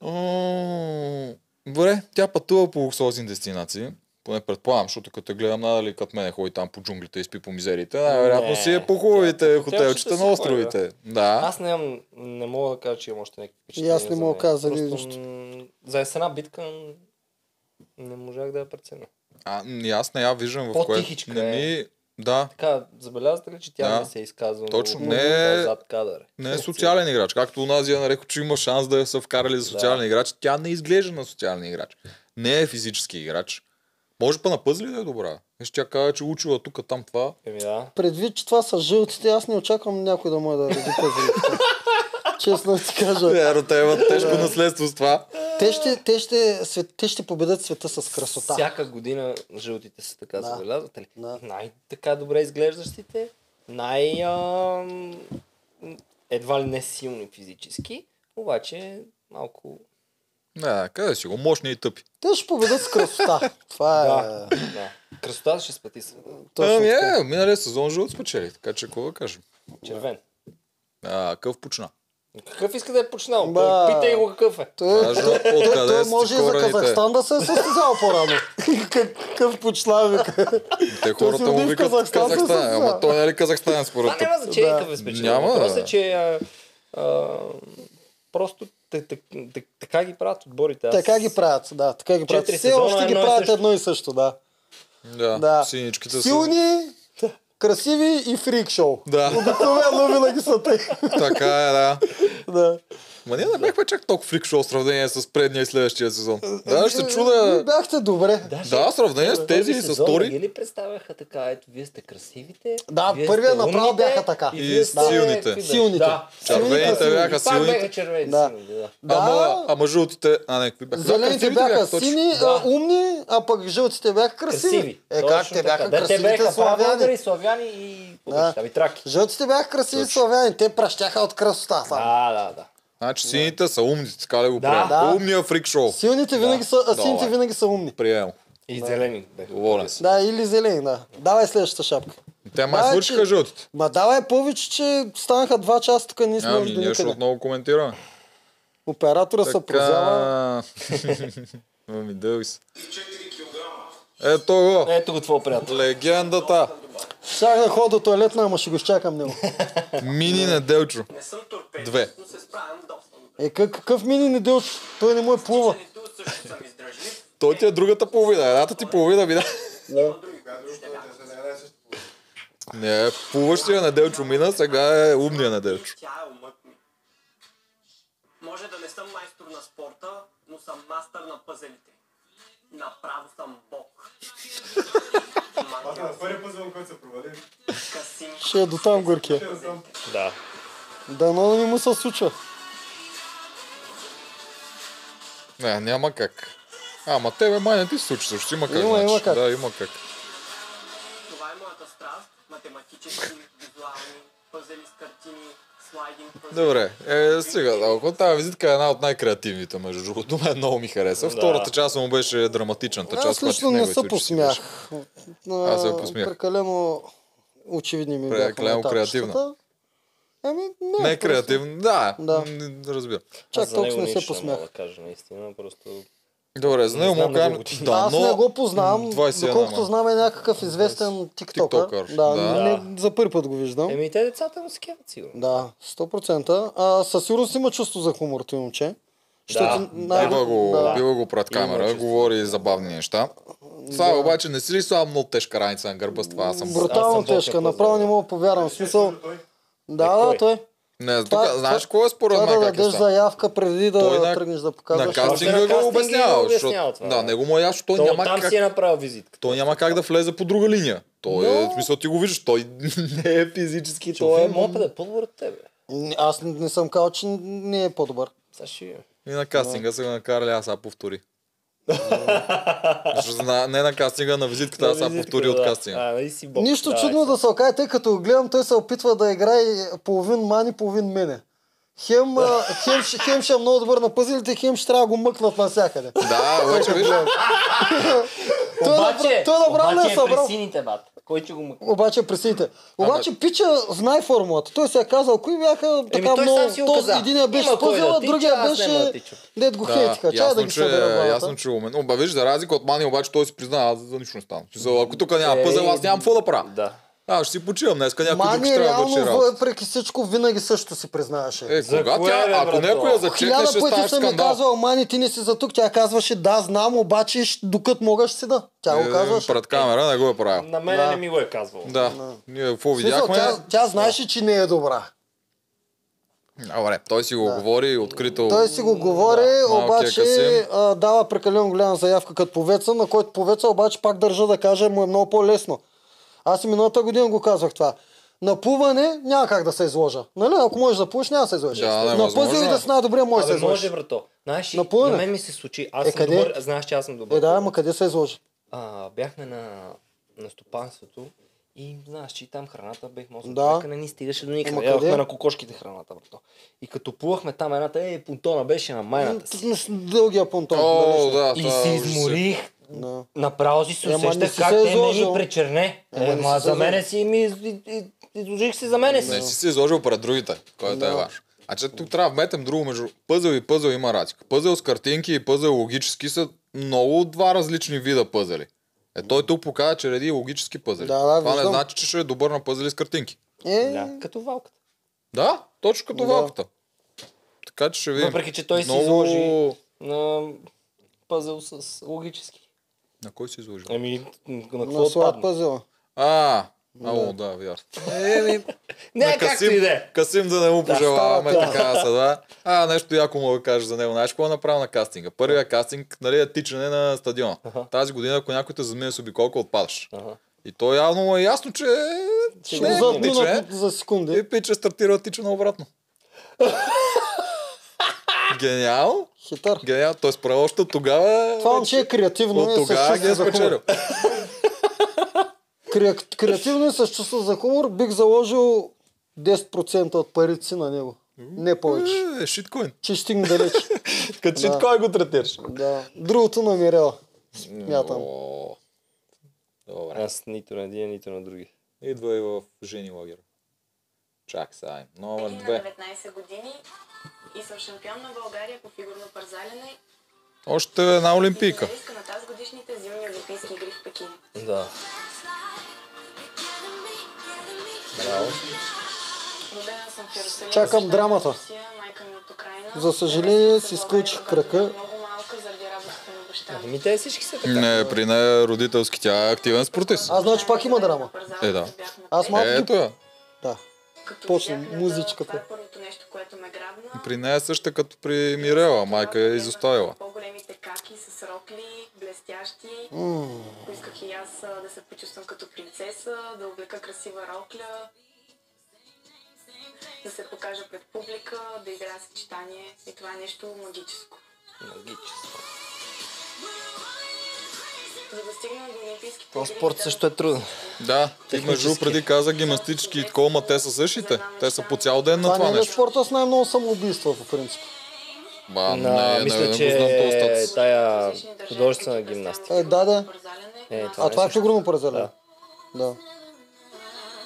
М, Добре, тя пътува по луксозни дестинации. Поне предполагам, защото като те гледам, надали като мене ходи там по джунглите и спи по мизерите, най-вероятно
Не,
си е по
тя
хубавите
по
хотелчета
хотелчета си
на
ходи,
островите. Да.
Аз нямам, не мога да кажа, че имам още някакви
И аз не мога да кажа за
Просто,
нищо.
м, За една битка м, не можах да я преценя.
А, и аз не я виждам в кое.
По-тихичка е.
Не ми... Да,
Така, забелязате ли, че тя
Да.
не се изказва
Точно,
много,
не е-
зад кадър?
не е социален играч. Както унази я нарека, че има шанс да са вкарали за социален играч, тя не изглежда на социален играч. Не е физически играч. Може па на пъзли да е добра. Виж, тя каза, че учила тук, там това.
Еми да.
Предвид, че това са жълтите, аз не очаквам някой да може да реди
[LAUGHS]
пъзлите. Честно ти кажа.
Вярно, те имат тежко наследство с това.
Те ще, те, ще, свет, те ще победат света с красота.
Всяка година жълтите са така,
Да.
забелязвате ли?
Да.
Най-така добре изглеждащите, най- а, м, едва ли не силни физически, обаче малко...
Не, къде си го? Мощни и тъпи. Ами,
Те ще победат с
[LAUGHS]
красота. Това
Да,
е...
да. Красотата ще спати света.
Точно
ами
така.
е, миналия сезон жълт спечели, така че какво да кажем.
Червен.
А, къв почна?
Какъв иска да е починал?
Ба.
Питай го какъв е.
Той,
Даже откъде е
той
си
може и за
корените?
Казахстан да се е състезал по-рано. [LAUGHS] Как- Какъв почла вика. [LAUGHS]
Те хората
си
му
роди в
викат
Казахстан, с-
Казахстан. Ама той не е ли Казахстан според
Това
теб?
няма значение
Да.
да. е спечелил.
Няма,
Въпросът
да.
е, че а, а, просто те- те- те- така ги правят отборите. Аз...
Така ги правят, да. Така ги правят.
Четири
Все
сезона,
още ги
едно и
правят
също.
едно и също, да.
Да,
[LAUGHS] Да.
синичките са.
Силни, красиви и фрик шоу.
Да,
Обикновено винаги са те.
така е, да.
Да.
Ма ние не бяхме чак толкова фрик шоу в сравнение с предния и следващия сезон. Да, ще
Вие
чуда.
Бяхте добре.
Да, в сравнение с тези и с втори.
Вие ли представяха така, ето вие сте красивите?
Да,
вие
първия
сте
направо
умните
бяха така.
И
вие
силните.
сте-
Силните.
какви беше?
Силните.
Да.
Червените
Силните.
бяха
Пак
силните.
бяха червените.
Да.
силните, да.
Ама,
Да.
ама жълтите... А, не, какви бяха? Да,
Зелените
красивите
бяха
точно.
сини,
Да.
а, умни, а пък жълтите бяха красиви.
Красиви.
Е
Точно
как те бяха
така. Да, Те
красивите
бяха
славяни.
славяни. славяни и...
Да.
Да. траки.
Жълтите бяха красиви славяни, те пращяха от красота само.
Да, да, да.
Значи сините са умни, така ли го
Да.
правим?
Да.
Умния фрик шоу.
Силните винаги са, а сините
Добре.
винаги са умни.
Приемам.
И зелени бяха.
Доволен съм.
Да, или зелени, да. Давай следващата шапка.
Те май
Значи-
свършиха жълтите.
Ма давай повече, че станаха два часа, тук ние сме
Ами,
още до
ние ще
никъде.
отново коментираме.
Оператора се прозява.
[LAUGHS] Така... Ами, дълги са. Ето го.
Ето го твой приятел.
Легендата.
Щях да ходя до туалетна, ама ще го изчакам него.
Мини неделчо.
Не съм торпед,
Две.
но се справям доста добре.
Е, как, какъв мини недел, той не му е плува.
Нито също съм издръжлив,
Той ти е другата половина. Едната ти половина вида. Не, плуващия неделчо мина, сега е умния неделчо.
тя е умът ми. Може да не съм майстор на спорта, но съм мастър на пъзелите. Направо съм бог. Мангел,
Първи път, който се провали,
Касим,
Ще е до там горкия.
Да.
Дано да не му се случва.
Не, няма как. Ама тебе май не ти се случи, също има как.
Има, има
значи.
как.
Да, има как.
това е моята страст. Математически, визуални, пъзели с картини, слайдинг пъзели.
Добре, е, стига толкова. Тази визитка е една от най-креативните, между другото. [LAUGHS] Мен много ми хареса. Втората част му беше драматичната част.
Аз
която
лично
в
не
неговите
се
очи си беше.
посмях. На-
Аз се посмях.
Прекалено очевидни ми бяха
Прекалено
нататъчката.
креативна.
Ами, не.
Не е креативно. Да,
Да.
да. разбира.
Чак
Аз за него
толкова не се
нищо
посмях.
мога да кажа, наистина. Просто
Добре, за него
знам
му кажем.
много ти.
Да,
Аз не
но-
го познавам,
21,
доколкото
ама.
знам е някакъв известен тиктокър.
Тиктокър,
Да,
да.
Не, за първи път го виждам.
Еми, те децата му скиват, сигурно.
Да, 100%. А, със сигурност има чувство за хумор, ти момче. Щото най-
Бива го, да.
да.
бива го пред камера,
чувство.
говори забавни неща. Слава обаче не си ли слава много тежка раница на гърба с това? Аз съм...
Брутално
съм точно
тежка,
познал.
направо не мога да повярвам. В Смисъл... Да, да,
кой?
той.
Не, тук,
Това-
знаеш
това-
какво е според
Това
мен
да
как е
дадеш
става?
заявка преди
Той
да
на-
тръгнеш да
На
показваш.
на
кастинга го
кастинга го
обяснява.
обяснява
защото-
това,
Да,
да.
не го му е ясно, той
То,
няма
там
как...
си е направил визитка.
Той няма как да влезе по друга линия. Той е, в смисъл ти го виждаш, той [LAUGHS] не е физически,
Той
той
е
е...
мопед, е по-добър от тебе.
Н- Аз не, не съм казал, че не е по-добър.
Сега ще видим.
И на кастинга са го накарали, аз сега повтори. Защото на- не на кастинга, на визитката, аз сега
Визитка,
повтори от
да.
кастинга.
А, нали си бог.
Нищо
Да,
чудно
е,
да се окаже, тъй като го гледам, той се опитва да играе половин мани, половин мене. Хем, а, хем, ще- хем ще е много добър на пъзелите, хем ще трябва да го мъкнат навсякъде.
Да, обаче виж,
[LAUGHS]
Той е направ- той е направо ли е
обаче е
събрал?
при сините, бат. Кой ще го мъкне?
Обаче е при сините. Обаче Пича знае формулата. Той се е казал, кои бяха така
той
много...
сам си го каза.
единия беше
Има кой да
пъзела,
тича,
другия
аз няма да
беше...
тичам.
Дед го
Да,
хейтиха. Чай да ги
че,
събера главата.
ясно, че е умен. Оба, виж, за разлика от Мани, обаче той си призна, аз за нищо не стана. Смисъл, ако тук няма
Е,
пъзел, аз нямам какво да правя.
Да.
Аз ще си почивам днес, някой друг
Мани
ще трябва да
реално,
върши работа.
въпреки всичко, винаги също си признаеше.
Е,
За
кога
кое, бе,
тя, ако
брато?
някой я зачекне,
Хиляда
ще
пъти
станеш
съм ми
скандал.
казвал, Мани, ти не си за тук. Тя казваше, да, знам, обаче щ- докато мога ще си да. Тя го
Е,
казваше.
Пред камера не го е правил.
На мен
Да.
не ми го е казвал.
Да, ние какво
В смисъл,
видяхме.
тя, тя знаеше, че не е добра.
А, добре, той си го говори открито.
Той си го говори,
Малкия
обаче
Касим.
а, дава прекалено голяма заявка като повеца, на който повеца обаче пак държа да кажа, му е много по-лесно. Аз и миналата година го казвах това. На плуване няма как да се изложа. Нали? Ако можеш да плуваш, няма да се изложиш.
Да, да,
на пъзел и
възможно е.
да си най-добре може да се
Абе,
изложиш.
може, брато. Знаеш, ли,
Напълно.
на мен ми се случи. Аз
Е,
съм
къде?
добър, знаеш, че аз съм добър.
Е, да, ама къде се изложи?
а, бяхме на, на стопанството и знаеш, че и там храната бех мозък.
Да.
Да. не ни стигаше до никъде.
Ама
Ядохме
къде?
на кокошките храната, брато. И като плувахме там едната, е, понтона беше на майната си.
С- с Дългия понтон. нали?
О, да,
И
това
се
ужас е.
изморих.
Да.
Направо си се
Ема, не
усещах
си
как
се
те ме ми
изложил.
причерне.
Ема,
Е,
не
ма
си
за
се
мене си ми... из- из- из- Изложих си за мене
Не
си.
Значи си се е изложил пред другите, който е
Да.
ваш. А че тук трябва да вметем друго между пъзел и пъзел има разлика. Пъзел с картинки и пъзел логически са много два различни вида пъзели. Е, той тук показва, че реди логически пъзели.
Да, да,
Това не
виждам.
значи, че ще е добър на пъзели с картинки.
Е,
Да, като валката.
Да, точно като
Да.
валката. Така че ще видим.
Въпреки, че той си
Ами, Много-
изложи. на пъзъл с логически.
На кой си изложил?
Ами, на
на
е
какво
слаб
отпадна?
пъзела.
А, ало, да, вярно.
Е, ами,
[LAUGHS] Не,
На
както и да е.
Касим да не му пожелаваме
става
така да се да. А, нещо яко мога да кажа за него. Знаеш какво направи на кастинга? Първия кастинг нали, е тичане на стадиона. Тази година, ако някой те замине с обиколка, отпадаш.
Аха.
И то явно му е ясно, че
Ще
Ще
не
го
е тичане.
задминат за секунди.
е. И пича стартира тичане обратно. Гениал.
Хитър.
Гениал. Той справа още от тогава.
Това момче е креативно
от
и с
тогава ги
чувство
е
за хумор.
спечелил.
Кре- Креативно и с чувство за хумор бих заложил 10% от парите си на него. Не повече.
Е, Шиткоин.
Че ще стигне
[LAUGHS]
далеч.
Като
Да.
кой го третираш?
Да. Другото намерява. Смятам.
О, Добре.
Аз нито на един, нито на други.
Идва и в жени лагер. Чак сега. е. Номер
Бях на
2.
19 години и съм шампион на България по фигурно парзалене
Още една
и
олимпийка.
финалистка на тази годишните зимни олимпийски игри в Пекин.
Да.
Родена съм в Иерусалим.
Чакам
баща ми
драмата.
от Русия, майка ми от Украина.
За съжаление,
Родена съм
си
в България,
изключих
когато
крака.
бях Много малка заради работата на баща ми.
Ами те всички са така.
Не, при нея е родителски. Тя е активен спортист.
А значи пак има драма.
Е, да.
Аз малко ги...
Ето я.
Да.
Като
Почна
видях медала,
музичката.
Това е първото нещо, което ме грабна.
При нея е същата като при Мирела. Майка е изоставила.
По-големите каки с рокли, блестящи. Поисках и аз а, да се почувствам като принцеса, да облека красива рокля, да се покажа пред публика, да играя съчетание. И това е нещо магическо.
Магическо.
За да стигна до Олимпийските
То
игри,
спорт
да,
също е труден.
Да, ти между
Технически.
преди каза гимнастически и такова, ма те са същите. Те са по цял ден на
Това
това
не е
нещо.
спорта с най-много самоубийства, по принцип.
Ба, не,
На,
не,
мисля,
не, не
че
го знам този статус.
Е, тая
различни държави,
художествена
които
гимнастика.
представят
Е, да, да.
парзаляне,
Е,
маса-
А това е
също.
фигурно парзален. Да.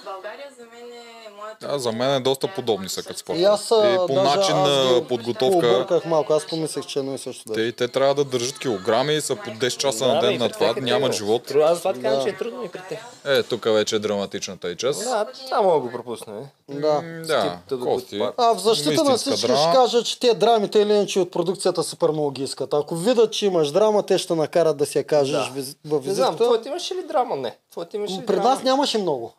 България за мен е моят
Да, за мен е доста подобни са като спорта.
И аз а,
и по
даже
начин
аз
на
ги
подготовка.
Обърках малко, аз помислех, че е едно и също да.
Те,
е.
и те трябва да държат килограми и са по 10 часа на
Да,
ден
бе,
на това,
чакайте, бе.
нямат живот.
Аз това така, че е трудно и при те.
Е, тук вече е драматичната и част.
Да, това мога да го пропусна. е.
Да.
М, Да,
Стип да го
кофти.
отпадне.
А в защита на
Истинска
всички
драма.
ще кажа, че тия драми, те или иначе от продукцията супер много ги искат. Ако видят, че имаш драма, те ще накарат да си я кажеш
Да.
виз- във
Не знам,
визитката.
твоята имаше ли драма? Не. Твоята имаше ли
При
драма?
нас нямаше много.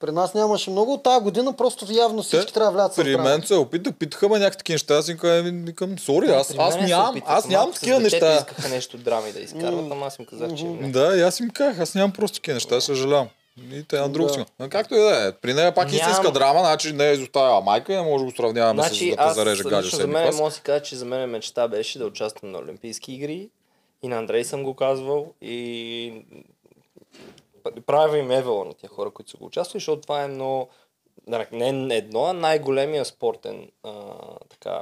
При нас нямаше много. Тая година просто явно всички трябва да влязат с
При
драма.
мен се опита, питаха ме някакви такива неща, аз им казвам, викам, сори, аз,
При
аз
мене се
нямам,
опитаха,
аз нямам
малко с
такива
детето
неща.
Искаха нещо драми да изкарват, ама аз им казах, че не.
Да, и аз им казах, аз нямам просто такива неща, съжалявам. И те на друго си. Но както и да е, при нея пак
Нямам.
истинска драма, значи не е изоставила майка и не може да го сравняваме
Значи
с да те
аз
зареже гадже
лично за
седми
мен
клас.
мога да си кажа, че за мен мечта беше да участвам на Олимпийски игри и на Андрей съм го казвал и правя им евела на тия хора, които са го участвали, защото това е едно, да, не едно, а най-големия спортен а, така,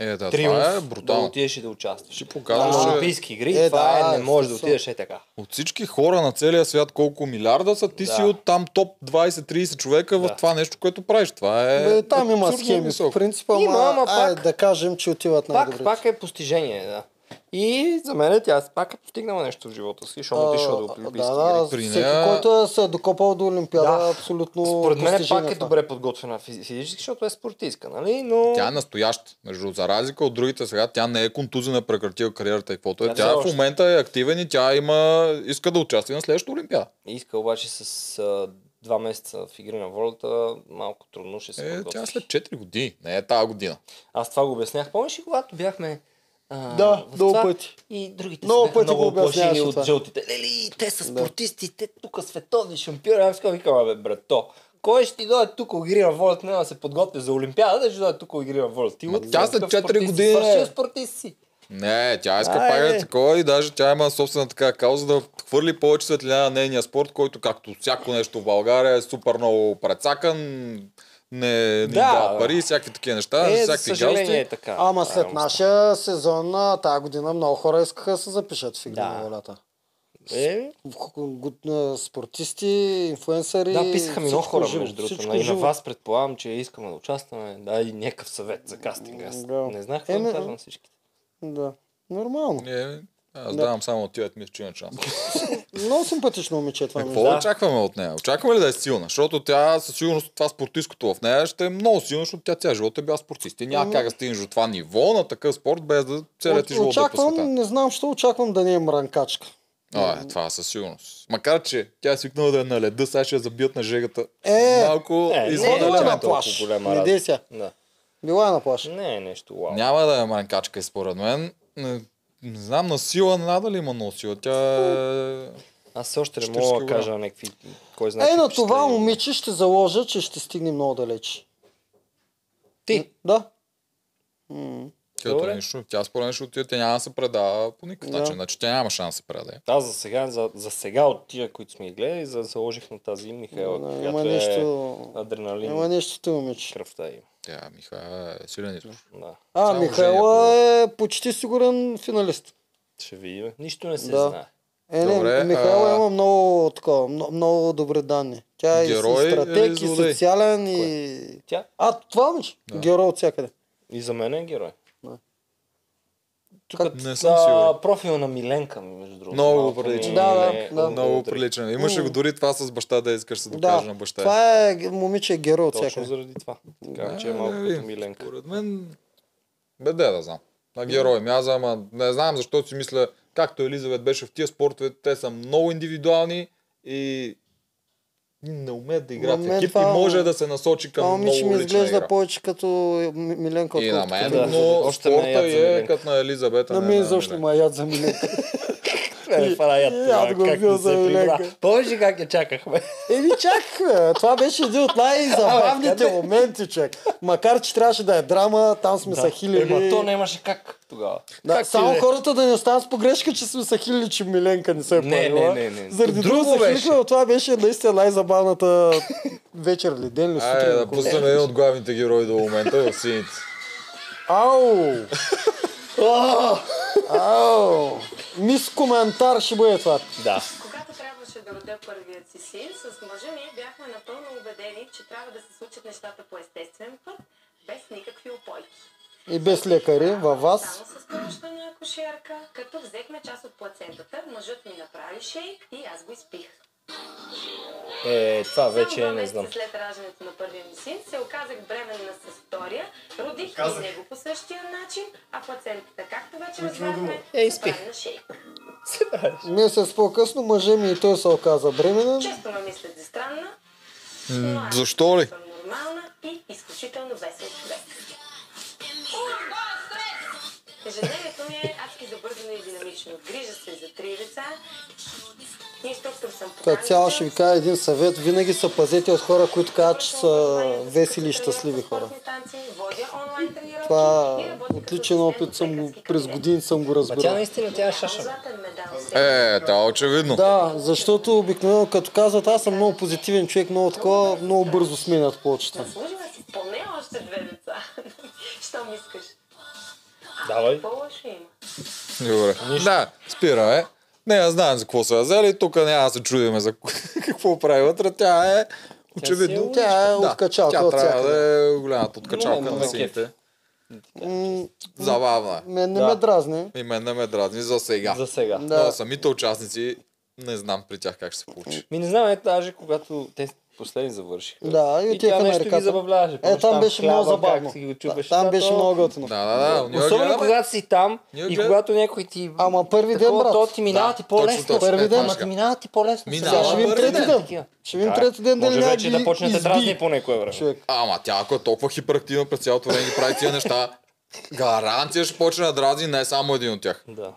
Е, да, това е
триумф да
брутално.
отидеш и да участваш.
Ти
на
показваш, че
Олимпийски игри,
Е,
това
да,
е, не можеш да
със-
отидеш е така.
от всички хора на целия свят колко милиарда са, ти
Да.
си от там топ 20-30 човека в
Да.
това нещо, което правиш. Това е
Бе, там има
абсурдно
схеми в
високо.
принцип, ама,
Има, ама
айде
пак-
да кажем, че отиват
Пак,
най-добре.
пак е постижение, да. И за мен тя пак е постигнала нещо в живота си, защото отишла до Олимпийски
да,
игри.
да,
При
всеки,
нея-
който е се е докопал до Олимпиада,
Да.
да. абсолютно
Според мен
постижение
пак е
това.
добре подготвена физи- физически, защото е спортистка, нали? Но...
Тя е настояща. Между за разлика от другите сега, тя не е контузена, прекратила кариерата и каквото е.
Да,
Тя
все
в
още.
момента е активен и тя има, иска да участва на следващата Олимпиада.
Иска обаче с а, два месеца в игри на волята, малко трудно ще се
Е,
подготви.
тя след 4 години, не е тази година.
Аз това го обяснях. Помниш ли, когато бяхме а,
Да,
в
много
това?
пъти.
И другите
Много
много бяха
пъти
много
го
оплашени
обясняваше
от
това.
жълтите. Лели, те са спортисти, те тук световни шампиони. Аз казвам, викам, абе, брато, кой ще ти дойде тук игри на волята, няма да се подготвя за Олимпиада, да ще дойде тук игри на волята. Ти от
тя след
такъв
четири
спортист си,
години е.
свършил спортист си.
Не, тя иска
Айде.
пак да е такова и даже тя има собствена така кауза да хвърли повече светлина на нейния спорт, който както всяко нещо в България е супер много прецакан, не, не да,
Да,
дават
да.
пари, всякакви такива неща,
е, за
всякакви
съжаление е
галсти.
така.
Ама
Това е
след
реалността.
нашия сезон, а, тази година, много хора искаха да се запишат в игри
Да.
на волята.
Е,
Спортисти, инфуенсъри.
Да, писаха ми много
всичко
хора,
живо,
между другото.
всичко
но И на
живо.
вас предполагам, че искаме да участваме. Да, и някакъв съвет за кастинга. Аз
Да. Е,
не знах какво
Еми,
да
а.
казвам всички.
Да. Нормално.
Е, аз
Да.
давам само от тивет ми че има
[LAUGHS]
шанс. Е,
Много симпатично момиче това.
Какво
между
да. очакваме от нея? Очакваме ли да е силна? Защото тя със сигурност това спортистското в нея ще е много силно, защото тя цял живот е била спортист. И няма
М.
как да стигнеш до това ниво на такъв спорт, без да целият ти
другото.
живот да е
Очаквам,
посветен.
не знам, що очаквам да не е мранкачка.
А, е, това със сигурност. Макар, че тя е свикнала да е на леда, сега ще я забият на жегата.
Е,
Малко
е, не,
извън
не,
била е
елемента.
на
толкова
плаш.
голяма
Не
разлика.
дей сега.
Да.
Била е на плаш.
Не е нещо вау.
Няма да е манкачка, според мен. Не, не знам, на сила надали има много сила. Тя е...
Аз все още не
40
мога да
кг.
кажа на някакви... Кой знае
Е,
какви
на това
впечатления.
момиче ще заложа, че ще стигне много далеч.
Ти?
Да.
е
Е,
Като
Добре.
нищо, тя според мен ще отиде, тя няма да се предава по никакъв
Да.
начин. Значи тя няма шанс да се предаде.
Аз за сега, за, за сега от тия, които сме ги гледали, за, заложих на тази Михайла,
Да,
която
Има
е
нещо...
нали?
адреналин,
Има нещо ти, момиче.
кръвта им.
Тя, Миха, е силен избор.
Да.
А,
Само
Михайла е почти сигурен финалист.
Ще видим. Нищо не се
Да.
знае.
Е, не,
Добре,
Михайла
а-
има много, такова, много, много добри данни. Тя е и
Герой
и стратег,
или
и
злодей?
социален, и...
Тя
А, това момиче?
Да.
Герой от всякъде.
и за мен е герой.
Да.
Тук
Как- Не
не
съм сигурен.
профил на Миленка ми, между другото.
Много
малко
прилича.
ми
Да,
е-
да, да.
Много
утре.
приличен. Имаше го дори това с баща да искаш да се докаже
Да,
на баща.
това е г- момиче герой от
Точно
всякъде.
заради това. Така че е
Да,
малко
да,
като
да.
Миленка.
Поред мен, бе, де да знам. На герой ми аз, ама не знам защо си мисля, както Елизавет беше в тия спортове, те са много индивидуални и не умеят да играят в
мен
екип и
това-
може да се насочи към
Това
много
момиче ми
лична
изглежда
игра.
повече като М- Миленка,
И на
отколкото
мен,
като
Да.
Миленка.
но
Още ме яд
спорта
за
е
Миленка.
като на Елизабета.
На
не нали.
мен
на
изобщо
Миленка.
ма яд за
[LAUGHS]
Миленка.
Е, фара яд,
Яд
това,
го
как
бил
не
за
се прибра.
Миленка.
Помниш ли как я чакахме?
Еми чак, бе. това беше един от най-забавните
Абе, Е, къде?
моменти, човек. Макар, че трябваше да е драма, там сме се хилили.
Ема то нямаше как тогава.
Да,
Как
само
ти да е?
хората да не останат с погрешка, че сме се хилили, че Миленка не се е
Не,
парила.
не, не, не.
Заради
Друго
друго се
беше.
хилихме, но това беше наистина най-забавната вечер ли, ден ли, сутрин.
Айде
ли,
да
когато-
пуснем един от главните герои до момента в сините.
Ау! Ау! Мис коментар ще бъде това.
Да.
Когато трябваше да да родя първият си син, с мъжа ми бяхме напълно убедени, че трябва да се случат нещата по естествен път, без никакви опойки.
И без лекари във вас.
Само с помощта на кошерка, като взехме част от плацентата, мъжът ми направи шейк и аз го изпих.
Е, това
Само
вече
два
не
месеца
знам.
след раждането на първия ми син се оказах бременна с втория, родих и него по същия начин, а плацентата, както вече разбрахме,
Е,
се
изпих.
прави на шейк.
Месец по-късно мъжа ми и той се оказа бременен.
Често ме мислят за странна, но аз
Защо ли?
съм нормална и изключително весел човек. Ежедневието ми е адски забързано и динамично. Грижа се за три деца. Инструктор съм по
Та цяло ще ви
танци.
кажа един съвет. Винаги се пазете от хора, които казват, че
Завършвам
са
образованието си
весели и
като
щастливи
треньор по
хора.
спортни танци, водя онлайн тренировки
Това
и работя като
отличен
асистент
опит
в
съм го,
лекарски
през
кабинет.
години съм го
Ма тя
разбирал.
наистина, тя е шаша.
Златен медал всеки
Е, това е очевидно.
Да, защото обикновено като казват, аз съм много позитивен човек, много такова, много бързо сменят плочата.
Заслужила си поне още две деца. [LAUGHS] Щом искаш.
Давай.
По-лошо има.
Добре. Да, спираме. Не, аз знаем за какво са я взели. Тук няма да се чудиме за [LAUGHS] какво прави вътре. Тя е очевидно.
е
Тя е
Да,
откачалка
Тя
от
трябва
всякъде.
да е голямата
Но
откачалка
не ме
на
ме
сините.
М,
Забавна е.
Мен не
е- Да.
ме дразни.
И мен не ме дразни за сега.
За сега.
Но
Да.
самите участници не знам при тях как ще се получи.
Ми не знам, ето даже когато те последни завършиха.
Да, и
и тя
отиваха на
нещо ги
реката.
забавляваше.
Е,
Помниш,
там беше
хляба,
много
Как
забавно.
си ги
Да,
чупеше,
Там
да,
беше
то-
много готино.
Да, да, да. ние
Особено
гледаме.
когато си там
Ние
и
гледаме.
когато някой ти...
Ама първи ден,
такова, то
брат.
ти минава
Да,
ти
точно,
по-лесно.
точно,
Първи
е,
ден,
точно
Ама ти
така.
минава ти по-лесно.
Минава
Сега ще
Ама
видим
първи
трети
ден.
ден. Ще видим трети ден дали
Може
няма
вече
ги
да почнете да дразни
изби.
по някое време.
Човек.
Ама тя ако е толкова хиперактивна през цялото време ги прави тия неща, гаранция ще почне да дразни не само един от тях.
Да.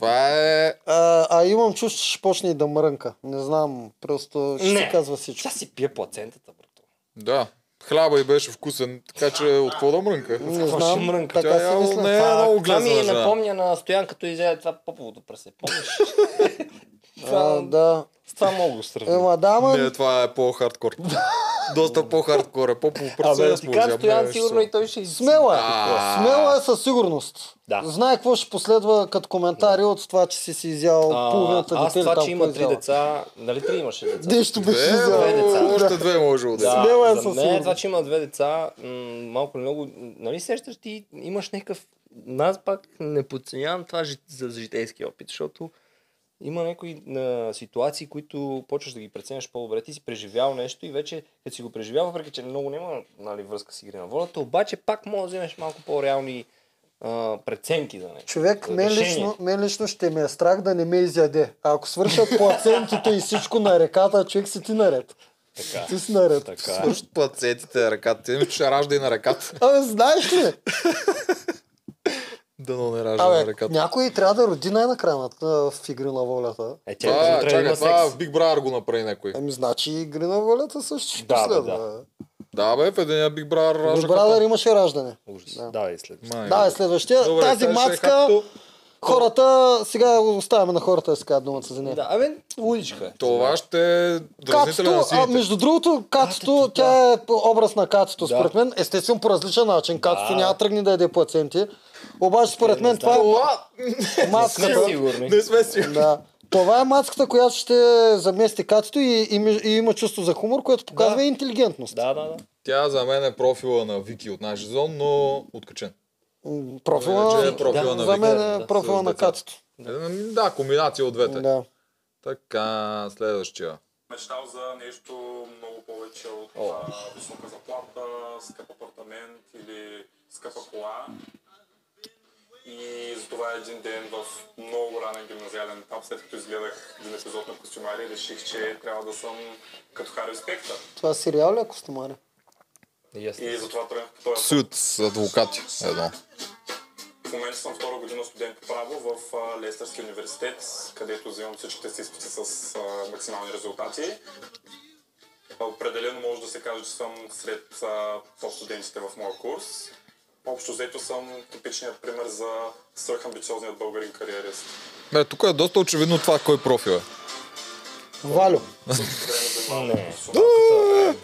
Това е...
А, а имам чувство, че ще почне и да мрънка. Не знам, просто ще
Не.
се казва всичко.
Тя си пие плацентата, брато.
Да. Хляба и беше вкусен, така че от какво да мрънка?
Не
Какво ще
знам,
мрънка?
Тя
така си
е
мисля.
не е много
това ми
глезна жена.
напомня на Стоян, като изяде това поповото прасе. Помниш?
А,
това,
да.
с това мога го сравня.
Ема да, ама
Не, това е по-хардкор.
[LAUGHS]
Доста по-хардкор е, по-полупръсен.
Абе, да ти кажа, Стоян сигурно и той ще из...
смела е.
А.
Смела е със сигурност.
Да.
Знае какво ще последва като коментари от това, че си си изял
А,
половината дете.
Аз
или
това,
там
че
какво
има три
е изяла.
деца, нали три имаше деца?
Дещо беше
Две,
изял.
Две деца.
бе,
Да.
още две може да
Да,
е.
Смела е
за
със
мен
сигурност.
това, че има две деца, м- малко или много, нали сещаш ти, имаш някакъв... Аз пак не подценявам това жи- за за житейски опит, защото има някои а, ситуации, които почваш да ги преценяш по-добре. Ти си преживял нещо и вече, като си го преживял, въпреки че много няма нали, връзка с игри на волята, обаче пак може да вземеш малко по-реални а, преценки за нещо.
Човек,
за
мен
решение.
лично, мен лично ще ме е страх да не ме изяде. А ако свършат плацентите и всичко на реката, човек си ти наред.
Така.
Ти си наред.
Така. е.
Слушат плацетите на ръката. Ти ми ще ражда и на ръката.
Абе, знаеш ли?
Да, но не ражда на
Абе,
ръката.
някой трябва да роди най-накрая на- а, в игри на волята.
Е, тя
Това,
трябва да
чакай,
има
това
секс.
в Big Brother го направи някой.
Ами, значи игри на волята също ще
Да, бе,
последва.
да.
Да, бе, в единия Big Brother
Big
ражда
Brother
капа.
имаше раждане.
Ужас.
Да.
Давай след.
Май,
Да, е следващия.
Добре,
Тази
сега ще е
мацка,
както-
хората, сега оставяме на хората да си кажат думата за нея.
Да, абе, лудичка е.
Това ще е дразнителя
Кацето,
на
а
сините.
между другото, кацето, тя е по- образ на кацето,
Да.
според мен. Естествено, по различен начин. Кацето няма да тръгне да яде пациенти. Обаче, според мен, това е
Това
Не сме
маската.
сигурни.
не сме си.
Да. Това е мацката, която ще замести кацето и, и, ми- и има чувство за хумор, което показва
Да.
и интелигентност.
Да, да, да.
Тя за мен е профила на Вики от нашия сезон, но откачен.
М, Профила,
Иначе е профила
на
за мен
Виктор,
е
да,
профила
с
на
деца.
кацето.
М, Да, комбинация от двете.
Да.
Така, следващия.
мечтал за нещо много повече от
О.
а, висока заплата, скъп апартамент или скъпа кола. И затова един ден в много ранен гимназиален етап, след като изгледах един епизод на костюмари, реших, че трябва да съм като Хари Спектър.
Това е сериал ли е костюмари?
И аз не
И затова тръгнах по този
Суд с адвокати. Едно.
В момента съм втора година студент по право в а, Лестърския университет, където взимам всичките си изпити с а, максимални резултати. Определено може да се каже, че съм сред а, топ-студентите в моя курс. Общо взето съм типичният пример за свръхамбициозният българин кариерист.
Бе, тук е доста очевидно това кой профил е.
Валю.
Време да малко
Не.
сумата.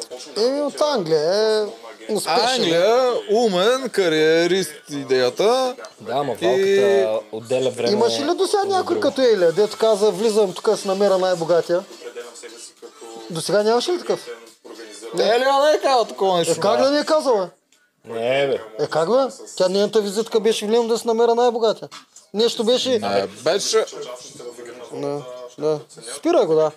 Започвам да
Еми,
работя
от Англия е.
на
А Англия, умен, кариерист, идеята.
Да, ма валката отделя време.
Имаше ли до сега
за
някой
друго.
като Елия, дето каза, влизам тук с намера най-богатия?
Определям себе си като
До сега нямаше ли такъв?
организиран.
Не, ли, не е казал такова
Е,
нещо.
как да не е казала?
Не, бе.
Е, как бе? Тя нейната визитка беше влизам да се намера най-богатия. Нещо беше...
Не, беше...
Участниците в игри на
Да,
волята ще
да. Спирай го, да.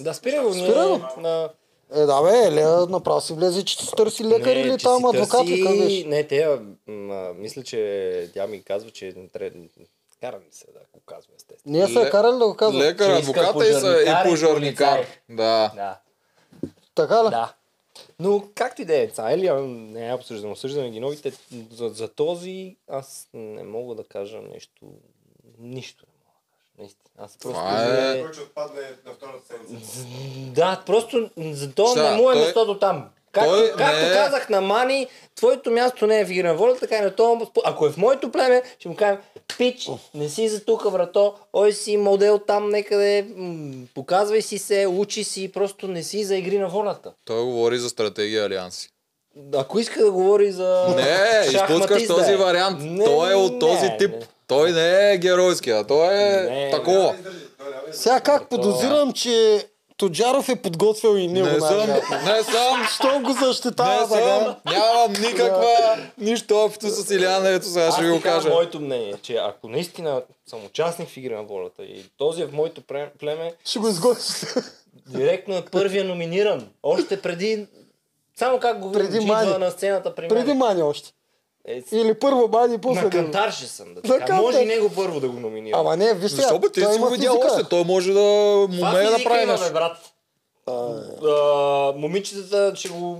Да, спирай го.
Спирай го.
ние На...
Е, да бе, Елия направо си влезе, че си търси лекар
Не,
или
че
там
си
адвокат
търси-
ли как беше?
Не, те, а, м, а, мисля, че тя ми казва, че не трябва... Карам се, да, ако казвам, естествено.
Ние са я
Ле-
карали да го казвам.
Лекар,
Че иска
адвоката и, са,
пожарникар и
и пожарникар.
полицай.
Да.
Да,
Така ли?
да. Но както и да е, ца, Елия не е обсъждано, обсъждаме ги новите. За, за този аз не мога да кажа нещо, нищо не мога да кажа, наистина. Аз просто
Това е-
не...
Който отпадне на втората седмица.
Да, просто за то
Ща,
не му е
той-
място до там. Както,
той
както
не е-
казах на Мани, твоето място не е в Игра на воля, така и на това. Ако е в моето племе, ще му кажем, пич, не си за тук, врато, ой си модел там некъде, м, показвай си се, учи си, просто не си за игри на волята.
Той говори за стратегия алианси.
Ако иска да говори за
Не, изпускаш
шахматист да
този
е.
вариант.
Не,
Той е
не,
от този тип.
не.
Той не е геройски, а той
Не,
е такова.
Сега как подозирам, че Тоджаров е подготвил и него.
Не съм,
най-вероятно.
не съм,
Щом го
не
защитава,
съм,
да.
нямам никаква нищо общо с Илиан, ето сега
Аз
ще ви
ти
го
кажа
кажа.
моето мнение, че ако наистина съм участник в игри на волята и този е в моето пре- племе,
Ще го изгониш.
Директно е първия номиниран. Още преди... Само как го
Преди
преди
Мани.
идва на сцената при мен.
Преди мани още.
Е, с-
Или първо мани и после.
на
него.
кантар ще съм. Да ти
На
кажа. Може
кантар.
и него първо да го номинирам.
Ама не, вижте,
Защо бе, ти
той
си
има
го видял
физика.
още, той може да му
Това
умее да
физика
прави
има,
нещо.
бе, брат. А, момичетата ще го...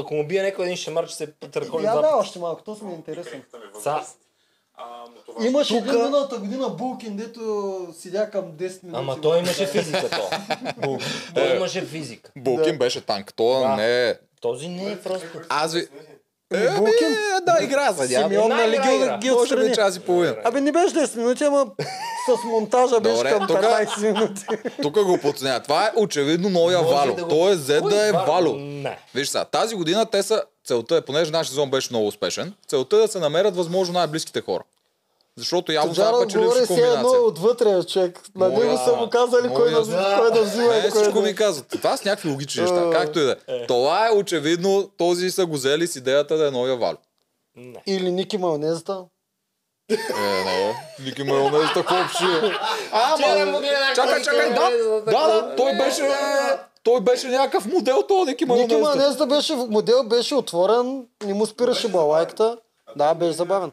Ако му бие някой един шамар, ще се търколи
Я да,
два
още малко, то ми е интересно.
пса.
Имаше един миналата година Булкин, дето седя към 10 минути.
Ама той имаше физика,
Е.
то. Бу. Той имаше физика.
е, Булкин беше танк, то
Да.
не е.
Този не е просто...
Аз ви...
Еми,
Е,
Булкин?
да, игра за
Симеон
няма.
нали
Една игра
ги, ги
игра.
Може
отстрани.
би час и половина.
Абе Ами, не беше 10 минути, ама с монтажа беше
Добре,
към
тука-
15 минути.
Тук го подценя. Това е очевидно новия
Може
Вало.
да го-
Той е зет
Кой
да е
Вало?
Вало.
Не.
Виж сега, тази година те са, целта е, понеже нашия сезон беше много успешен, целта е да се намерят възможно най-близките хора. Защото явно това
Джарал
печели
говори си едно
комбинация.
отвътре, човек. На
Моля,
него са му казали кой да,
моля.
кой да взима
Не,
и кой
всичко
да...
ми казват. Това са някакви логични неща, както и да е. Това е очевидно, този са го взели с идеята да е новия Вало.
Не.
Или Ники Малнезата.
Е, не, Ники Майонез такова пши. е? Ама, чакай, чакай, да, да, да, той беше, той беше някакъв модел, този Ники
Ники
Майонез.
Малнезата беше, модел беше отворен, не му спираше балайката. Да, беше забавен.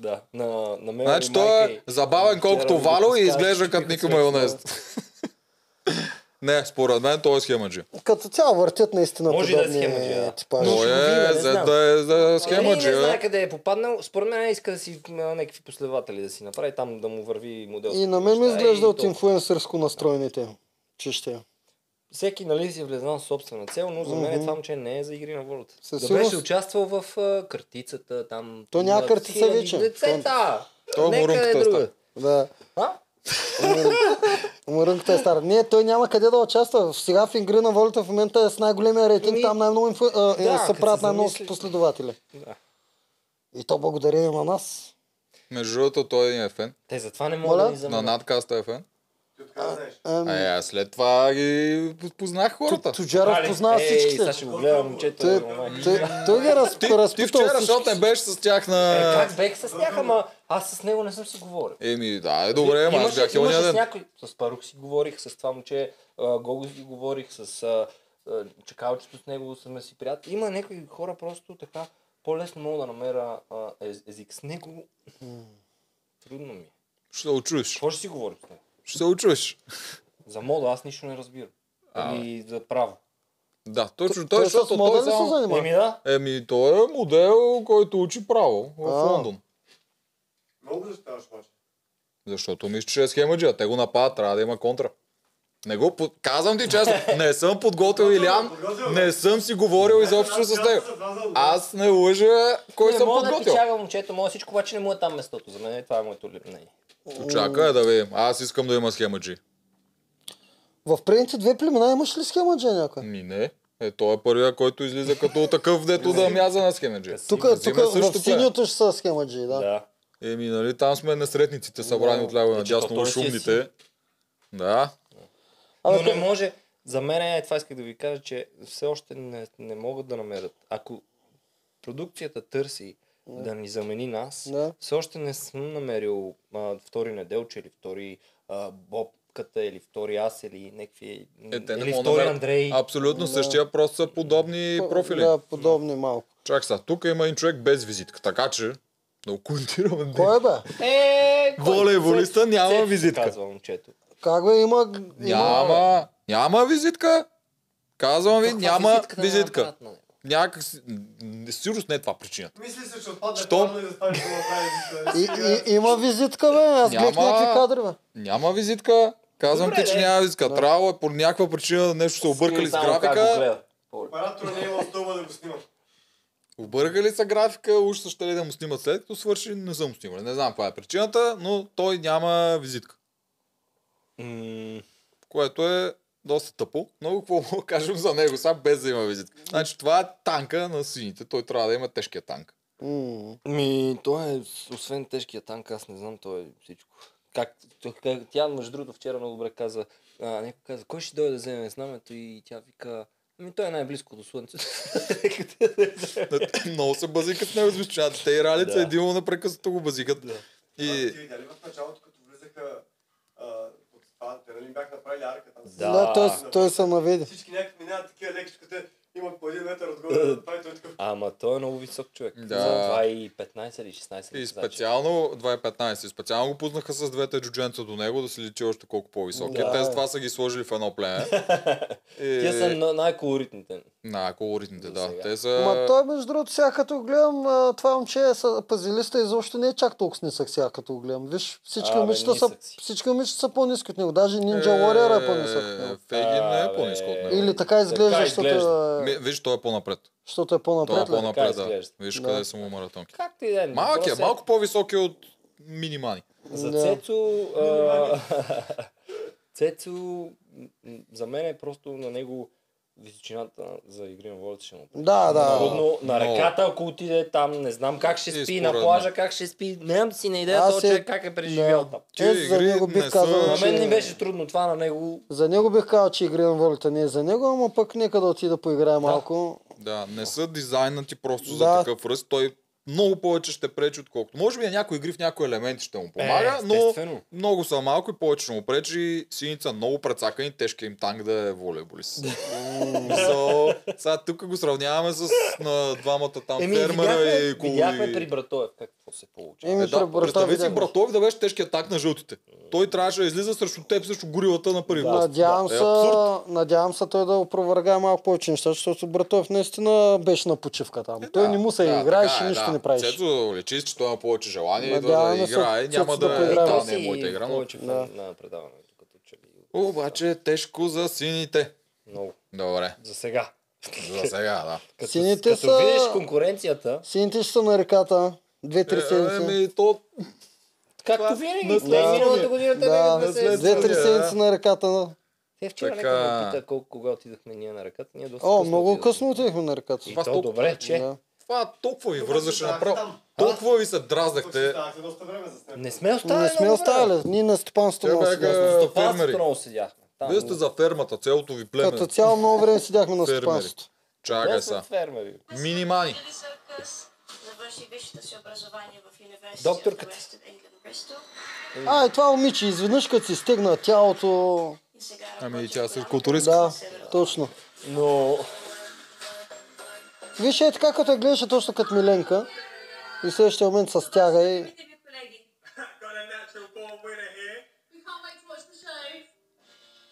Да. На, на мен
Значи
и
той
майка
е
и-
забавен колкото
Вчера ми
Вало и
представи,
изглежда
че
като
ми
Ники
харесва.
Майонез. [LAUGHS] Не, според мен той е схемаджи.
Като цяло въртят наистина
Може и да е
подобни
схема, да.
типажи.
Той е
не
за
знам.
да е за
Ами,
схемаджи.
не знае
е.
къде е попаднал. Според мен иска да си м, някакви последователи да си направи там да му върви модел.
И на
Е,
мен ми изглежда от инфуенсърско настроените. Че ще е.
Всеки нали си е влезнал в собствена цел, но за мен
Мгм.
това момче не е за игри на волята.
Със
да
сигурност.
беше участвал в а, картицата, там...
То няма
на
картица
хиляди
вече.
Децета!
То е
Нека е
мурунката
друга.
ста.
Да.
А?
Мрънката е стара. Не, той няма къде да участва. Сега в игри на волята в момента е с най-големия рейтинг,
Ами,
там най-много инфу... а, е,
да,
се
като
правят
се
най-много
замислиш.
последователи.
Да.
И то благодарение на нас.
Между другото, той е фен.
Те затова не мога
Моля?
да ни
На
заменят.
надкаста е фен. Е,
Ами,
А аз след това ги познах хората.
Туджаров
Али,
познава
Ей, сега ще
всичките.
го гледа момчето.
Той,
е, момай.
той, той ги разп...
Ти, ти
разпитал
вчера,
всички.
защото не беше с тях
Е,
на...
как бех с тях, ама аз с него не съм си говорил.
Еми, да, е добре, ама аз
Имаше-
бях и
имаше
ония
с
ден.
някой. С Парук си говорих, с това момче, а, Гого си говорих, с а, а, чакалчето с него сме си приятели. Има някои хора просто така по-лесно мога да намеря а, ез- език с него. Трудно ми. е.
Ще се очуеш.
Какво ще си говорим с него?
Ще се очуеш.
За мода аз нищо не разбирам.
А,
Или за право.
Да, точно. Той,
Той с
защото той
мода ли се
само...
занимава?
Еми да.
Еми, той е модел, който учи право в
А.
Лондон.
Много да ставаш обаче.
Защото мисля, че е схемаджи, а те го нападат, трябва да има контра. Не го под... Казвам ти честно, не съм подготвил Илян, не съм си говорил изобщо с него. Аз не лъжа кой
не
съм
мога да ти
подготвил.
чага момчето, мога всичко, обаче не му е там местото. За мен това е моето мнение.
Чакай да видим. Аз искам да има схемаджи.
В предните две племена имаш ли схема, Джей, някой?
Ми не. Е, той е първия, който излиза като такъв, дето да мяза на схемеджи.
Тук, тук в синьото ще са схемаджи, да. да.
Еми, нали, там сме несретниците, събрани от ляво и надясно,
той си е
шумните. Да.
Но не може. За мен е, това исках да ви кажа, че все още не, не могат да намерят. Ако продукцията търси
Да.
да ни замени нас,
Да.
все още не съм намерил а, втори неделче или втори а, Бобката или втори аз или някакви...
Е, те не
или
могат да
втори
намерят
Андрей.
Абсолютно
Да.
същия, просто са подобни профили.
Да, подобни малко.
Чак сега, тук има един човек без визитка, така че да го коментираме.
Кой е бе?
Е,
кой?
Волейболиста няма
Цецо
визитка.
Казва момчето.
Как бе, има...
Няма, няма визитка. Казвам ви,
Каква
няма
визитка е. да
визитка.
направят на него?
Някак си... м, Сигурно не е това причината.
Мисли се, че отпадне
Що?
плавно и да стане това
И, и, има визитка, бе. Аз гледах
Няма.
някакви кадри, бе.
Няма визитка. Казвам
Добре,
ти, че
де.
няма визитка. Трябва е по някаква причина нещо са объркали с графика.
Оператора не е имал стълба да го снимам.
Объркали са графика, уж са ще ли да му снимат след като свърши, не съм снимали. Не знам каква е причината, но той няма визитка.
М,
Което е доста тъпо. Много какво [LAUGHS] мога да кажем за него, сега без да има визитка. Значи това е танка на сините. Той трябва да има тежкия танк.
М.
Ми, той е, с- освен тежкия танк, аз не знам, той е всичко. Как, т- как, тя, между другото, вчера много добре каза, а, някой каза, кой ще дойде да вземе знамето и тя вика, ми той е най-близко до слънцето.
Много се базикат на звучат. Те и ралица
Да.
един му непрекъснато го базикат.
И...
И
Ти видя ли Е, нали в началото, като влизаха а, под стаите, нали им бяха направили арка там?
Да.
Да, той, той се наведе.
Всички някакви минават такива леки, като те имат по един метър отгоре, да прави той такъв.
Ама той е много висок човек.
Да.
За 2,15 или 16
И
каза, че-
специално 2.15. И специално го пуснаха с двете джудженца до него да си лечи още колко по-високи.
Да.
Те с това са ги сложили в едно племе. И...
[LAUGHS] Тия са на- най-колоритните.
На колоритните,
За
да.
сега.
Те
Ма
са...
той, е между другото, сега като го гледам, а, това момче е с- пазилиста изобщо не е чак толкова снисък сега като го гледам. Виж, всички
Абе,
момичета са,
нисък си.
всички момичета са по-ниски от него. Даже Ninja Warrior е по-нисък от него.
Фейгин не е
Абе.
по-ниско от него.
Или така изглежда, защото,
изглежда.
е,
Ми, Виж, той е по-напред.
защото е
Той е
по-напред. ли?
по-напред, да.
изглежда.
Виж
Да.
къде са му маратонки.
Както и да е.
Малък е,
въпросът
малко по-висок е от минимани.
За
Да.
Цецо... А... [LAUGHS] Цецо... м, м, За мен е просто на него височината за игри на волята ще му
Да, да.
Трудно, на
много.
реката, ако отиде там, не знам как ще
И
спи, на
според
плажа как ще спи, нямам си на идея
Аз
този
е-
човек как е преживял
да.
там.
Тия
Е, за
игри
него
не
бих
са-
казал,
На
На мен ни
че...
беше трудно това, на него
За него бих казал, че игри на волята не е за него, ама пък нека да отида поиграе малко.
Да, не са дизайнати просто за
Да.
такъв ръст. Той много повече ще пречи, отколкото. Може би на някои игри в някои елементи ще му помага,
е,
но
естествено.
Много са малко и повече ще му пречи. Синица много прецакани, тежкия им танк да е волейболист. Мисъл, сега тук го сравняваме с на двамата там
Еми,
фермера
видяхме,
и
видяхме при
Е,
Братоев какво се получи.
Еми,
да,
при
представи си
видяхме.
Братов да беше тежкият танк на жълтите. Той трябваше да излиза срещу теб, срещу горилата на първи пост.
Надявам,
Да,
се,
е абсурд.
надявам се той да опровергае малко повече неща, защото Братов наистина беше на почивка там. той не му се
Е, Да,
играеше,
така е,
нищо
да.
не правеше.
Цецо лечи, че той има повече желание идва да
Надяваме се,
играе.
Цецо
Няма
да
да е
поиграе.
да,
Ти
не е
си
моята игра, но...
повече фен на предаването, като че ли.
Обаче е тежко за сините.
Много.
Добре,
За сега.
за сега, да.
Като,
Сините
като
[LAUGHS] са-
видиш конкуренцията,
Сините ще са на реката. Две-три
Е,
седмици.
Еми, то
както винаги,
на
да,
следващия.
миналата година те
Да,
да, се...
следващия.
две-три
да.
седмици на реката.
Те Е, вчера
Така.
така... някой ме пита колко кога отидахме ние на ръката. Ние доста
О, много
отидохме.
късно отидехме на реката.
И
Това
то
толкова-
добре, че
Да.
Това толкова ви връзваше
Ама
направо.
там.
Толкова ви се
Тук си
дразнахте.
станахте доста време за снимка.
не сме оставили.
Не сме
много
оставили. Ние на стопанството
Те
много
бяха-
седяхме.
време.
сте
Стопанството
фермери.
много седяхме. Там.
Вие сте за фермата, цялото ви племе.
Като цяло много време седяхме на
Фермери.
стопанството.
Чакай
Ние
са.
сме фермери.
Минимани.
Елиса Къс завърши висшето си образование в University
Докторката.
of Western England, Bristol
Е. А, и това момиче, изведнъж като си стегна тялото.
и сега
Ами и
работи
тя
в
се
голяма
културистка.
Да,
Северна.
точно.
Но
Виж е така, като я гледаше точно като Миленка. И в следващия момент се стяга и...
Got a natural born winner here.
We can't wait to watch the show.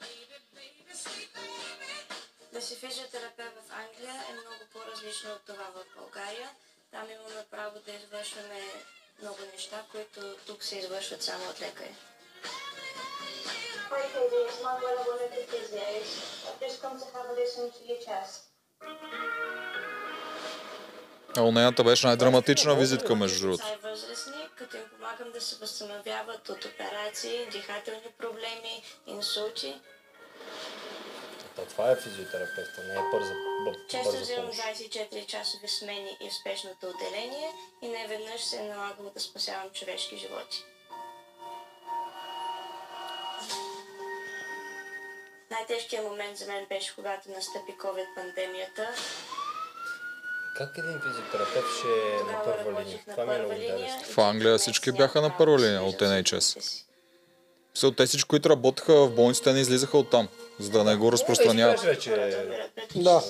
Baby, baby, sweet baby.
Да си физиотерапевт в Англия е много по-различно от това в България. Там имаме право да извършваме много неща, които тук се извършват само от лекари. Hi ladies, my brother wanted to physio. I've just come to have a listen to your chest.
А у нейната беше най-драматична е визитка, между другото.
Деца и възрастни, като им помагам да се възстановяват от операции, дихателни проблеми, инсулти.
То това е физиотерапевта, не е бърза, бър,
Често
бърза
взимам
помощ.
24 часови смени и в спешното отделение и не веднъж се е налагало да спасявам човешки животи. Най-тежкият момент за мен беше когато настъпи COVID-пандемията.
Как един физиотерапевт ще е на първа линия? Това ми е много интересно.
В Англия всички бяха на първа линия от NHS. Все те всички, които работеха в болниците, не излизаха от там, за да не го разпространяват.
Да.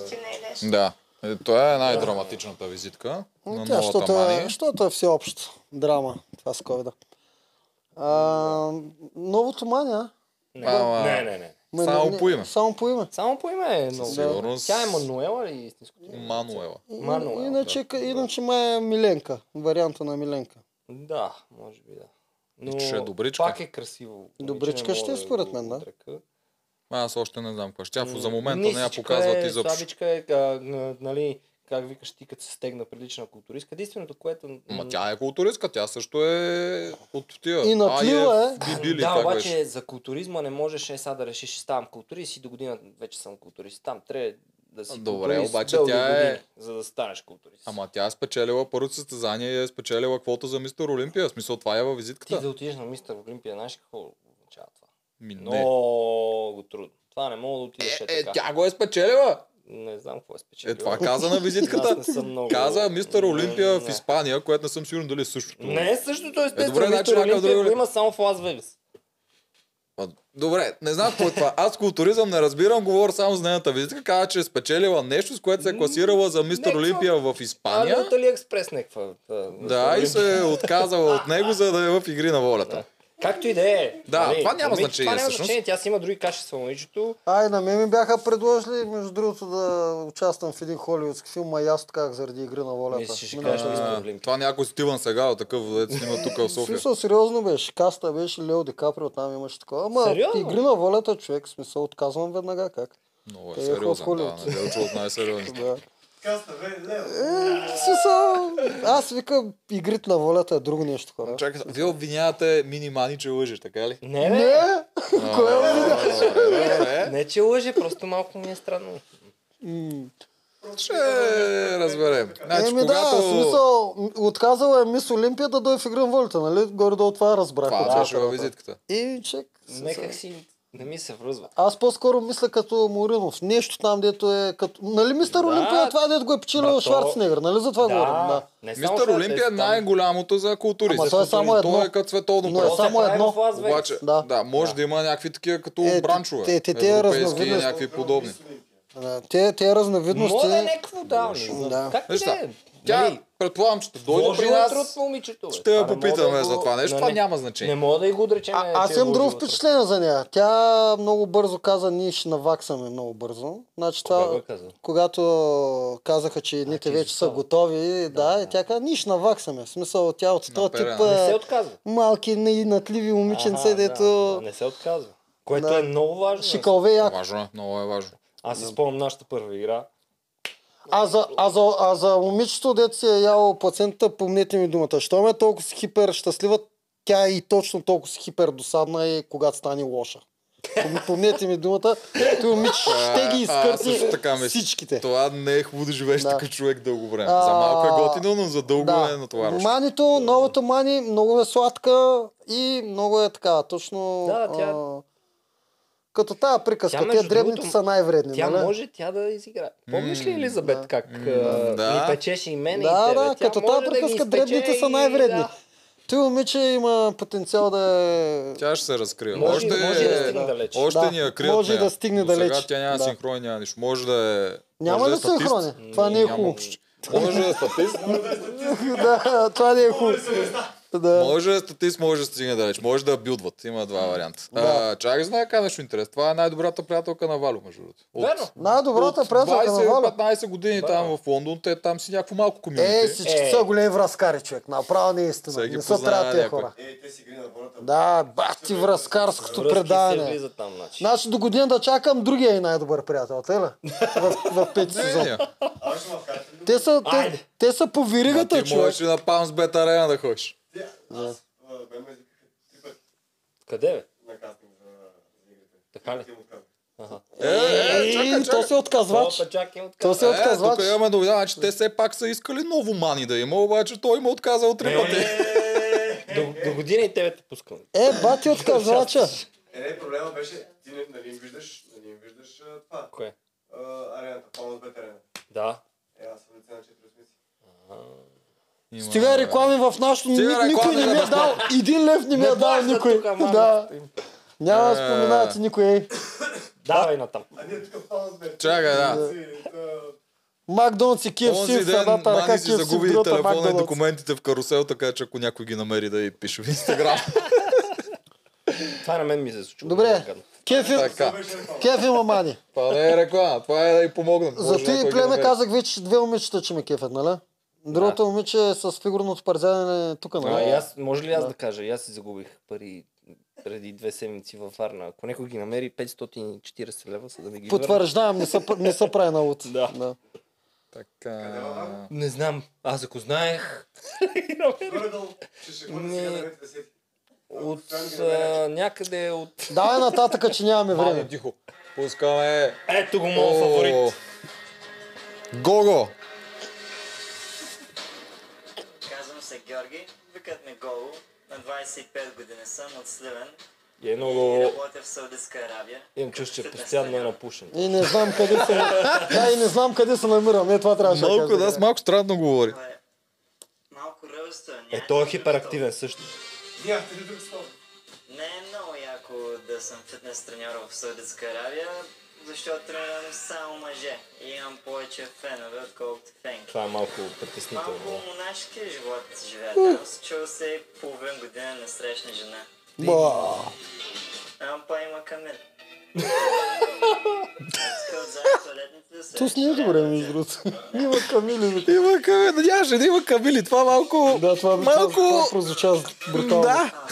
Да. Е, Това е най-драматичната визитка на
Ами
Но тя,
новата
щото, е,
мания.
щото е всеобща драма, това с ковида. А, новото мания?
Ама-
Ме-
Само
не-
по име.
Само по име.
Само по име е
Със сигурност.
Тя е Мануела ли е истинското?
Мануела.
Мануела.
Иначе, да. иначе май е Миленка, варианта на Миленка.
Да, може би да. Но
Ще е добричка.
пак е красиво. момиче,
Добричка
не мога
ще е
да
според
го
мен, да.
отрека.
Аз още не знам какво ще. Тя в- за
М,
момента не я
нисичка
показват
е,
изобщо.
Слабичка е, а, н- нали, как викаш ти, като се стегна прилична културистка. Единственото, което... м,
Ма тя е културистка, тя също е от тия.
И натлива
IFBB ли
да,
как
обаче
беше?
за културизма не можеш е сега да решиш, ще ставам културист и до година вече съм културист. Там трябва да си
Добре,
културист
обаче
дълги
тя е-
години, за да станеш културист.
Ама тя е спечелила първото състезание и е спечелила квота за мистер Олимпия. В смисъл това е във
Ти
визитката.
да отидеш на мистер Олимпия, знаеш какво означава това?
Ми, не.
Много трудно. Това не мога да отидеш е,
Е,
така.
тя го е спечелила.
Не знам какво е спечелила.
Е, това каза на визитката.
Аз не съм много...
Каза мистер Олимпия в
не.
Испания, което не съм сигурен дали е същото.
Не е същото, естествено.
добре, значи
мистер
някакъв
Олимпия
друг-
го има само в Лас Вегас.
А, Добре, не знам какво е това. Аз културизъм не разбирам, говоря само за нейната визитка. Каза, че е спечелила нещо, с което се е класирала за мистер
Не,
Олимпия в
Али
Испания.
от Алиекспрес някаква. а,
Да, и се е отказала от него, за да е в игри на волята.
Както и да е.
Да,
нали,
това няма
момиче,
значение,
Това няма
всъщност.
значение. Тя си има други каши с момичето.
Ай, на мен ами, ми бяха предложили, между другото, да участвам в един холивудски филм, а и аз така заради игри на волята. Миналата
А,
година.
Това някой Стивън сега, такъв, дето снима тук в София.
Смисъл, сериозно беше. Каста беше Лео Ди Каприо, там имаше такова. Ама
Сериозно?
игри на волята, човек, смисъл, отказвам веднага как.
Много е
Къде е
сериозен,
хубав
да,
Холивуд?
не че от най-сериозните.
Да.
Каста, бе, лево.
Е, смисъл, аз викам, игрите на волята е друго нещо, хора.
Чакай, сега, вие обвинявате мини мани, че лъжеш, така ли?
Не,
бе. Не. Кое
Е,
Не, че лъже, просто малко ми е странно.
Ще разберем. Значи,
Еми да,
когато...
в смисъл, м, отказала е мис Олимпия да дойде в игра на волята, нали? Горе-долу това разбрах.
Това
е
от
беше във
работа.
визитката.
И чек.
Нека си не ми се връзва.
Аз по-скоро мисля като Моринов. Нещо там, дето е като... Нали мистер
Да.
Олимпия е това, дето го е печелил
Брато.
Шварценегър, нали за това
Да.
говорим? Да.
Не само
Мистер
това,
Олимпия е
те са там.
най-голямото за културист.
Ама то е само едно.
То е като световно
Но е
първенство.
само едно.
Обаче, да. да, може да. има някакви такива като
Е, те-
бранчове.
те- те- те е
европейски и
разновидност.
някакви подобни.
Да, Е, Те, те разновидности...
Мода е някакво, да. не знам.
Да.
Как
Виж
не
сега,
е?
Тя, предполагам, че ще дойде при
Вложила труд
нас.
на момичето. бе.
Ще
Това
я
не мога
попитаме
да го-
за това нещо.
Не,
Това
не.
няма значение.
Не мога да и го отречем.
А, аз имам друго впечатление за нея. Тя много бързо каза, ние ще наваксаме много бързо. Значи това,
го е казала?
когато казаха, че едните вече са готови, да, и тя каза, ние ще наваксаме. В смисъл, тя от този тип е-
Напера. Не се
а,
отказва.
малки ненатливи
Аха,
момиченце,
да,
дето...
да, не се отказва. Което
Да.
е много важно.
Шикалове яко.
Важно е, много е важно.
Аз си спомням нашата първа игра.
А за, а, за, а за момичето, дето си е яло плацента, помнете ми думата. Щом е толкова си хипер щастлива, тя е и точно толкова си хипер досадна и когато стане лоша. Пом- Помнете ми думата. Той момиче ще ги
А, също
изкърти.
така мисля.
всичките.
Това не е хубаво да живееш
Да.
така човек дълго време.
А,
За малко е готино, но за дълго е натоварващо.
Манито, новата мани, много е сладка и много е така, точно...
Да, тя-
а, като тая
Тя,
приказка,
между
те дребните
другото,
са най-вредни.
Тя
нали?
може тя да изиграе. Помниш ли
М,
Елизабет как а,
да.
ми печеше и мен
Да,
и тебе?
да,
Тя
като
може
тази
да ги
приказка,
изпече
дребните са
и-
най-вредни.
да.
Той момиче има потенциал да е...
Тя ще се разкрива.
Може-
още, е-
може да стигне
далеч.
Още
Да,
ни я крият
може
нея.
да стигне
До сега
далеч.
тя няма
Да.
синхрони, няма нищо. Може да е...
Няма
може
да
е
се
статист.
хрони. Това не е
Няма
хубаво.
въобще. Може да е статист.
[LAUGHS] да, това не е хубаво. Да.
Може да е статист, може да стигне далеч. Може да билдват. Има два варианта. А, Чак знае как нещо интересно. Това е най-добрата приятелка на Валю, между другото. От-
Верно.
Най-добрата
от
приятелка на Валя.
20-15 години там в Лондон, те там си някакво малко комьюнити.
Е, всички са големи връзкари, човек. Направо не е истина.
Всеки
Не са
познава
трябва тия
някой.
хора.
Е,
Да, бах ти връзкарското
Връзки се
предаване.
влизат там, значи.
Значи до година да чакам другия и най-добър приятел, те ли? В, в пети сезон. Те са, те, те са по
Ти
веригата, човек.
Значи, можеш и на Палмс Бет Арена да ходиш.
Да.
Къде бе? Така ли?
Е, е, чакай,
то се отказва. че- То се
Е,
отказва.
тук имаме новина, значи те все пак са искали ново мани да има, обаче той им е отказал три пъти.
До, до година и тебе те пускам.
Е, бати отказвача.
Е, не, проблема беше, ти не, нали им виждаш, нали им виждаш а, това.
Кое?
А, арената, пълна бе арена.
Да.
Е, аз съм лице на 4 смиси.
Стига реклами в нашото, ни,
Стига
никой не
реклами
ми е
на
дал,
безплатно.
един лев не ми
Не
е дал
плаща
никой.
тука, мама.
Да. Няма да
Е.
споменавате никой. ей.
Давай натам.
А ние тук пълна бе.
Чакай, да.
Макдоналдс и KFC
Онзи
в
ден
едната ръка,
Мани си
KFC в
загуби
другата
телефона и
Макдоналдс.
документите в карусел, така че ако някой ги намери да й пише в
[LAUGHS]
Инстаграм.
Това на мен ми се случва.
Добре, кефи,
Така.
кефи е, мамани.
Това не е реклама, това е да й помогнем.
За
Може
ти
някой
и
ги
племе
намери.
казах вече две момичета, че ме кефят, нали? Другото момиче е с фигурното парзяне тук,
А,
нали?
и аз, може ли аз да.
Да.
кажа? И аз си загубих пари преди две седмици във Варна. Ако някой ги намери 540 лева, са да ми ги върне.
Потвърждавам, не са, не са прави на лут. Да.
Така.
Не знам. Аз ако знаех... не... От а, някъде от...
Давай нататъка, че нямаме
Мани,
време.
тихо. Пускаме.
Ето го
моят фаворит.
Гого.
Казвам се Георги, викат ме Голо. На 25 години съм от Сливен.
И е
И
много...
работя в Саудитска Арабия.
Имам чувство, че постоянно е напушен.
И не знам къде се... да, и не знам къде се намирам. Не, това трябваше да
Малко,
кажа.
да, аз малко странно говори.
Малко ръвсто е.
Е, той е хиперактивен също.
Нямате ли друг стол?
Не е много яко да съм фитнес треньор в Саудитска Арабия, защото тренирам само мъже и имам повече фенове, отколкото фенки.
Това е малко притеснително.
Малко
да.
монашки живот живея там. Чул се и половин година не срещна жена.
Ба.
Ама па има камер. Искал за туалетната да се
Тус не е добре, между другото.
[LAUGHS]
Има камили.
Има камили. Надяваше да има камили. Това малко...
Да, това, малко...
Малко-
това, това прозвуча брутално.
Да.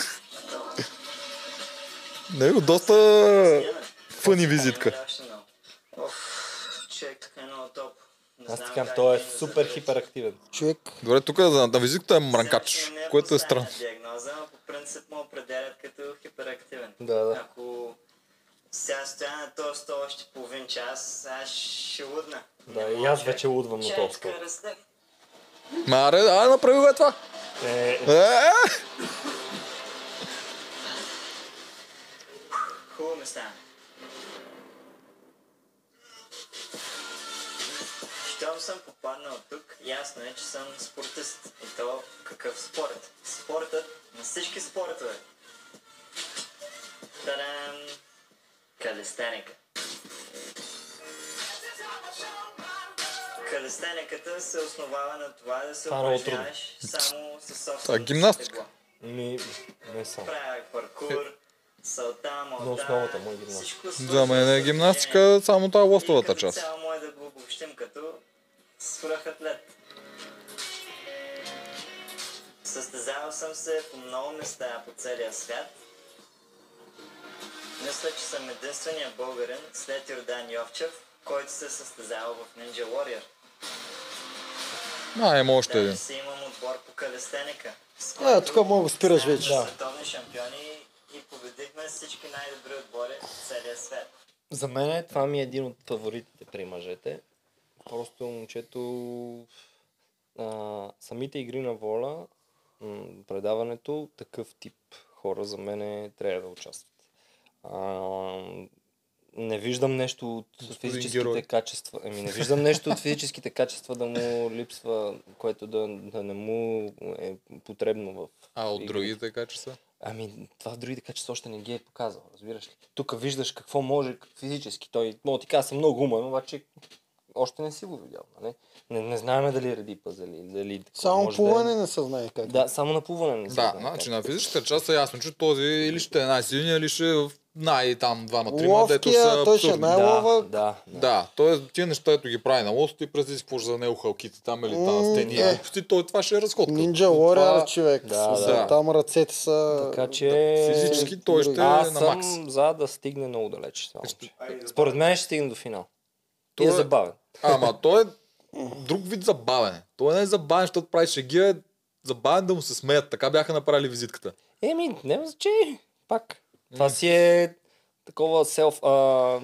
Не, доста фъни визитка.
Човек тук е много топ.
Аз ти казвам, той е супер хиперактивен.
Човек.
Добре, тук на, на визитката е мранкач,
Не е
което е странно.
поставена диагноза, но по принцип му определят като хиперактивен.
Да, да.
Ако сега стоя на този стол още половин час, аз ще лудна.
Да, и аз вече лудвам на този стол.
Чайчка расте.
Маре, а, направи го е това.
Е,
Е,
Хубаво ми стана. Щом съм попаднал тук, ясно е, че съм спортист. И то какъв спорт? Спортът на всички спортове. Тарам! Калистеника. Калистениката се основава на това да се
Това е много трудно.
упражняваш само със собственото
Това е
си
гимнастика.
тегло.
Ми, не само.
Правя паркур, салта,
На
молта,
основата му е гимнастика.
всичко
За мен е гимнастика, само тази лостовата част.
Цяло може да го обобщим като свръхатлет. Състезавал съм се по много места по целия свят. Мисля, че съм единствения българин след Йордан Йовчев, който се състезава в Ninja Warrior.
А, има още един.
Си имам отбор по калестеника. с
No,
Е, тук мога да спираш вече.
Станахме световни шампиони и победихме всички най-добри отбори в целия свят.
За мен това ми е един от фаворитите при мъжете. Просто момчето... А, самите игри на вола, м, предаването, такъв тип хора за мен трябва да участват. А, не виждам нещо от физическите
герой.
качества. Еми, не виждам нещо от физическите качества да му липсва, което да, да не му е потребно в
А от
игрите.
другите качества?
Ами, това в другите качества още не ги е показал, разбираш ли? Тук виждаш какво може физически. Той, мога да ти кажа, съм много умен, обаче още не си го видял, нали? Не, не знаем дали ради пазали, дали... такова.
Само
Може
плуване
Да,
не се знае как.
е- да, само напуване не се
Да,
знае
значи
как.
на физическата част е ясно, че този или ще е най-силният, или ще е в най-там двама-трима, дето са
Ловкия, той ще е
абсурдни.
най-ловък.
Да,
Да, т.е. тия неща, ето ги прави на лост, ти пресискваш за него халките там или там
М,
стени.
е.
Е. Ти, той, това ще е разходка.
Нинджа
Това-
Warrior, човек.
Да,
Да,
да.
Там ръцете са...
Така че...
Да, физически той ще е
Аз
на
съм
макс. Е,
за да стигне много далеч. това момче. Според мен ще стигне до финал.
Той
Той е
е-
забавен.
Ама той е друг вид забавене. Той не е забавен, защото прави шеги, а е забавен да му се смеят. Така бяха направили визитката.
Еми, няма значение. Пак. Това си е такова селф... А, нали,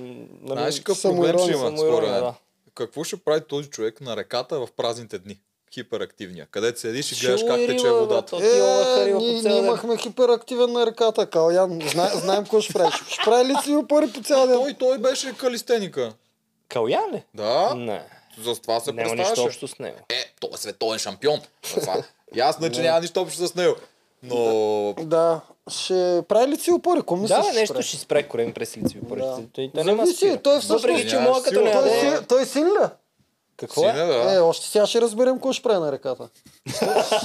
Знаеш какъв проблем ще има,
самоирония,
според мен?
да.
Какво ще прави този човек на реката в празните дни? Хиперактивния. Където седиш и
Ще
гледаш как
луирива,
тече
бе,
водата.
то
Е, ние, ние имахме хиперактивен на ръката, Калян. Зна, знаем какво ще правиш. Ще прави ли си опори по цял ден?
Той, той беше калистеника.
Калян ли?
Да.
Не.
За това се
Няма
представяше.
нищо общо с него.
Е, той е световен шампион. Това. Ясно е, че няма нищо общо с него. Но...
Да. Ще прави ли си опори? Кому
Да, нещо ще спре корем през лицеви поръчки. Той, той няма
Зависи,
спира.
той е всъщност...
Въпреки, че мога като не
той,
яде...
си, той син ли?
Какво е? Син е, да.
Е, още сега ще разберем какво ще прави на реката.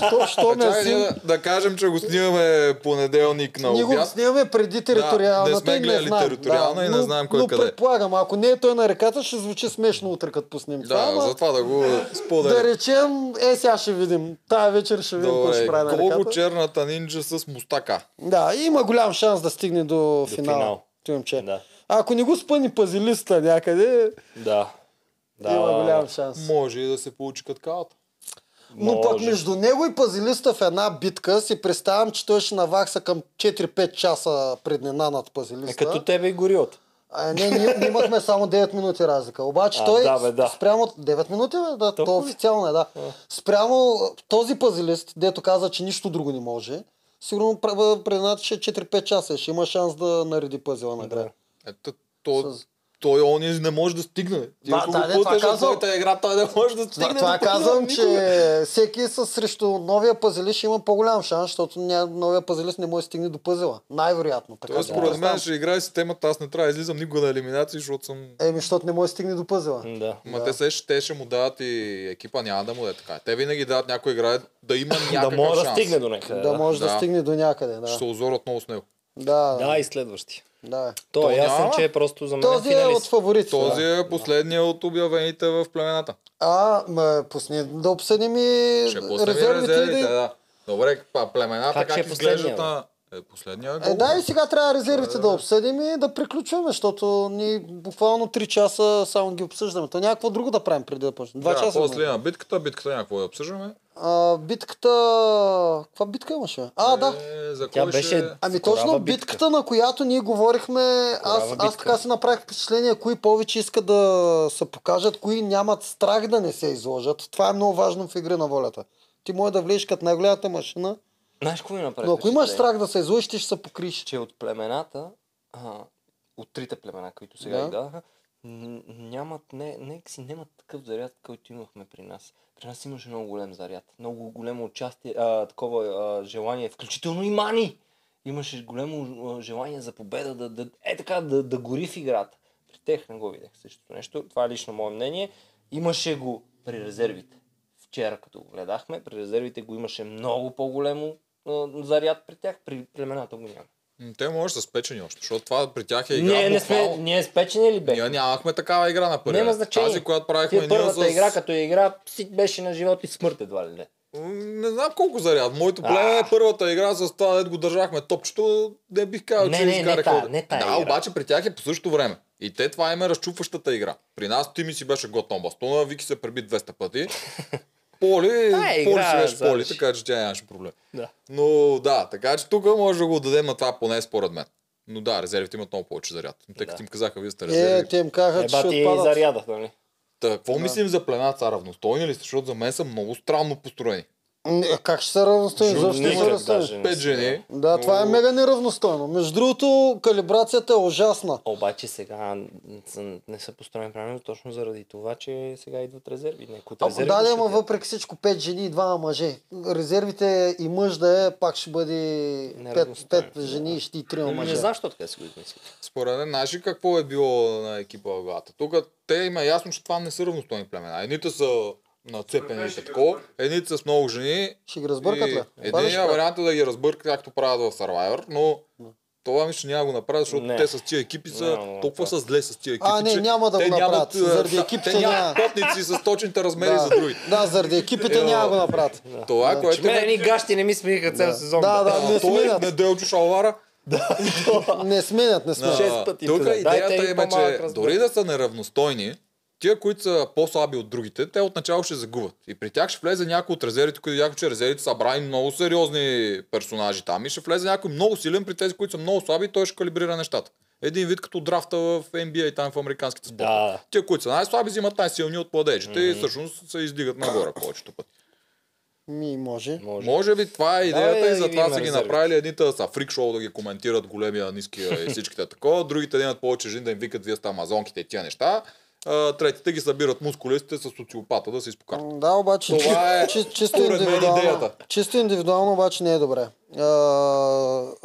Що, що не е
Чакай, ние да,
син?
да кажем, че го снимаме понеделник на
Ние го
обяд.
снимаме преди териториалната
не сме
и не
гледали
знаем.
териториална и не
но-
знаем кой
но
къде е.
предполагам, ако не е той на реката, ще звучи смешно утре, като пуснем това.
Да,
ама
затова да го споделя.
Да речем, е сега ще видим. Тая вечер ще видим какво ще нали,
Добре,
прави на
е колко
реката.
черната нинджа с мустака.
Да, има голям шанс да стигне до, финал.
финал.
Тюмче. Ако не го спъни пазилиста някъде,
Да. Да.
Има голям шанс.
Може и да се получи каткалата.
но пък между него и пазилиста в една битка си представям, че той ще навакса към 4-5 часа преднина над пазилиста.
Е, като тебе и гориот.
А, не, ние, ние имахме само 9 минути разлика. Обаче
А,
той
да, бе, да.
спрямо... 9 минути, бе, да, то официално е, да. Спрямо този пазилист, дето каза, че нищо друго не може, сигурно пр- предната ще е 4-5 часа. и Ще има шанс да нареди пазила накрая.
Ето, то, той он не може да стигне. Е, Ти
Да,
ако
да,
го
не, това
пуснеш от
казвам.
твоята игра, той не може да
Това,
стигне.
това
до пазила
казвам,
никога.
че всеки с срещу новия пазилист ще има по-голям шанс, защото ня- новия пазилист не може да стигне до пазила. Най-вероятно. Така
Тоест,
си
според
представям.
мен ще играе системата, аз не трябва да излизам никога на елиминации, защото съм...
Еми, защото не може да стигне до пазила.
Да.
Ма те се ще, те ще му дават и екипа, няма да му е така. Те винаги дават някой играец да има някакъв
може да
шанс.
стигне до някъде,
Да, може да, стигне до някъде. Да.
Ще се озорят много с него.
Да,
Да, и следващи.
Да.
То е
То
ясен,
няма.
че е просто за мен
Този е
финалист.
от фаворитите.
Този
да.
е последният от обявените в племената.
А, ма, пусни да обсъдим и
Ще пуснем и
Е, резервите. и
резервите,
да...
да. Добре, па, племената
Как
как,
ще е
изглеждат
последния,
на... Е, последния е
Е,
гол.
да, и сега трябва резервите да обсъдим и да приключваме, защото ни буквално 3 часа само ги обсъждаме. То някакво друго да правим преди да почнем. Два
да,
часа.
После
имаме.
на битката, битката някакво я обсъждаме.
А, битката... Каква битка имаше? А, да.
Е, за кой ще...
Ами точно битката, на която ние говорихме, аз, аз
битка.
така си направих впечатление, кои повече искат да се покажат, кои нямат страх да не се изложат. Това е много важно в игри на волята. Ти може да влезеш като най-голямата машина,
Знаеш какво ми направи?
но ако имаш
впечатление?
страх да се изложиш, ти ще се покриш.
Че от племената, а, от трите племена, които сега
Да.
да. ги дадаха, н- нямат, не, не, си нямат такъв заряд, който имахме при нас. При нас имаше много голям заряд, много голямо участие, а, такова а, желание, включително и мани. Имаше голямо а, желание за победа, да, да, е така, да, да гори в играта. При тях не го видях същото нещо. Това е лично мое мнение. Имаше го при резервите. Вчера, като го гледахме, при резервите го имаше много по-големо а, заряд при тях, при племената го няма.
М, Те може да са спечени още, защото това при тях е игра
Ние не
буквално.
сме, ние спечени ли бе?
Ние нямахме такава игра на първия.
Няма значение.
Тази, която правихме
Тия
ние
е първата
с-
игра, като я игра, си беше на живот и смърт едва ли не.
М, Не знам колко заряд. Моето племе е първата игра с това, дето го държахме топчето, не бих казал,
Не,
че
не,
изкарах
не тая,
хода.
не
Да,
тая игра.
обаче при тях е по същото време. И те това им е разчупващата игра. При нас ти ми си беше готон бастона, Вики се преби 200
[LAUGHS]
пъти. Поли,
Тая Е, игра,
поли си беше
знаеш.
поли, така че тя нямаше проблем.
Да.
Но да, така че тук може да го дадем на това поне според мен. Но да, резервите имат много повече заряд. Тъй като им казаха, вие сте резерви.
Е, те им казаха, че ще отпадат.
нали?
Та, какво
Да.
мислим за плената? Равностойни ли? са? Защото за мен са много странно построени.
М, е, Как ще са равностойни? Защо ще са равностойни?
Пет жени.
Да, това е мега неравностойно. Между другото, калибрацията е ужасна.
Обаче сега н- са- не са построени правилно точно заради това, че сега идват резерви. Некои от
Ако
резерви
да,
ще
ама
дадат.
въпреки всичко 5 жени и 2 мъже. Резервите и мъж да е, пак ще бъде 5,
Неравностойно,
жени и ще и 3
Ами, не
мъже.
знам
защо така си го измислят.
Според мен, знаеш ли какво е било на екипа в главата? Тук те има ясно, че това не са равностойни племена. Едните са нацепени и такова, едните са с много жени.
Ще ги разбъркат ли? Това ли ще
Единият
правят?
вариант е да ги разбъркат, както правят в Survivor, но това мисля, че няма да го направят, защото
Не.
те с тия екипи са
Няма да го
толкова са зле с тия екипи.
А, не,
че
няма да
те
го направят.
нямат, е,
Заради
да,
екипите
Те
няма.
нямат потници с точните размери
Да.
за други.
Да, заради екипите
Е,
няма го направят.
Това,
Да.
което... е-
Че мен
едни гащи не ми смеиха цял сезон,
Да, бе. да, не
той е
сменят.
Неделчо Шалвара. [LAUGHS]
Не сменят, не сменят.
Тук идеята им е, че дори да са неравностойни, тия, които са по-слаби от другите, те отначало ще загубят. И при тях ще влезе някой от резервите, които видяха, че резервите са брани много сериозни персонажи там. И ще влезе някой много силен при тези, които са много слаби, и той ще калибрира нещата. един вид като драфта в NBA и там в американските спортове. Да. Те, които са най-слаби, взимат най-силни от младежите mm-hmm. и
Мгм.
всъщност се издигат нагоре повечето пъти.
Ми, може.
Може. Може би това е идеята
Да,
да, и
и
затова
има
са ги
резерви.
направили едните да са фрик шоу да ги коментират големия, ниския и всичките такова, другите да имат повече жени да им викат вие сте амазонките и тия неща, а, третите ги събират мускулистите с социопата да се изпокарат.
Да, обаче
Това е,
чи, чи, чисто,
според мен,
индивидуално,
идеята.
чисто индивидуално обаче не е добре. А,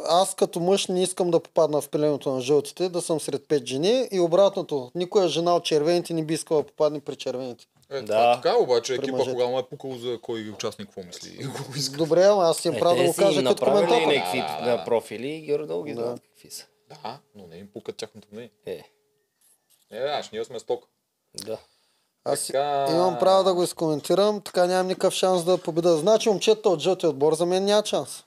аз като мъж не искам да попадна в пеленото на жълтите, да съм сред пет жени и обратното. Никоя жена от червените не би искала да попадне при червените.
Е, да. така, обаче
При
екипа
мъжете.
кога му е пукал за кой участник какво мисли. и го иска.
Добре, ама аз
Е,
им правя да го кажа като коментатор.
някакви
Да, да,
да,
да.
профили и горе-долу ги
Да.
знаят какви са.
Да, но не им пукат тяхното мнение.
Е.
Не, знаеш, ние сме стока.
Да.
Аз
така...
Имам право да го изкоментирам, така нямам никакъв шанс да победа. Значи момчета от жълтия отбор за мен няма шанс.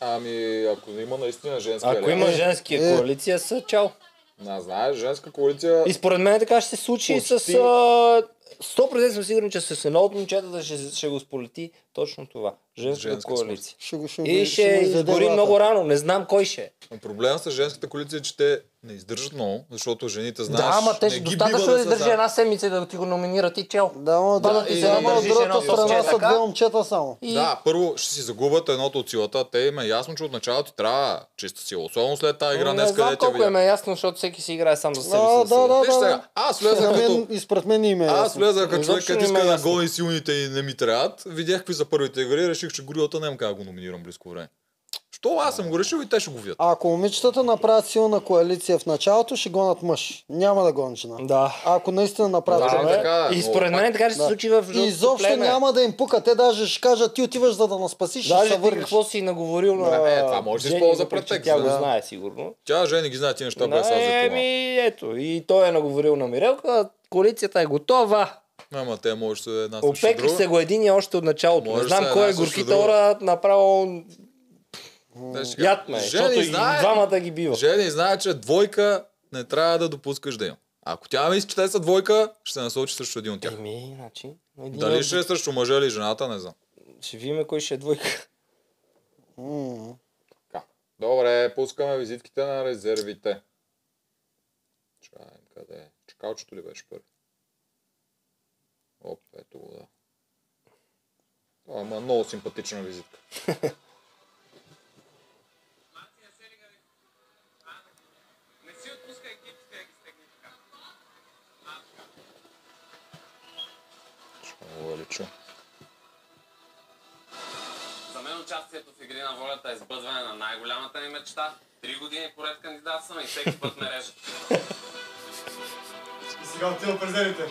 Ами, ако има наистина женска
Ако има
Е.
женския коалиция, са чао.
Не, знаеш, женска коалиция...
И според мен така ще се случи
Почти.
с... А... 100% съм сигурен, че с едно от момчетата ще, ще го сполети точно това. Женската
Женска
коалиция.
Ще го, ще
И ще изгори много рано. Не знам кой ще е.
Проблема с женската коалиция е, че те не издържат много, защото жените знаеш...
да, ама те
не
ще
ги
достатъчно
бива
да
да се
издържи
знае.
една седмица и да ти го номинират и чел.
Да, ама
да,
и-
ти се
да,
Ама от
държиш едно
другата страна
досче,
са
така.
две момчета само.
И-
Да, първо ще си загубят едното от силата. Те им е ясно, че от началото ти трябва чиста сила. Особено след тази игра
не
днес,
знам
където
колко им е ясно, защото всеки си играе сам за себе си. сега.
Виж сега, аз влезах
На мен-
като...
И според мен име. е
Аз влезах като човек, който
е
иска да гони силните и не ми трябват. Видях какви са първите игри и реших, че горилата няма как да го номинирам близко време. Що аз съм го решил и те ще го видят.
А ако момичетата направят силна коалиция в началото, ще гонат мъж. Няма да гонят жена.
Да.
Ако наистина направят
Да,
силна.
бе. Така е, И но- според мен така ще се случи в
И
жълтото
изобщо
племе.
няма да им пука. Те даже ще кажат, ти отиваш за да нас спасиш, ще
Даже
се
ти
върнеш.
какво си наговорил на...
Да, е, това може да се
Жени,
използва
въпреки че
претекст.
Тя
да.
го знае сигурно.
Тя жени ги знае тия неща, без аз
Да,
за е това.
Еми, ето. И той е наговорил на Мирелка. Коалицията е готова.
Ама те може да са една срещу
Опекли
друга.
се го един и още от началото.
Може
Не
да
знам
са
кой е
една срещу
горките
друга.
ора, направо
Те Е, ще кажат,
яд ме. е, Защото и двамата ги бива.
Жени знае, че двойка не трябва да допускаш да има. Ако тя мисли, че те са двойка, ще се насочи срещу един от тях.
Еми, значи, един
Дали
от-
ще е срещу мъжа или жената, не знам.
Ще видим кой ще е двойка.
Добре, пускаме визитките на резервите. Чаем къде е. Чакалчето ли беше първи? Оп, ето го да. Това има много симпатична
[LAUGHS]
визитка.
Не си отпускай екипите, да ги стегни така. А, така.
Увеличу.
За мен участието в Игри на волята е сбъдване на най-голямата ми мечта. Три години поред кандидат съм и всеки път ме режат.
И сега отивам през зените.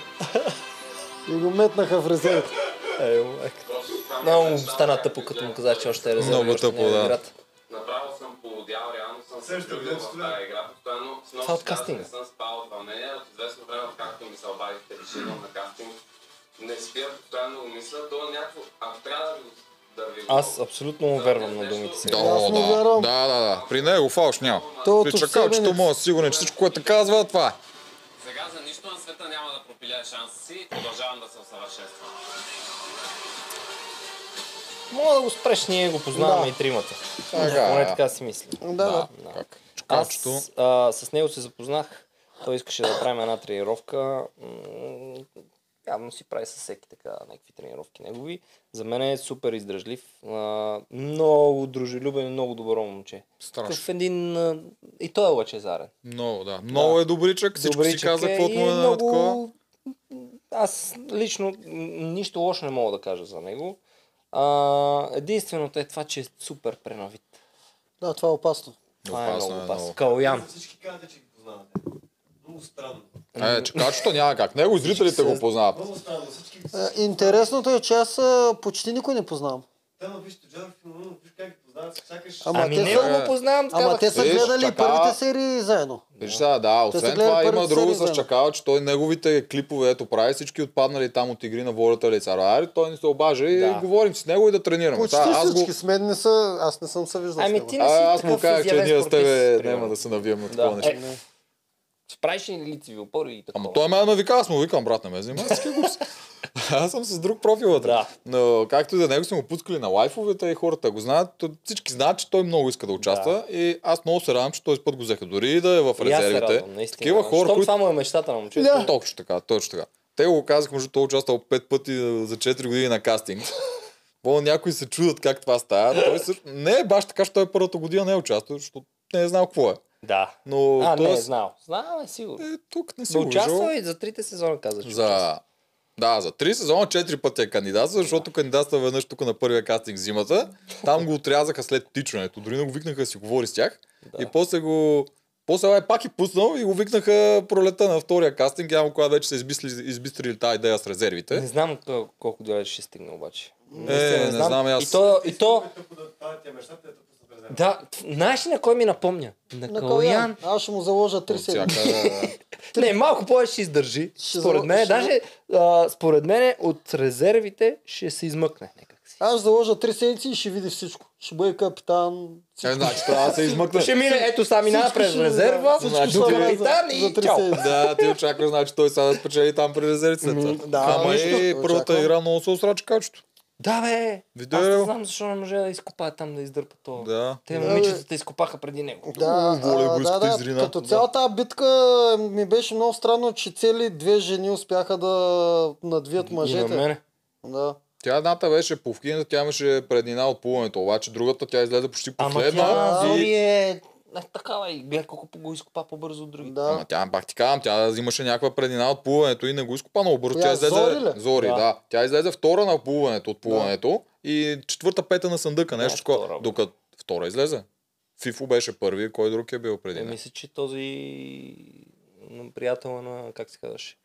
И го метнаха в резерв.
Е, майка. Много му стана тъпо, като му каза, че още е резерв.
Много
и още
тъпо,
не е
да.
играта.
Направо съм полудял, реално съм се
Сещам,
влюбил
да,
в
че
тази игра. Постоянно с
Това
много
от кастинга.
не съм спал от вълнение. От известно време, както ми се обадихте, че идвам на кастинг, не спя, постоянно го мисля. То някакво, ако трябва да ви го да ви го...
Аз абсолютно му вярвам на думите си.
Да, да, да, да, да. При него фалш няма.
То
При
от
чакалчето
Севенец.
му е сигурен, че всичко, което казва, това е.
Сега за нищо на света няма да пропиля шанса си и продължавам да съм съвършенстван.
Мога да го спреш, ние го познаваме
Да.
и тримата.
Така,
Поне
да.
така си мисля.
Да, да.
Как?
Аз а, с него се запознах. Той искаше да правим една тренировка. М, Явно си прави със всеки така някакви тренировки негови. За мен е супер издръжлив. А, много дружелюбен и много добро момче.
Страшно.
Такъв един... а, И той е лъчезарен.
Много, да. Много е добричък, всичко си
Добричък
каза,
е
каквото
и
му е на такова.
Аз лично м, нищо лошо не мога да кажа за него. А, единственото е това, че е супер пренавит.
Да, това е опасно.
Това е
Опасно
много
е,
опасно.
много.
Калоян.
Всички казвате, че ги познавате. Много странно.
Ами-
Е, чакалчето няма как. Него и зрителите го познават.
Много странно. Всички
Е, Интересното е, че аз а, почти никой не познавам.
те на вижте Джаров и Мамунов, виж как ги познават, чакаш...
Ама те
не
са,
го познавам,
ама
казах.
те са
Виж,
гледали
така-
първите серии заедно.
Виж сега, да,
Те са
освен
гледали
това има
първата
друго
серия
с
заедно.
Чакала, че той неговите клипове, ето прави всички отпаднали там от игри на волята лица. Ари, той не се обажа и
Да.
Е, говорим си с него и да тренираме.
Почти
Сега, аз
всички
го...
с мен не са, аз Е, не съм се виждал
Ами
с него.
а, аз му казах, че ние с тебе няма да се навием на такова
Да.
нещо.
Е, Справиш ли лицеви опори и такова?
е Ама той ме ме вика, аз му викам, брат, не ме занимай. [LAUGHS] Аз съм с друг профил вътре. Да. Но както и да него сме го пускали на лайфовете и хората го знаят. то- Всички знаят, че той много иска да участва и аз много се радвам, че този път го взеха. Дори и да е в
И аз се
резервите.
радвам, наистина.
Такива хора,
Щом
които...
само е мечтата на момчето.
Да. Точно така, точно така. Те го казаха, между той е участвал пет пъти а, за 4 години на кастинг. О, някои се чудят как това става. Той също... Не е баш така, че той първата година не е участвал, защото не е знал какво е.
Да.
Но
А, не е
тоест,
знал. Знал е сигурно.
Е, тук не
си
си
да
го
участва
виждал.
и за трите сезона каза, че
За... Да, за три сезона четири пъти е кандидат, защото кандидатства веднъж тук на първия кастинг зимата. Там го отрязаха след тичането. Дори не го викнаха да си говори с тях. И после го... После ай, пак е пуснал и го викнаха пролета на втория кастинг. Явно кога вече са избистрили, избистрили тази идея с резервите.
Не знам кол- колко далеч ще стигне обаче.
Е,
Наистина
не знам и аз.
И то, и то,
Тия неща, те
да, т- знаеш ли на кой ми напомня? На,
На
Калоян.
Калян. Аз ще му заложа 3 седмици.
Не, малко повече ще издържи.
Ще
според
зал-
мен,
ще-
даже а, според мен от резервите ще се измъкне.
[LAUGHS] Аз ще заложа 3 седмици и ще види всичко. Ще бъде капитан.
Е, значи трябва да се измъкне.
Ще мине, ето сега минава
Всичко
през
ще- да,
резерва,
всичко
Значи
ще стане
ти,
за-
капитан и
за три
чао.
седмици.
да, ти очакваш, значи той сега да спечели там при резервите.
Ами,
да,
Ама
нищо.
и първата
Очаквам.
игра много се осрача качето.
Да, бе.
Видео. е.
Аз не знам защо не може да изкопаят там да издърпат това.
Да.
Те
Да,
момичетата изкопаха преди него.
Да,
Оле,
а,
го
да,
иска
да,
изрина.
като
Да.
цялата битка ми беше много странно, че цели две жени успяха да надвият мъжете. Да.
Тя едната беше повкината, тя имаше преднина от плуването, обаче другата тя излезе почти
Ама
последна.
тя
и-
Зори е е такава и гледай колко го изкопа по-бързо от другите.
Ама тя, пак ти казвам, тя взимаше някаква преднина от плуването и не го изкопа много бързо.
Коя,
Тя излезе,
Зори ли?
Зори,
Да.
да. Тя излезе втора на плуването от плуването и четвърта, пета на съндъка, нещо такова. Докато втора излезе. Фифо беше първи, кой друг е бил преди?
Е,
нея?
мисля, че този м, приятел на, как се казваше?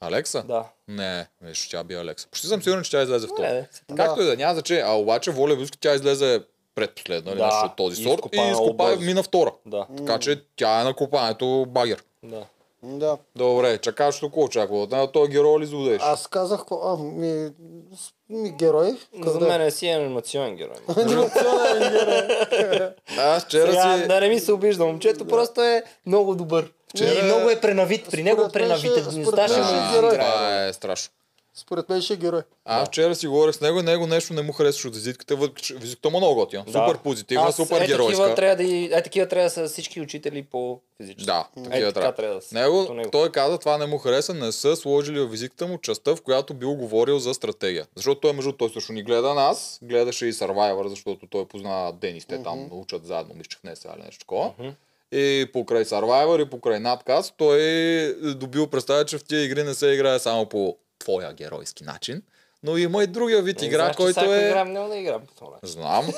Алекса?
Да.
Не, виж, тя би Алекса. Почти съм сигурен, че тя излезе втора.
Добре,
Да. Както и да, е. няма значение. А обаче Воля Вилска тя излезе предпоследна, да.
Да,
Нали, нещо от този
и
сорт
изкопа
и
много
изкопа
бързо.
мина втора.
Да.
Така че тя е на копанието багер.
Да.
Да.
Добре, чакаш тук, очаква. От нея той герой ли злодеш?
Аз казах, а, ми, с- ми герой.
За
къде?
мен е си е анимационен герой.
[LAUGHS] Анимационен герой.
Аз вчера
Сега,
си...
Да не ми се обижда, момчето просто е много добър.
Вчера-
И много е пренавит. При него
мен ще-
пренавитността ще
според мен
му
ще е герой.
Това е страшно.
Според мен ще е герой.
Аз вчера си говорих с него, него нещо не му харесваше от визитката, въпреки че визитката му е много готина. Супер позитивна,
Аз-
супер
е,
геройска.
Такива трябва да, и- е, такива трябва да са всички учители по физически.
Да,
е,
такива
така трябва. да са.
Него, Той каза, това не му хареса, не са сложили в визитката му частта, в която бил говорил за стратегия. Защото той, между другото, той също ни гледа нас, гледаше и Survivor, защото той познава Денис, те там
Мгм.
научат заедно, мисля, че в НСА или нещо такова.
Е,
И покрай Survivor и покрай надказ, той е добил представя, че в тия игри не се играе само по твоя геройски начин, но има и другия вид
Е,
игра,
знаеш, че
който
всяко
е...
игра няма да играм по това.
Знам,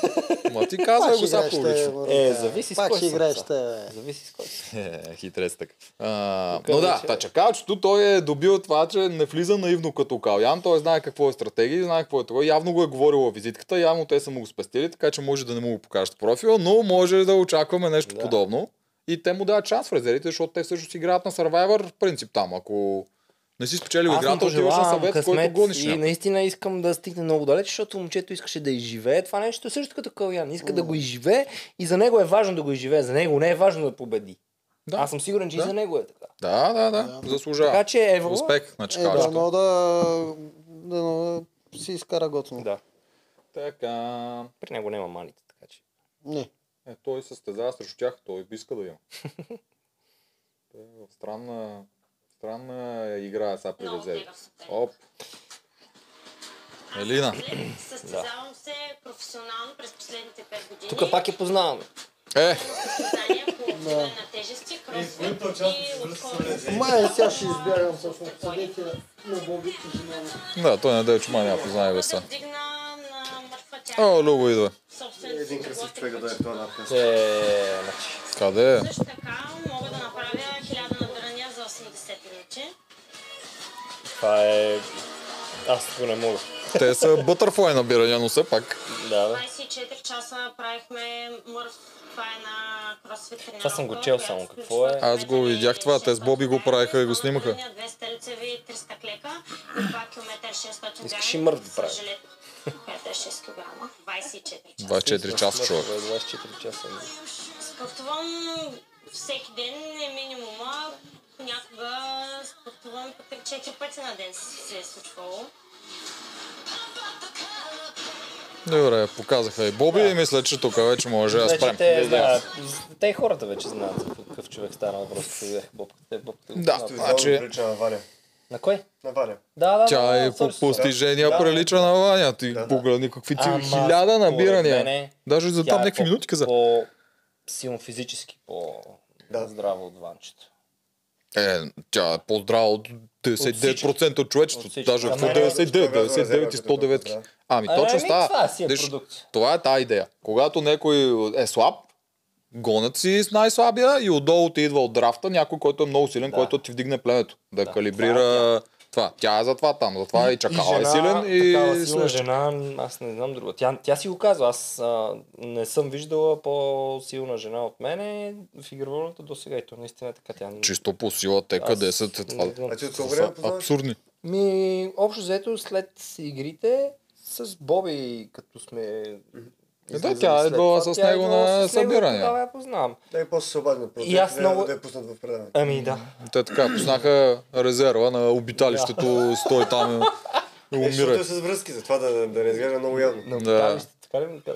ма ти казвай
Пак
го сега
играеш, те,
публично.
бе,
Е,
да.
зависи с
Пак
кой
ще
съм,
играеш,
са.
те, бе.
Зависи с кой си.
Е, [LAUGHS] Хитрец така. А,
Тук
но да,
вече-
та чакалчето той е добил това, че не влиза наивно като Калян. Той знае какво е стратегия, знае какво е това. Явно го е говорила визитката, явно те са му го спестили, така че може да не му го покажат в профила, но може да очакваме нещо подобно. И те му дават шанс в резервите, защото те всъщност играят на Survivor принцип там. Ако не си спечелил
Аз му
Е, играта, отиваш на
пожелавам
съвет, който
късмет
гониш. нали?
И
някой.
наистина искам да стигне много далеч, защото момчето искаше да изживее това нещо, е също като Калян. Иска да го изживее и за него е важно да го изживее. За него не е важно да победи.
Да.
Аз съм сигурен, че и
Да.
за него е така.
Да, да, да, заслужава.
Така че, Ево-
Успех на
Е,
чакалчето.
дано да, дано да си изкара готино.
Да.
Така.
При него няма маните, така че.
Не.
Е, той състезава срещу тях, той би иска да [LAUGHS] има. Та, странна, странна игра е сега при резерви. Оп. Елина.
Състезавам се професионално през последните 5 години.
Тук пак я познаваме.
Е.
Състезания по вдигане на тежести, кросфит и отходи.
Май, е, сега ще избягам всъщност. Седете на бобите жена.
Да, той не дай чума, няма познае веса.
Вдигна на мъртва тя
О, Любо идва.
собствената си глава.
човек да е това надказ.
Е, значи.
Къде е?
Също така мога да направя 1000 набирания за 80 минути.
Това е... Аз го не мога.
Те са бътърфлай набирания, но все пак.
Да,
24 часа правихме мъртв. Това е на кросфит тренировка.
Това съм го чел само, какво е? Аз го видях това, те с Боби го правиха и го снимаха.
200 лицеви 300 клека и 2 км 600
Искаш и
грами
мъртв да
с
правиш.
жилет, която е 6 кг. 24 часа.
24 часа човек.
24 часа.
Спортувам всеки ден е минимума
Понякога спортувам по 3-4 пъти на ден се е случвало.
Добре, показаха и Боби и мисля, че тук вече може да
Вече
спрем.
те, знаят, те и хората вече знаят за какъв човек стана въпрос, е като видях бобката. бобката го
Да,
познават.
значи-
Прилича на Ваня.
На кой?
На Ваня.
Да, да, да,
Тя
да,
е по
sorry, sorry.
постижения
Да.
прилича на Ваня. Ти погледни какви
Ама,
цифри. Хиляда
според
набирания.
мене,
Даже за
тя
там
е
някакви
по-
минути каза.
По силно физически, по да. здраво от ванчето.
Е, тя е по-здрава от 99% от, човечеството.
всички.
даже
Ама
от
не, не,
99,
не, не,
99 и 109. Ами
Ами,
точно
ами, това
става.
си е
Виж,
продукт.
Това е тази идея. Когато някой е слаб, гонят си с най-слабия и отдолу ти идва от драфта някой, който е много силен, който ти вдигне племето. Да, калибрира това. Тя е затова там, затова и чакала е силен и
такава силна
слънчев.
жена, аз не знам друга. Тя, тя си го казва, аз а, не съм виждала по-силна жена от мене в игроволната до сега и то наистина е така. Тя не-
Чисто по сила, те
Аз
къде са, те това
не знам. А ти от колко
са
време познаваш?
абсурдни.
Ми, общо взето след игрите с Боби, като сме...
Е, да, тя е била с него на събирания.
Да, я познавам.
Да, и после се обади на
И аз много...
Да я пуснат в предаване.
Ами да.
Те така познаха резерва на обиталището, стой там
[LAUGHS]
и
Е, защото е
умира.
с връзки, затова да, да не изглежда много явно.
Да.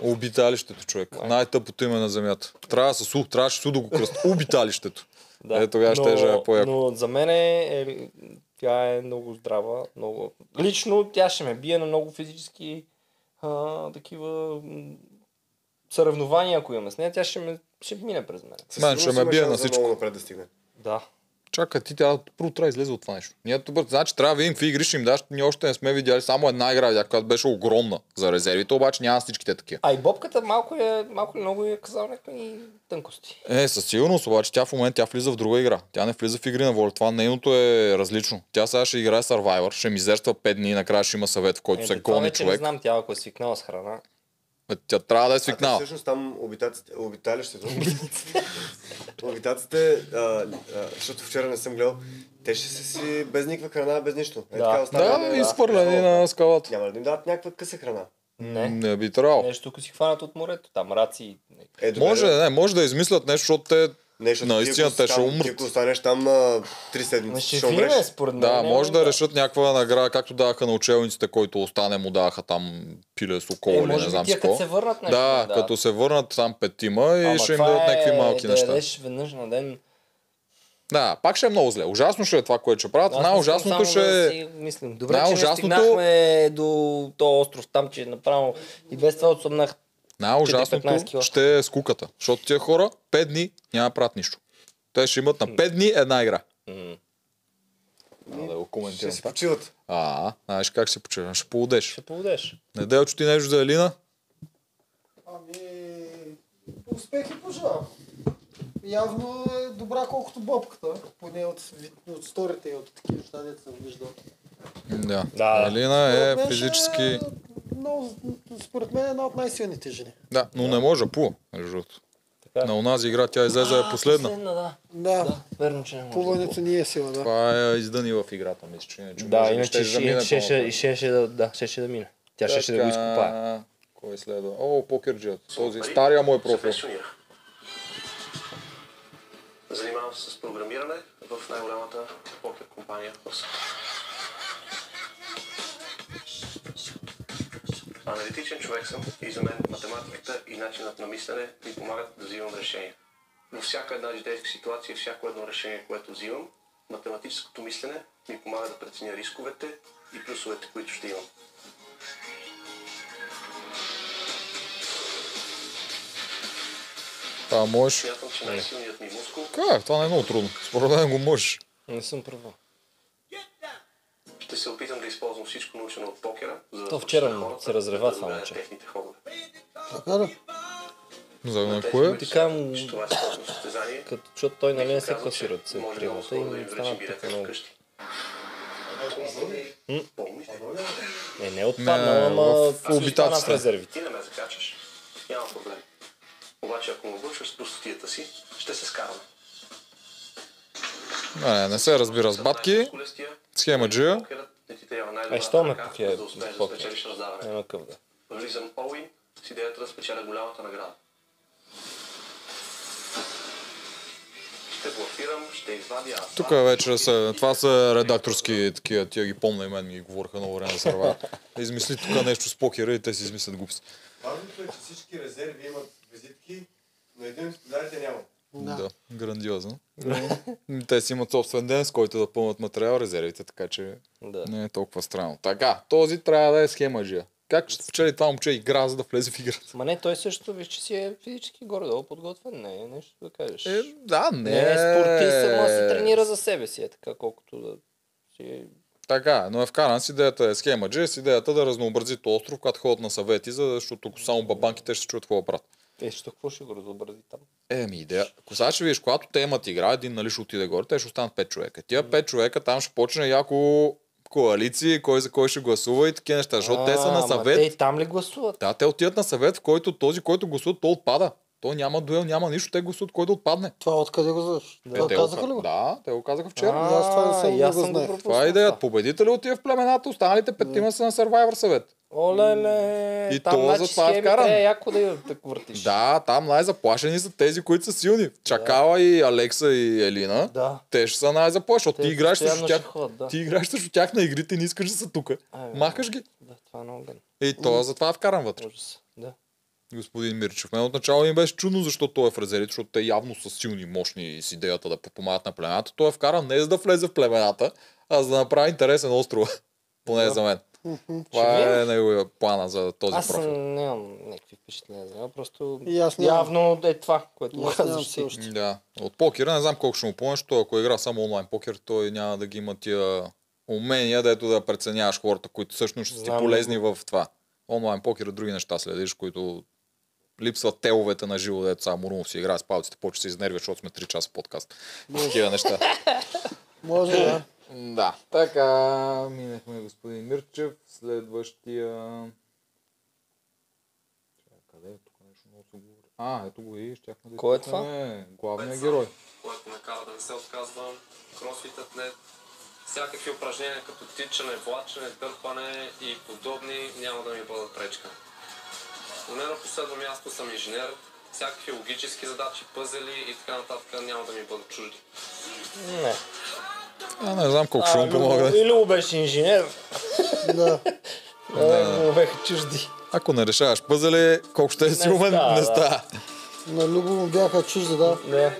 Обиталището, човек. Най-тъпото име на земята. Трябва с У, трябваше с У да го кръста. Обиталището.
Да.
Е, тогава ще е по-яко.
Но за мен е, тя е много здрава. Много... Лично тя ще ме бие на много физически а, такива м, съревнования, ако имаме с нея. Тя ще, ме, ще мине през мен.
Мен ще ме бие на всичко.
да стигне.
Да.
Чакай, ти тя първо трябва да излезе от това нещо. Ние добър, значи трябва да видим какви игри ще им даш. Ние още не сме видяли само една игра, видях, която беше огромна за резервите, обаче няма всичките такива.
А и бобката малко, е, малко ли много е казал някакви тънкости.
Е, със сигурност, обаче тя в момента тя влиза в друга игра. Тя не влиза в игри на воля. Това нейното е различно. Тя сега ще играе Survivor, ще мизерства 5 дни, накрая ще има съвет, в който се
Е, това
гони
вече не
човек.
знам тя, ако е свикнала с храна.
Е, Тя трябва да е
А, те
свикнала.
всъщност там обитаците, обиталището. [LAUGHS] обитаците, а, а, защото вчера не съм гледал, те ще са си без никаква храна, без нищо. Е,
Да.
така, Е, оставя
Да,
на-
изхвърлени на скалата.
Няма ли да им дават някаква къса храна.
Не.
Не би трябвало.
Нещо, ако си хванат от морето, там раци. нали.
Е, добре,
Може,
да.
не, може да измислят нещо, защото те
Нещо,
наистина те е, ще умрат.
Ако останеш там а, три
Ами
седмици, ще умреш.
Да, може да, решат някаква награда, както даваха на учебниците, който остане, му даваха там пиле с около
Е,
или
може
не
би
знам
тия
си какво.
като се върнат нещо
да,
им дават.
като се върнат там петима и
Ама
ще им
това
дадат някакви
е
малки
да
неща.
Ядеш веднъж на ден.
Да, пак ще е много зле. Ужасно ще е това, което ще правят.
Аз искам
Най-ужасното
само
ще
Да
е...
си мислим. Добре, че не
най-ужасното-
стигнахме до този остров там, че е направо и без това отсъмнах.
Най-ужасното
4-15 кила.
ще е скуката. Защото тия хора 5 дни няма да правят нищо. Те ще имат на 5 дни една игра. Да го коментирам.
Ще си почиват.
А, знаеш как се почивам? Ще полудеш. Ще
полудеш.
Неделчо ти нещо за Елина?
Ами, успех и пожелавам. Явно е добра колкото бобката, поне от, ви- от сторите и от такива неща, дето съм виждал.
Да.
да.
Елина
Според мен
е
ще-
физически...
Но, според мен е една от най-силните жени.
Да, но не може да плува, между другото. На онази игра тя излезе е последна.
да.
Да. да.
Верно, че не
може да
Плуването ни е сила, да.
Това е издъни в играта, мисля, че иначе
Да,
може би
иначе
ще
ще,
замине
ще, ще,
по-напред.
ще, ще, да, да, ще, ще да мине. Тя ще, ще да
Така,
го изкопае.
Кой следва? О, покерджият. Този стария мой профил.
Пенсионирах. Занимавам се с програмиране в най-голямата покер компания в света. Аналитичен човек съм и за мен математиката и начинът на мислене ми помагат да взимам решения. Но всяка една житейска ситуация, всяко едно решение, което взимам, математическото мислене ми помага да преценя рисковете и плюсовете, които ще имам.
Това можеш.
Смятам, че най-силният ми мускул
Как? Това не е много трудно. Според мен го можеш.
Не съм права.
Ще се опитам да използвам всичко научено от покера, за да
То вчера
прочета
ми
хората,
се разрева това
знаят
момче.
техните ходове.
Така да.
За на
кое?
Така му...
Това е спортно състезание.
Като, защото той нали не се
Казвам, че
класира от се
може много
приемата и
скоро да им
му стана
връчим
така
билета
много.
вкъщи.
М?
Помниш?
Не, не е отпаднал, ама
в
си остана в
обитацията.
резерви.
Ти не ме закачаш. Няма проблем. Обаче, ако му вършваш с простотията си, ще се скараме.
Не, не се разбира с батки. Схема джия.
Не ти трябва
Е, що ме
най-добрата ръка,
покрие
за да успееш да
покер?
спечелиш раздаването.
Няма къв да. е.
Влизам Оуин с идеята да спечеля голямата награда. ще блокирам, ще извадя аз.
Тук вече са, това са редакторски такива, тия ги помня и мен ги говориха много време на сърва. Да измисли тук нещо с покера и те си измислят глупости.
Важното е, че всички резерви имат визитки, но един от господарите няма.
Да. грандиозно. те си имат собствен ден, с който да пълнат материал, резервите, така че
да.
не е толкова странно. Така, този трябва да е схема жия. Как ще спечели това момче игра, за да влезе в играта?
Ма не, той също виж, че си е физически горе-долу подготвен. Не е нещо да кажеш. Е,
да, не
не е спортист,
е.
ама се тренира за себе си, е така, колкото да си е
Така, но е вкаран с идеята е схема G, с идеята да разнообрази този остров, когато ходят на съвети, за- защото ако само бабанките ще чуят какво правят.
Е, що какво ще го разобрази там?
Еми, идея. Ако сега ще видиш, когато те имат игра, един нали ще отиде горе, те ще останат 5 човека. Тия 5 човека там ще почне яко коалиции, кой за кой ще гласува и такива неща, защото те са
А,
на
ма
съвет.
Те и там ли гласуват?
Да, те отиват на съвет, в който този, който гласува, то отпада. То няма дуел, няма нищо, те гласуват кой да отпадне. Е,
Това откъде го знаеш?
Това
казаха ли
го? Да, те го казаха вчера.
А, аз това не съм- и аз не го съм го знаех. пропуснал
Това е идеята. Победителят отива в племената, останалите петима са на Survivor съвет.
Оле-ле,
И
там
то
значи
за това е
схеми
вкаран.
Трябва яко да я так въртиш.
Да, там най-заплашени са тези, които са силни. Чакала и Алекса и Елина.
Да.
Те ще са най-заплашени, защото ти играеш срещу
постоянно ще
тях.
ходят, да.
Ти играеш срещу тях на игрите и не искаш да са тук.
Ай,
Махаш ги.
Да, това е много гадно.
И то затова е вкаран вътре.
Да.
Господин Мирчев. Мен отначало им беше чудно защо той е в резервите, защото те явно са силни и мощни с идеята да подпомагат на племената. Той е вкаран не за да влезе в племената, а за да направи интересен остров. [LAUGHS] Поне за мен.
Ще
Това е
видим.
неговия плана за този
Аз
профил.
нямам някакви впечатления за него, просто
И аз нямам.
явно е това, което
И
го [LAUGHS]
аз нямам
казваш
все
ти.
още.
Да. От покера не знам колко ще му помнеш, защото ако игра само онлайн покер, той няма да ги има тия умения, дето да преценяваш хората, които всъщност ще си
Знам
полезни в това. Онлайн покер и други неща следиш, които липсват теловете на живо, дето само Мурумов си играе с палците, почва се изнервя, защото сме 3 часа подкаст. Такива неща.
Може да.
Да. Така, минахме господин Мирчев. Следващия... Чакай, Къде е тук нещо много се говори? А, ето го и щяхме да
Кой е
изпуснем, е, Главният герой.
което ме кара да не се отказвам. Кросфит атлет, всякакви упражнения като тичане, влачене, дърпане и подобни няма да ми бъдат пречка. Но не на последно място съм инженер, всякакви логически задачи, пъзели и така нататък няма да ми бъдат чужди.
Не.
А, не знам колко шумка
Любо-
мога да...
И Любо беше инженер.
Да.
Да.
Му бяха чужди.
Ако не решаваш пъзели, колко ще е силен,
става,
не
да.
става.
На Любо му бяха чужди, да.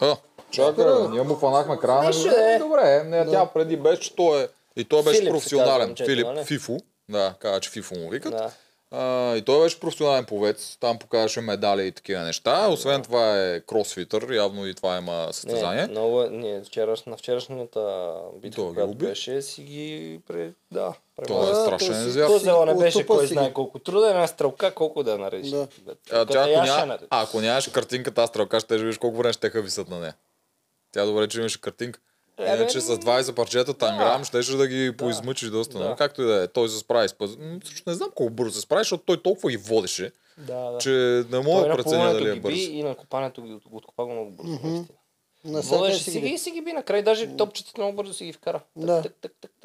О, чакай, бе, ние му хванахме края на
Нищо да е.
Добре, не,
Да.
тя преди беше, че той е... И той беше
Филип се казва
професионален.
момчето,
Филип
нали?
Фифо. Да, каза, че Фифо му викат. А, и той беше професионален повец, там показваше медали и такива неща. Освен това е кросфитър, явно и това има състезание.
Не, много е, не, вчераш, на вчерашната битва,
Той ги
която
уби.
беше, си ги пре... Да,
Той е страшен
той си-
звяр.
Този зело не беше
Отупа
кой
си
знае
ги.
колко труден, една стрелка колко да я наредиш. Да.
А, тя,
Като
ако, ня...
яшена.
а, ако нямаше картинката, аз стрелка ще видиш колко време ще висят на нея. Тя добре, че имаше картинка.
Е, бе,
Иначе с 20 парчета танграм ще да ги поизмъчиш доста.
Да.
Но както и да е, той се справи с пъз... М, Всъщност не знам колко бързо се справи, защото той толкова ги водеше,
Да, да.
че не мога
Той
да
на
преценя
плуването
дали е
ги
бърз.
би И на копането ги от- откопа го много бързо.
Мгм.
наистина.
На всяка
Водеше си
си ги
ги
би.
и си ги би накрай, даже топчетата много бързо си ги вкара.
Да.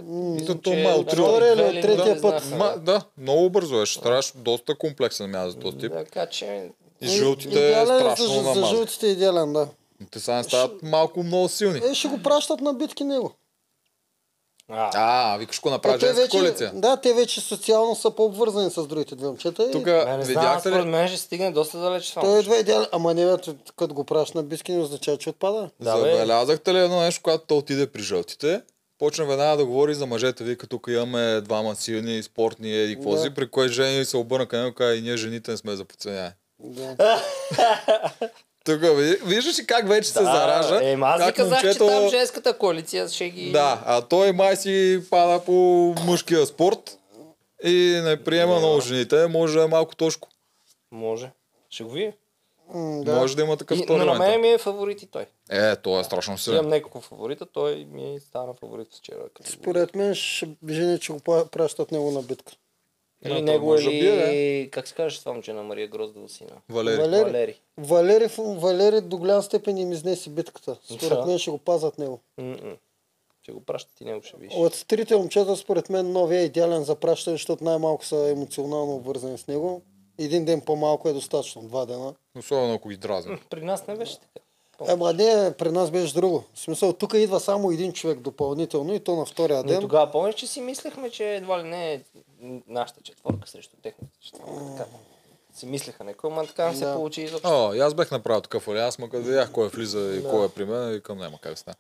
Мисля,
че
е
то май от
на втория или от третия
да,
път.
Ма, да, много бързо е. Ще трябваше доста комплексен мяз за този тип.
Така че...
И жълтите е
за,
страшно
жъл- за
намазан.
жълтите е идеален, да.
Те сега не стават малко много силни.
Е, ще го пращат на битки него.
А, викаш го
Е,
направи
те
женска
вече,
коалиция.
да, те вече социално са по-обвързани с другите две момчета. и-
Тук
Не знам,
видяхте
според
ли?
мен ще стигне доста далеч това.
Той едва идеален. Ама не, бе, т- като го пращаш на битки не означава, че отпада.
Забелязахте ли едно нещо, когато той отиде при жълтите? Почна веднага да говори за мъжете. Вика, тук имаме двама силни, спортни, еди, какво
Да.
си, при кое жени се обърна към него и каза, и ние жените не сме за подценяне.
Да.
Тук ви- виждаш ли как вече се
Да,
заража?
Е, ма аз ви
Как
казах, че
момчето-
там женската коалиция ще ги...
Да, а той май си пада по мъжкия спорт и не приема много жените. Може да е малко тошко.
Може. Ще го видя.
да. Може да има такъв
И-
втори
Но на
момент.
мен ми е фаворит и той.
Е, той е страшно силен.
Имам няколко фаворита, той ми е стана фаворит вчера. Като...
Според мен ще жени, че го пла- пращат него на битка.
Или Ами него или... Как се казваш това момче на Мария Гроздова сина?
Валери.
Валери.
Валери, в- Валери до голям степен им изнесе битката. Според
Да.
мен ще го пазят него.
М-м. Ще го пращат и него ще видиш.
От трите момчета, според мен, новия е идеален за пращане, защото най-малко са емоционално обвързани с него. Един ден по-малко е достатъчно, два дена.
Особено ако ги дразни.
При нас не беше така.
Ема не, при нас беше друго. В смисъл, тук идва само един човек допълнително и то на втория
Но
ден.
тогава помниш, че си мислехме, че едва ли не е нашата четворка срещу техната четворка. Така. Си мислеха некой, ама така не се
Да.
получи изобщо.
О, и аз бех направил такъв алианс, ма като видях кой влиза и
Да.
кой е при мен, и към няма как да стане.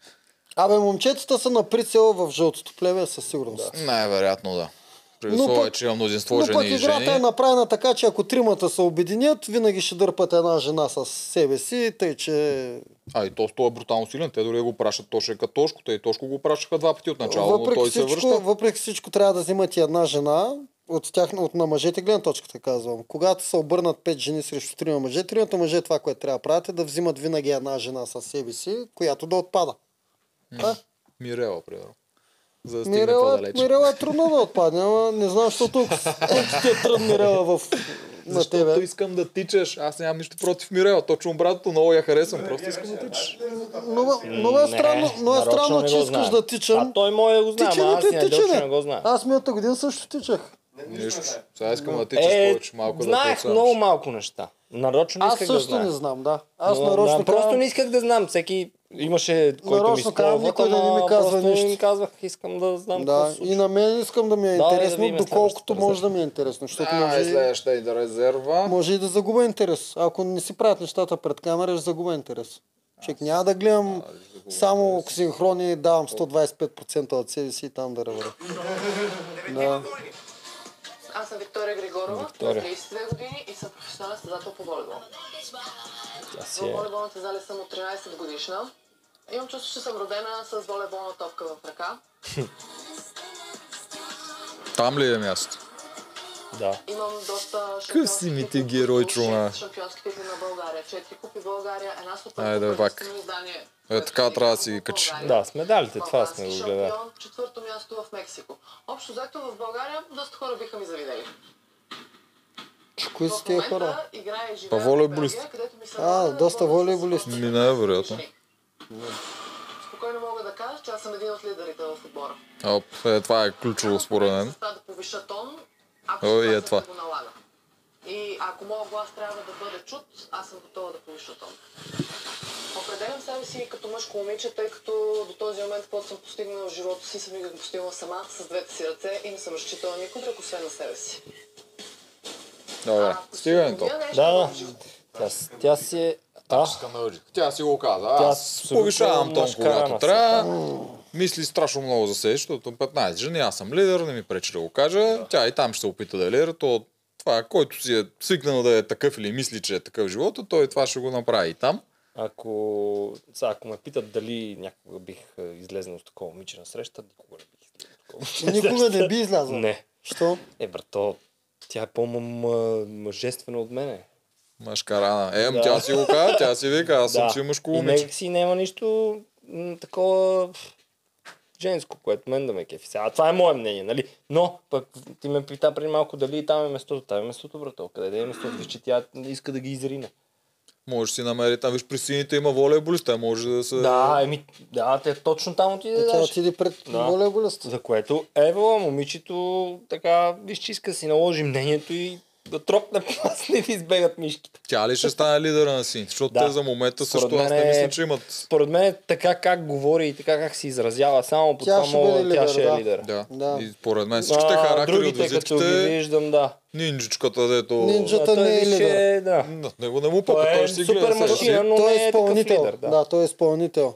Абе, момчетата са на прицела в жълтото племе със сигурност.
Най-вероятно да. При
Но
условие,
пък-
че има мнозинство
Но пък
жени и
играта е
жени.
направена така, че ако тримата се обединят, винаги ще дърпат една жена с себе си, тъй че...
А и Тосто е брутално силен. Те дори го пращат точно като Тошко. Те и Тошко го пращаха два пъти от начало, но
Въпреки
той се
всичко,
връща.
въпреки всичко трябва да взимат и една жена, от, тях, от на мъжете гледна точката казвам. Когато се обърнат пет жени срещу трима мъже, тримата мъже това, което трябва да правят е да взимат винаги една жена със себе си, която да отпада.
М. Мирела, примерно. За да стигне
Мирела,
по-далеч.
Мирела е трудно да отпадне, ама не знам, защо
[LAUGHS]
толкова ти е трудно Мирела в... на
Защото
тебе.
искам да тичаш. Аз нямам нищо против Мирела. Точно обратното, много я харесвам. Просто искам да тичаш.
Много, много е
Не,
странно, много е
нарочно
странно
не
че
го
искаш
знаем.
да тичам.
А той мое го знае,
Тича ли
ама аз
ти,
не,
тича
Делчо
ли?
не го знае.
Аз миналата година също тичах.
Ами Нищо. Сега искам да тичаш
Е,
повече, малко да
Знаех
поцелаваш.
много малко неща. Нарочно не
Аз
исках да
също
знам.
не знам, да. Аз
Но,
нарочно
да, Просто
казвам-
не исках да знам. Всеки имаше, който ми
Нарочно казвам,
спорва,
никой да не ми казва
просто
нищо.
им казах, искам да знам какво
Да,
се случва.
и на мен искам да ми е
Да, да
интересно,
видим
доколкото
следващата
може да ми е интересно. Защото
А,
може,
е следващата и да резерва.
може и да загубя интерес. Ако не си правят нещата пред камера, ще загубя интерес. Човек няма да гледам само синхрони, давам 125% от себе си и там да ревера. Да.
Аз съм Виктория Григорова,
Виктория.
32 години и съм професионален състезател по волейбол.
Тя
В
си е-
волейболната зали съм от 13 годишна. Имам чувство, че съм родена с волейболна топка в ръка.
Там ли е място?
Да.
Имам доста
Къв си ми ти герой, чума.
шампионски титли на България. Четири купи България, една супер
Айде, пак.
издание.
Е, така трябва да си ги качи.
Да, с медалите, Нали, това сме го гледали.
Шампион, четвърто място в Мексико. Общо взето в България доста хора биха ми завидели.
Че кои
Е,
са тия хора?
Играе и
Па
живея в
волейболист.
Белгия, където ми се
А, доста волейболисти.
Ми не е вероятно.
спокойно мога да кажа, че аз съм един от лидерите в отбора.
Оп, е, това е ключово според мен.
Това да повиша тон, ако
Ой,
Ой,
е това.
го налага. И ако моят глас трябва да бъде чут, аз съм готова да повиша тон. Определям себе си като мъжко момиче, тъй като до този момент, който съм постигнала в живота си, съм и го постигнала сама с двете си ръце и не съм разчитала никой друг, освен на себе си.
Добре, стига ни то.
нещо
Да, да. Тя, с- тя си е... А,
Тя си го каза.
Тя
Аз
абсолютно
повишавам тон,
мъжка
когато
рана
трябва. Мисли страшно много за себе, си, защото 15 жени, аз съм лидер, не ми пречи да го кажа. Тя и там ще се опита да е лидер. То това, който си е свикнал да е такъв или мисли, че е такъв в живота, той това ще го направи и там.
Ако, сега, ако ме питат дали някога бих е, излезнал с такова момиче на среща, никога не бих излезнал с такова момиче на
Никога не
среща.
би излязъл.
Не.
Що?
Е, брато, тя е по-мъжествена от мене.
Мъжка рана. Е, м, тя си го каза, тя си вика,
[LAUGHS]
аз съм си мъжко
И
момиче.
някак си няма нищо м, такова женско, което мен да ме кефи. Сега, това е мое мнение, нали? Но, пък ти ме пита преди малко дали и там е местото. Там е местото, брато. Къде да е местото? Виж, че тя иска да ги изрине.
Може да си намери там, виж, при сините има волейболист, тя може да се...
Да, е- еми, да, те точно там отиде.
Тя
отиде пред волейболист.
За което Ева, момичето, така, виж, че иска да си наложи мнението и да тропне [LAUGHS] пас, не ви избегат мишките.
Тя ли ще стане лидера на сините? Защото
Да.
те за момента също
Според
аз не
мен е-
мисля, че имат...
Според мен е така как говори и така как се изразява, само по
Тя
това
ще
мога,
бъде
тя
лидер,
ще
да.
е лидер.
Да. И според мен всичките
А,
характери от
другите, като
визитките-
ги виждам, да.
Нинджичката, дето...
Нинджата не е лидер.
Да.
На него не му пука,
Той е
той ще си
супер
гледа. себе си.
машина, но
той
не е
е
такъв
изпълнител.
лидер, да.
да. той е изпълнител.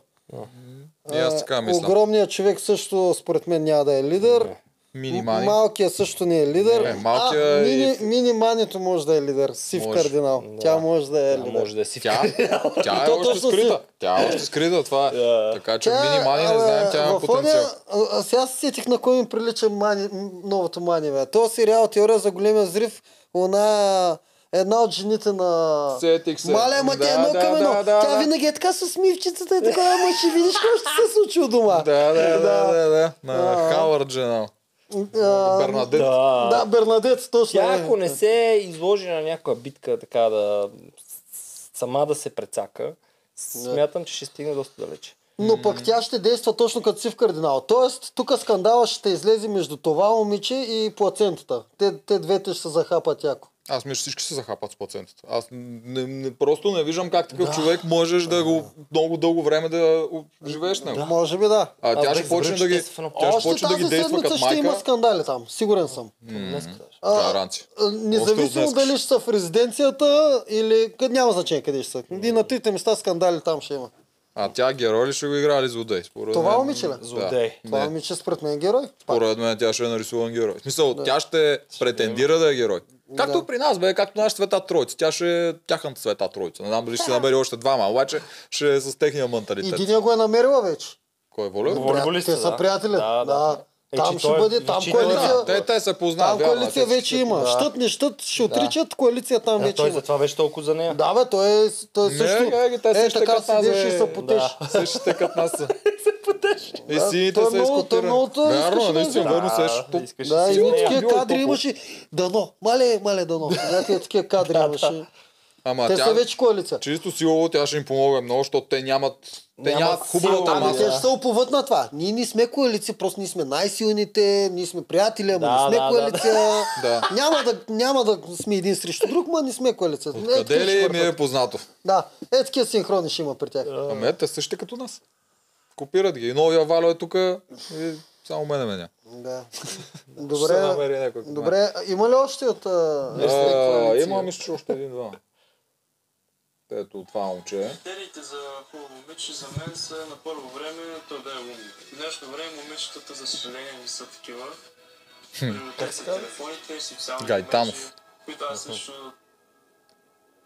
И аз
А,
така мисля.
Огромният човек също според мен няма да е лидер.
Минимани.
Малкият също не е лидер.
Не, малкият
а,
е-
мини, минимането може да е лидер. Сив
Може.
кардинал. Тя може да е лидер.
може да е сив [LAUGHS]
Тя,
[LAUGHS]
тя е
То
още
точно
скрита.
си.
Тя е още скрита, това е. Така че
Тя,
минимани не
абе,
знаем, тя има
в
потенциал.
оня- а, а сега се сетих на кой ми прилича мани, м, новото мани. Бе. То сериал Теория за големия взрив, она една от жените на...
Сетих се.
Маля, ама
Да,
тя е едно
да,
към едно.
да, да,
тя
да.
винаги е така с усмивчицата и така, ама ще видиш какво ще се случи у дома.
Да, да, да, да, да. На
А.
Хауърд Дженал.
А,
Бернадет.
Да.
Да, Бернадет, точно.
Тя
е.
ако не се изложи на някоя битка, така да с- сама да се прецака, смятам, че ще стигне доста далече.
Но пък тя ще действа точно като си в кардинал. Тоест, тук скандала ще излезе между това момиче и плацентата. Те, те двете ще се захапат яко.
Аз мисля, че всички се захапат с плацентата. Аз не, не, просто не виждам как такъв да. човек можеш да го много дълго време да у- живееш с него.
Да. Може би да.
А, тя ще почне да ги, тя ще
Още
почне да
тази
ги действа
седмица
като
ще има
майка.
скандали там. Сигурен съм.
М, е
А,
Гаранция.
а, Независимо
днес.
дали ще са в резиденцията или къде няма значение къде ще са. И на трите места скандали там ще има.
А тя герой ли ще го играе или злодей? Според
Това
мен-
момиче ли?
Да.
Това
Не.
момиче според мен е герой.
Според мен тя ще е нарисуван герой. В смисъл,
Да.
тя ще претендира да е герой. Както
Да.
при нас, бе, както нашата света троица. Тя ще е тяхната света троица. Не знам дали ще се намери още двама, обаче ще е с техния менталитет.
Единия го е намерила вече.
Кой е волен?
Волейболиста, Те са да. приятели. Да, да. Да. Е, Там че ще той- бъде- там че той- коалиция-
Те, те се познават.
Там коалиция вече има. Да. Щът, не щът, ще отричат, коалиция там
Е,
вече
той
има.
затова беше толкова за нея.
Да, бе, той, е- той
Не,
също...
гаги, те
е,
същите
така
като нас,
седиш
бе.
и се потеш.
Да.
Същите като нас са. И
Да,
сините
той е
са
много- той
изкотирани.
много то
Вярно, е
искаше да
наистина,
изиграе.
верно
Да,
сещаш.
да,
Тук-
искаше Да, и
Сигурно
такива
било
кадри
толкова.
имаше. Дано, мале, мале, дано. Някакви такива
[LAUGHS]
кадри имаше.
Ама
Те
тя,
са вече коалиция.
Чисто силово тя ще им помогне много, защото те нямат, те нямат хубавата
Ами те ще се
маса.
оповът на това. Ние не сме коалиция, просто ние сме най-силните, ние сме приятели, ама
Да,
не сме
да, да.
коалиция.
[LAUGHS] Да.
Няма, да, няма да сме един срещу друг, ма не сме коалиция. Е, такива
Къде
ще
ли ми е
върват.
познато?
Да, е такива синхрони ще има при тях.
Ами е, те същите като нас. Копират ги. И новия Вало е тук. и Само мене меня. [LAUGHS]
Да.
Ще се
Добре,
намери някой, който
добре. а Има ли още от... а,
А,
Лесна коалиция?
Има мисля, че още един-два. Ето от това момче.
Критериите за хубаво момиче за мен са на първо време то да е умно. В днешно време момичетата за съжаление не са такива. Те са телефоните, си социални
Гайтанов.
мрежи, които аз също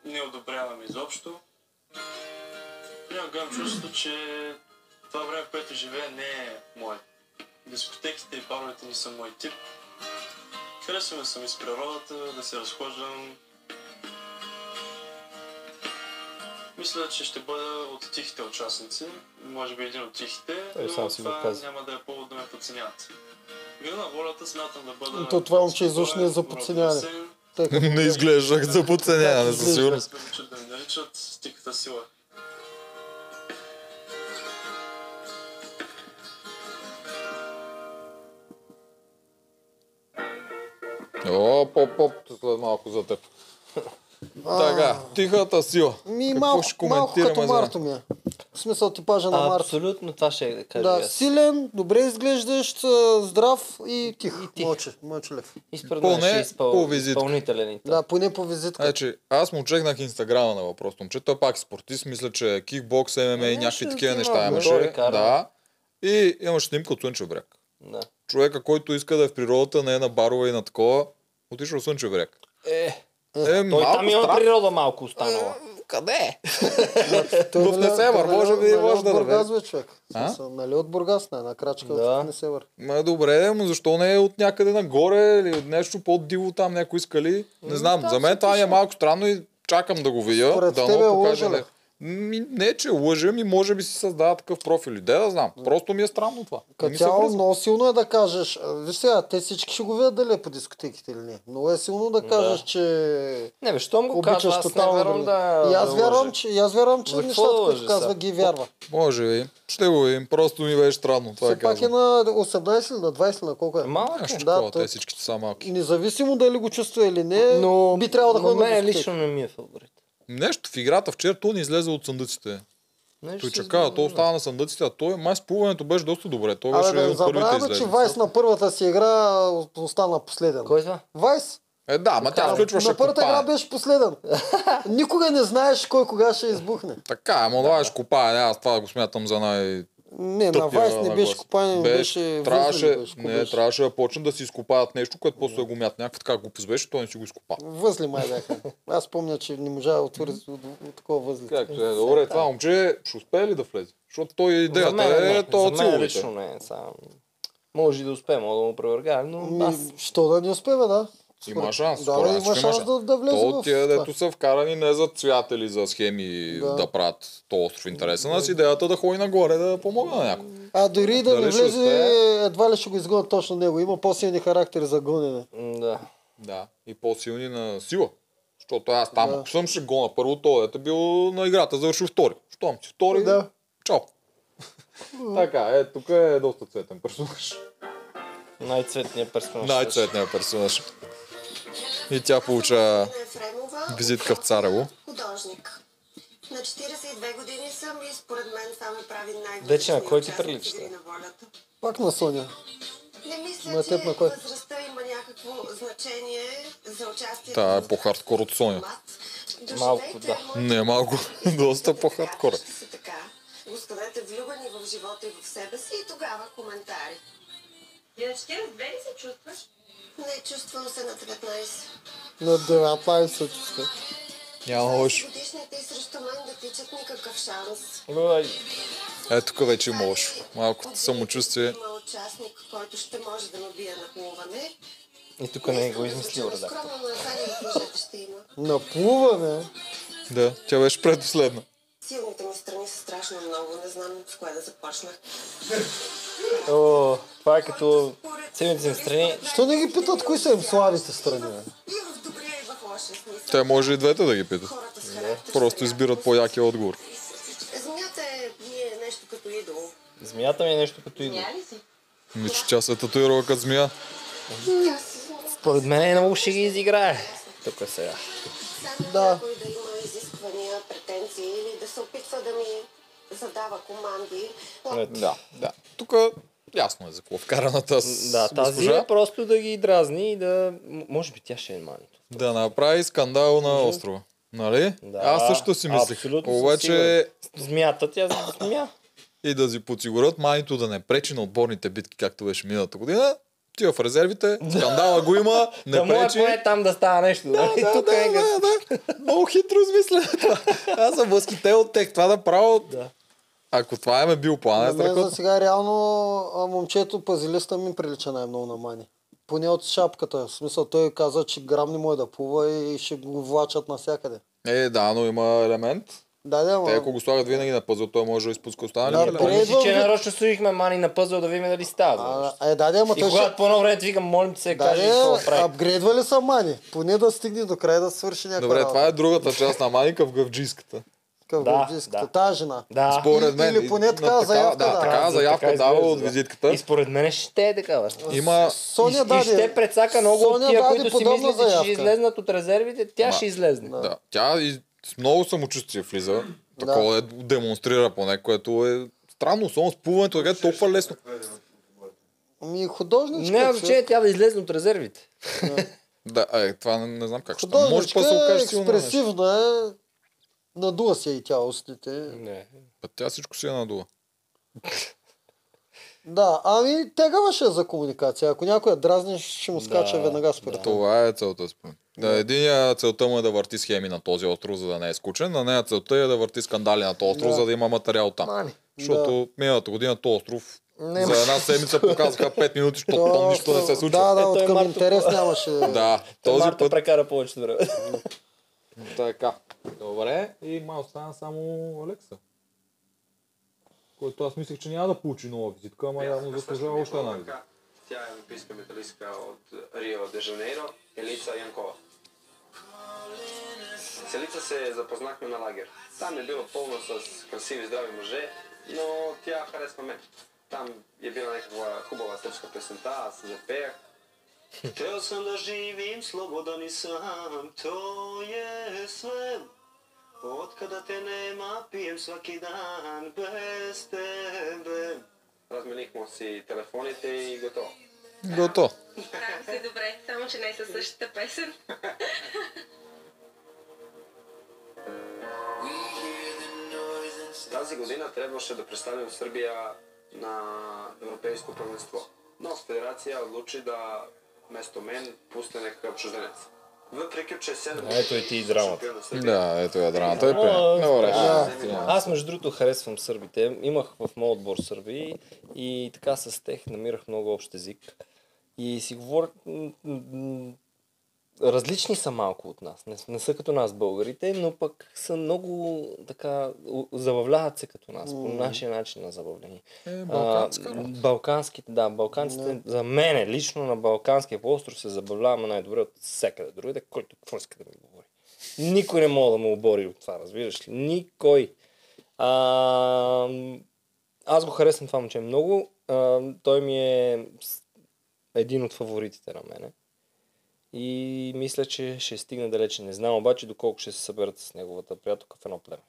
не одобрявам изобщо. Понякога имам чувството, че това време, в което живея, не е мое. Дискотеките и баровете не са мой тип. Харесваме съм из природата, да се разхождам, Мисля, че ще бъда от тихите участници. Може би един от тихите,
Той Е, сам
но
си го
това
каза.
няма да е повод да ме подценят. Игра на волята смятам да бъда...
То това момче изобщо не е за подценяване. Тъй като-
Не изглежда за подценяване, със сигурност.
Обичат да ми наричат тихата сила.
О, поп, поп, след малко за теб. Така, тихата сила.
Ми,
Какво
малко,
ще
малко
коментираме
като
за-
Марто ми е. В смисъл типажа [LAUGHS] на Марто.
Абсолютно това ще да кажа.
Да,
аз.
силен, добре изглеждащ, а, здрав и тих. И тих. Мълче, мълчелив.
И според мен ще е изпъл...
по визитка.
изпълнителен. и
Да, поне по визитка.
Значи, аз му чекнах инстаграма на въпрос, момче. Той пак е спортист, мисля, че кикбокс, ММА и някакви
ще
такива
взима
неща
мотори,
имаше.
кара.
Да. И имаше снимка от Слънчев бряг.
Да.
Човека, който иска да е в природата, не е на барове и на такова, отишъл в Слънчев бряг.
Е,
Е,
той
малко
там има
страх.
природа малко останала.
Е,
Къде?
Значи,
В
нали
Несебър, може би може да
е Бургас,
да
бе, човек.
А?
Смисъл, Нали от Бургас, на една крачка от Несебър.
Ма добре, но защо не е от някъде нагоре или от нещо по-диво там някой искали? Не
Ами
знам, за мен това ми е малко странно и чакам да го видя.
Според
да
тебе е
покаже.
лъжа ли?
Ми, не, че лъжем и може би си създава такъв профил. И де да знам. Просто ми е странно това. Не
Ами
Като
ми се
цяло
влиза.
много силно е да кажеш, а, виж сега, те всички ще го видят дали е по дискотеките или не. Много е силно да
Да.
кажеш, че
Не, бе, щом го
обичаш
казва, аз не
тотално
вярвам
друга.
да...
И
да
аз вярвам,
лъже.
че, и аз вярвам, че
За Ами какво
нещата,
да
които
лъже
казва,
сега?
ги вярва.
Може би. Ще го видим. Просто ми беше странно. Това
Все пак е
казвам.
на 18 или на 20 на колко е? Малък
Нещо
Да,
такова,
той,
те всичките са малки.
независимо дали го чувства или не, но, би трябвало да
но
ходи на
мен
дискотека.
лично не ми е фаворит.
Нещо в играта вчера той не излезе от съндъците.
Нещо
Той
се
чака, той остава на съндъците, а той май спуването беше доста добре. Той беше
Абе, да не
от първите
забравяме, че
излезли.
Вайс на първата си игра а, остана последен. Кой
това?
Вайс.
Е, да, ма тя включваше
На първата игра
копане.
беше последен. [LAUGHS] Никога не знаеш кой кога ще избухне.
Така, ама да, беше копане, аз това го смятам за най...
Не,
тъпия
на Вайс не
наглас.
беше копане, беше
трябваше,
възлен беше,
не,
беше.
трябваше да почнат да си изкопаят нещо, което после да го мят. Някаква така глупост беше, той не си го изкопа.
Възли май бяха. Аз помня, че не можа да отвори от, от, от такова възли.
Както е, добре, това момче ще успее ли да влезе? Защото той
За
идеята
мен, не.
е, то от
за мен
силовите.
лично не е. Сам... Може и да успея, мога да му превъргая, но
Ми,
Ами-
аз...
Ами, Що да не успее, бе, да?
Има шанс.
Да,
според
бе,
мен
има
ще
шанс да, да влезе
То
в
от тия,
това.
дето са вкарани не за цвятели, за схеми
Да.
да, правят то остров интереса на си, идеята да ходи нагоре да помогне на някой.
А дори и да
Дали
не
ще
влезе,
успее?
едва ли ще го изгонят точно него. Има по-силни характери за гонене.
Да.
Да. И по-силни на сила. Защото аз там, ако съм ще гона първо, то е бил на играта, завършил втори. Щом си втори, да. чао. Така, е, тук е доста цветен персонаж.
Най-цветният персонаж.
Най-цветният персонаж. И тя получа визитка в Царево.
Художник. На 42 години съм и според мен това ме прави най
Вече на кой ти прилича?
Пак на Соня.
Не мисля,
На теб
че
на кой?
възрастта има някакво значение за участие.
Та е по-хардкор от Соня.
Малко, да.
Не, малко. [LAUGHS] доста по-хардкор. е.
Така, оставете влюбени в живота и в себе си и тогава коментари. И на 42 Е, ли се чувстваш? Не, чувствам се на 19.
На 19 часа.
Няма лошо.
Годишните и срещу мен да тичат никакъв шанс.
Е, тук вече има лошо. Малко самочувствие.
Има участник, който ще може да ме бие на плуване.
И тук не е го измислил редактор.
Скромно на това ни мъжете ще има.
Наплуване.
Да, тя беше предпоследна.
Силните ми страни са страшно много. Не знам с кое да започнах.
О, това е като цивилните страни.
Що не ги питат кои са им славите страни? бе?
Те може и двете да ги питат. Просто избират по-якия отговор.
Земята е ми е нещо като идол.
Змията ми е нещо като идол.
Змия ли си?
Мисля, че тя се татуирала като змия.
Според мен е много ще ги изиграе. Тук е сега.
Да.
Някой да има изисквания, претенции или да се опитва да ми задава команди.
Е,
Да, да. Тук ясно е за какво вкараната с
Да, тази
госпожа.
е просто да ги дразни и да... М- Може би тя ще е манито.
Да направи скандал на острова. Нали?
Да,
Аз също си мислих.
абсолютно съм
Обаче
сигурен. Змията, тя змия.
и да си подсигурят майното да не пречи на отборните битки, както беше миналата година, ти в резервите, скандала го има,
да
не
му е
пречи.
поне там да става нещо.
Да,
нали?
да,
Тук
да,
е га-
да, да. Много хитро измисля. Аз съм възхитен от тех. Това направо... Да. Ако това е ме бил план, е
На мен за
страхотно.
сега реално а, момчето пазилиста ми прилича най-много на Мани. Поне от шапката. В смисъл той каза, че грам не може да плува и ще го влачат навсякъде.
Е, да, но има елемент.
Да, да,
Те,
ма.
ако го слагат винаги на пъзъл, той може да изпуска останалите
Да,
елементи.
Помниш ли, че е нарочно служихме мани на пъзъл да видим дали става?
Е, да, да, ама
И
той ще-
когато по едно време ти викам, молим ти се,
Да,
кажи какво
е,
прави.
апгрейдвали са Мани. Поне да стигне до края да свърши някаква
Добре,
работа.
това е другата част на Маника в гъвджийската.
Към
Да,
Георгиевската.
да.
Тая жена.
Да. Според мен,
Или поне
на
така заявка.
да, такава заявка дава от визитката. И
според мен ще е такава.
Има...
и, и ще прецака много
Соня
от тия,
даде
които си
подобна
мислите, че ще
заявка.
излезнат от резервите, тя
Ма,
ще излезне.
Да. Тя и с много самочувствие влиза. Такова е, демонстрира поне, което е странно, особено с плуването, където е толкова лесно.
Ми Ами, художничка. е
Няма
човек.
значение тя да излезне от резервите.
Да, е, това не, не знам как ще. стане. Може
Художничка
пък да се
е
окаже силно. нещо.
експресивна е. Надула си е и тя устите.
Не.
Па тя всичко си е надула.
Да, ами тегава ще е за комуникация. Ако някой я дразни, ще му скача веднага според мен.
Това е целта според мен. Да, единия целта му е да върти схеми на този остров, за да не е скучен, на нея целта е да върти скандали на този остров,
Да.
за да има материал там.
Мани.
Защото миналата година този остров
Не,
за една седмица
[LAUGHS]
показаха 5 минути, защото там нищо не се случва.
Да, да,
Е,
от
той
към
Марто-
интерес нямаше.
[LAUGHS] Да, този
Марто
път...
прекара повечето време.
[LAUGHS] така. Добре, и май остана само Алекса. Който аз мислех, че няма да получи нова визитка, ама явно заслужава още една визитка.
Тя е олимпийска медалистка от Рио де Жанейро, Елица Янкова. С Елица се запознахме на лагер. Там е била пълна с красиви, здрави мъже, но тя харесва мен. Там е била някаква хубава сръбска песента, аз се запеях.
Htio sam da živim slobodan i sam, to
е
je sve. Od kada te nema, pijem svaki dan bez tebe.
Разменихме си телефоните и готово.
Готово.
Там си добре, само че не е със същата песен.
Тази година трябваше да представим Сърбия на Европейско първенство. Но федерация отлучи да вместо мен пусне някакъв чужденец. Въпреки, че 7
Ето и ти и драмата.
Да, ето е драмата. Е,
О,
пе. Добре.
да.
Да.
Аз между другото харесвам сърбите. Имах в моят отбор сърби и така с тях намирах много общ език. И си говорят... м, м, м, Различни са малко от нас. Не, не са като нас българите, но пък са много така... у- Забавляват се като нас. По
М.
нашия начин на забавление.
Е,
балканска
А,
работа.
Балканските, да. Балканците,
Да.
за мене лично на Балканския полуостров се забавляваме най-добре от всякъде. Другите, който какво иска да ми говори. Никой не мога да му обори от това, разбираш ли? Никой. А, аз го харесвам това момче много. А, той ми е с- един от фаворитите на мене. И мисля, че ще стигне далече. Не знам обаче доколко ще се съберат с неговата приятелка в едно племе.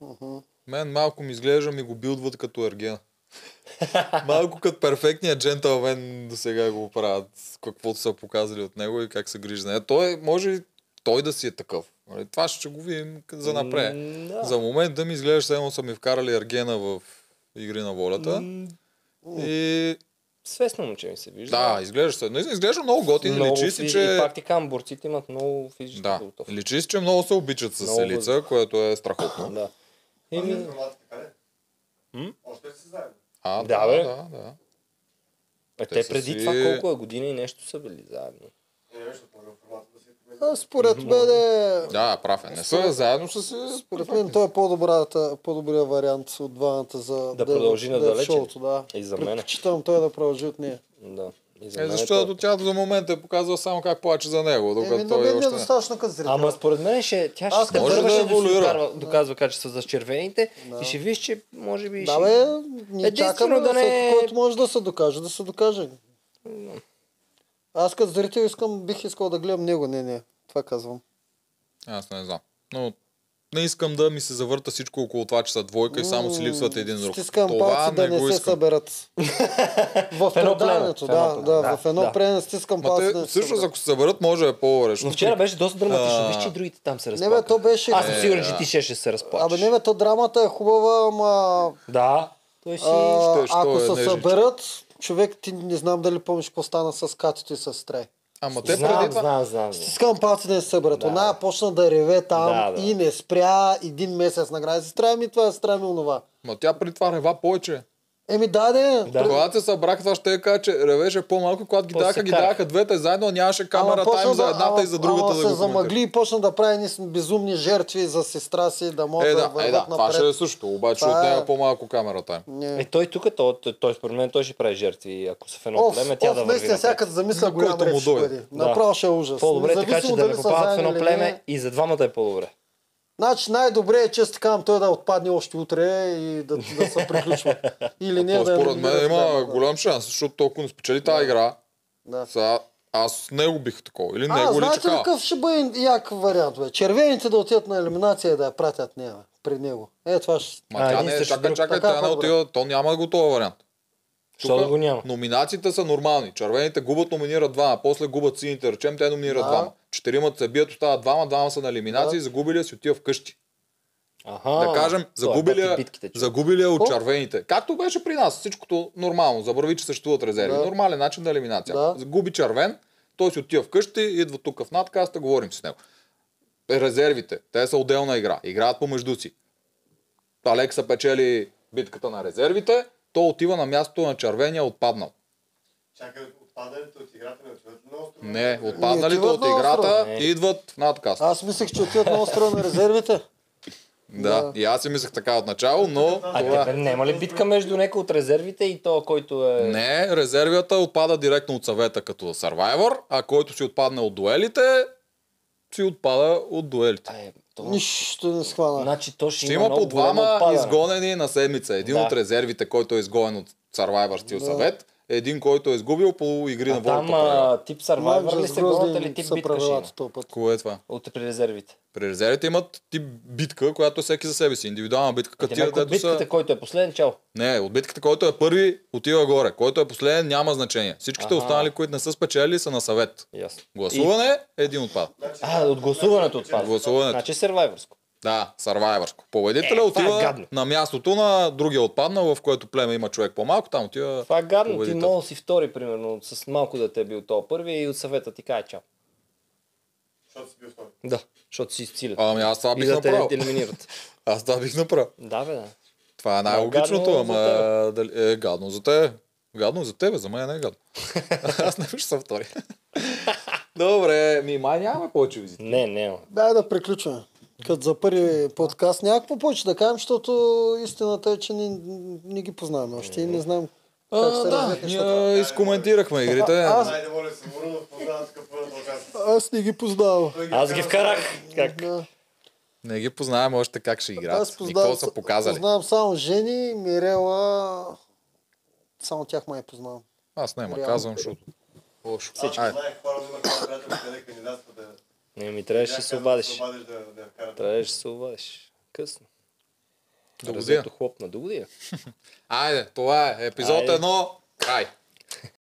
Мгм.
Мен малко ми изглежда ми го билдват като ергена. малко като перфектният джентълмен до сега го правят, каквото са показали от него и как се грижи за нея. Той е, може и той да си е такъв. Нали, Това ще го видим к- за напред.
М, да.
За момент да ми изглежда, само са ми вкарали ергена в игри на волята.
М,
И...
Свестно момче ми се вижда.
Да, изглежда се. Наистина изглежда много готин.
Много
Личи си,
физи-
че...
И пак ти казвам, борците имат много физически
Да.
подготовка.
Личи си, че много се обичат с
Много.
Елица, което е страхотно.
да.
Еми...
Еми,
Хрватска, така ли?
М?
Още ли се знаем?
А, да,
Да, бе.
да, да. Те
е, те
са
преди
си-
това колко е година и нещо са били заедно.
Не, нещо по-формата да си
[LAUGHS]
А, според мен е...
Да, прав е. Не са заедно с...
Според мен той е по-добрата, по-добрия вариант от двамата за
Да
е в-
продължи
да е в
надалече.
шоуто, да.
И за мен.
Предпочитам той да продължи от нея.
Да. И за
Е,
мен е
защото тя до момента е показва само как плаче за него, докато
Еми, на
той
мен ми е
още не.
достатъчно като зрител.
Ама според мен ще, тя ще
Аз
се
може
върва,
да
ще да си
еволюира.
доказва, доказва качество за червените
Да.
и ще виж, че може би
Да
ще...
бе, ние
Единствено
чакаме
да
да
не-
не... който може да се докаже, да се докаже. Аз като зрител искам, бих искал да гледам него, не, не. Това казвам.
Аз не знам. Но не искам да ми се завърта всичко около това, че са двойка и само си липсват един друг.
Стискам
това
палци да не
го
се
искам.
[LAUGHS]
съберат. в
едно
преданието,
племе, в едно
да, да,
племе,
в едно
да.
прене стискам
Ма
палци
те,
да не се
всъщност,
съберат.
ако се съберат, може е по-решно.
Но вчера беше доста драматично. Виж, че и другите там се
Не
разплакаха.
бе, то беше...
Аз съм
Е,
сигурен, че
да.
ти ще, ще се разплачеш.
Абе не бе, то драмата е хубава, ама...
Да. Той си...
А,
Той- той
ако
е
се
нежничко.
съберат, човек, ти не знам дали помниш какво стана с Катито и с Трай.
Ама
те Знам, преди това- знам, знам, знам.
Стискам палци да не се съберат. Да. Она почна да реве там
Да, да.
и не спря един месец накрая. Сестра ми това, сестра ми онова.
Ма тя при това рева повече.
Еми да, да.
Да. Когато се събраха, това ще я кажа, че ревеше по-малко, когато ги
После
даха, ги
караха.
даха двете заедно, нямаше
Ама
камера
почна
тайм за
да-
едната
ама-
и за другата
ама
да го
се
коментира.
замъгли и почна да прави едни безумни жертви за сестра си, да могат
Е,
да
да,
върват
е, да, това
напред.
ще е също, обаче
Това
отнема
е-
по-малко камера тайм.
Не.
Е, той тук, той, той според мен, той ще прави жертви, ако са в едно
Оф,
племе, тя
оф,
да върви
наистина, сега като замисля, голям
който
ред
му
ще
дойде.
бъде. Направо ще е ужас.
По-добре, така че
Независимо
да не
дали са
попадат в едно
заедно или
племе
не.
и за двамата е по-добре.
Значи най-добре е, че така той да отпадне още утре и да, да
[LAUGHS]
се приключва. Или не
То,
да
според мен
да-
има
да-
голям шанс, защото толкова не спечели тази игра.
Да.
Сега, аз с него бих такова. Или
А,
него ли
знаете ли
чака.
какъв ще бъде як вариант? Бе? Червените да отидат на елиминация и да я пратят нея, бе, при него. Е, това ще...
Ма тя не, чакай, чакай, тя не отива, то няма го този вариант.
Що да го няма?
Номинациите са нормални. Червените губят, номинират двама, после губят сините, речем, те номинират
Да.
двама. Четиримата се бият, остават двама, двама са на елиминации,
Да.
загубили си отива вкъщи.
Аха,
да кажем, загубили,
е
я-
битките, че.
загубили я от
О.
червените. Както беше при нас, всичкото нормално. Забрави, че съществуват резерви.
Да.
Нормален начин на елиминация.
Да.
Загуби червен, той си отива вкъщи, идва тук в надкаста, говорим си с него. Резервите, те са отделна игра. Играят помежду си. Алекса печели битката на резервите, то отива на мястото на червения отпаднал.
Чакай, отпадането от играта не отиват на острова.
Не,
Не
отпадналите
отиват
от
на
играта
острова. Не.
идват в надкаст.
Аз мислех, че отиват на острова на резервите.
Да, и аз си мислех така отначало, но...
А
това е.
тебе няма ли битка между някой от резервите и то, който е...
Не, резервията отпада директно от съвета като Survivor, а който си отпадне от дуелите, си отпада от дуелите.
Е,
Нищо не схвана.
Значи то
Ще има по двама изгонени на седмица. Един
Да.
от резервите, който е изгонен от Survivor стил
Да.
съвет, един, който е изгубил по игри на
А там
волята.
а, тип Survivor ли
Мам,
се
с
гонят
грозни
или тип
са
битка ще има?
правилата този път.
Кое е това?
От при резервите.
При резервите имат тип битка, която е всеки за себе си. Индивидуална битка. Като
Е,
тия,
някой от
дето са...
битката, който е последен, чао.
Не, от битката, който е първи, отива горе. Който е последен, няма значение. Всичките
Аха.
останали, които не са спечели, са на съвет.
Ясно.
Гласуване, един отпада.
А, от гласуването отпада.
Гласуването.
Значи сървайвърско.
Да, сървайвърско. Победителя
Е, това е
отива
гадно.
на мястото на другия отпаднал, в което племе има човек по-малко, там отива
Това е гадно, ти
победител.
мога да си втори, примерно, с малко дете е бил то първи и от съвета ти каже чао.
Защото си бил втори.
Да, защото си изцилят.
Ами аз това
И
бих
да те
направил.
елиминират.
[LAUGHS] аз това бих направил.
Да, бе, да.
Това е
Ма,
най-логичното,
гадно
ама дали, е гадно за те. Гадно за тебе, за мен не е
[LAUGHS]
гадно. аз не ще съм втори. [LAUGHS] Добре, ми май нямаме повече визити.
Не, не.
Дай да приключваме. Като за първи подкаст някакво повече да кажем, защото истината е, че не, не ги познаваме още и не знам как
А,
се
да,
развият нещата.
ние изкоментирахме игрите.
А, аз-
Ай, да моля, се Мурунов познавам такъв първа подкаст.
Аз не ги познавам.
Аз ги вкарах.
Как? Да.
Не ги познавам още как ще играят.
Аз
И
познавам,
какво са показали.
познавам само Жени, Мирела, само тях май познавам.
Аз не, ма
Реално.
казвам, защото... Лошо. е.
Аз
Айде.
знаех хора, но имах приятел, къде кандидатства да...
Не, ми трябваше да се
Бяха,
обадиш.
обадиш да, да я вкарат.
Трябваше да се обадиш. Късно.
До
Разето
година.
хлопна. До година.
[LAUGHS] Айде, това е. Епизод
Айде.
едно. Край.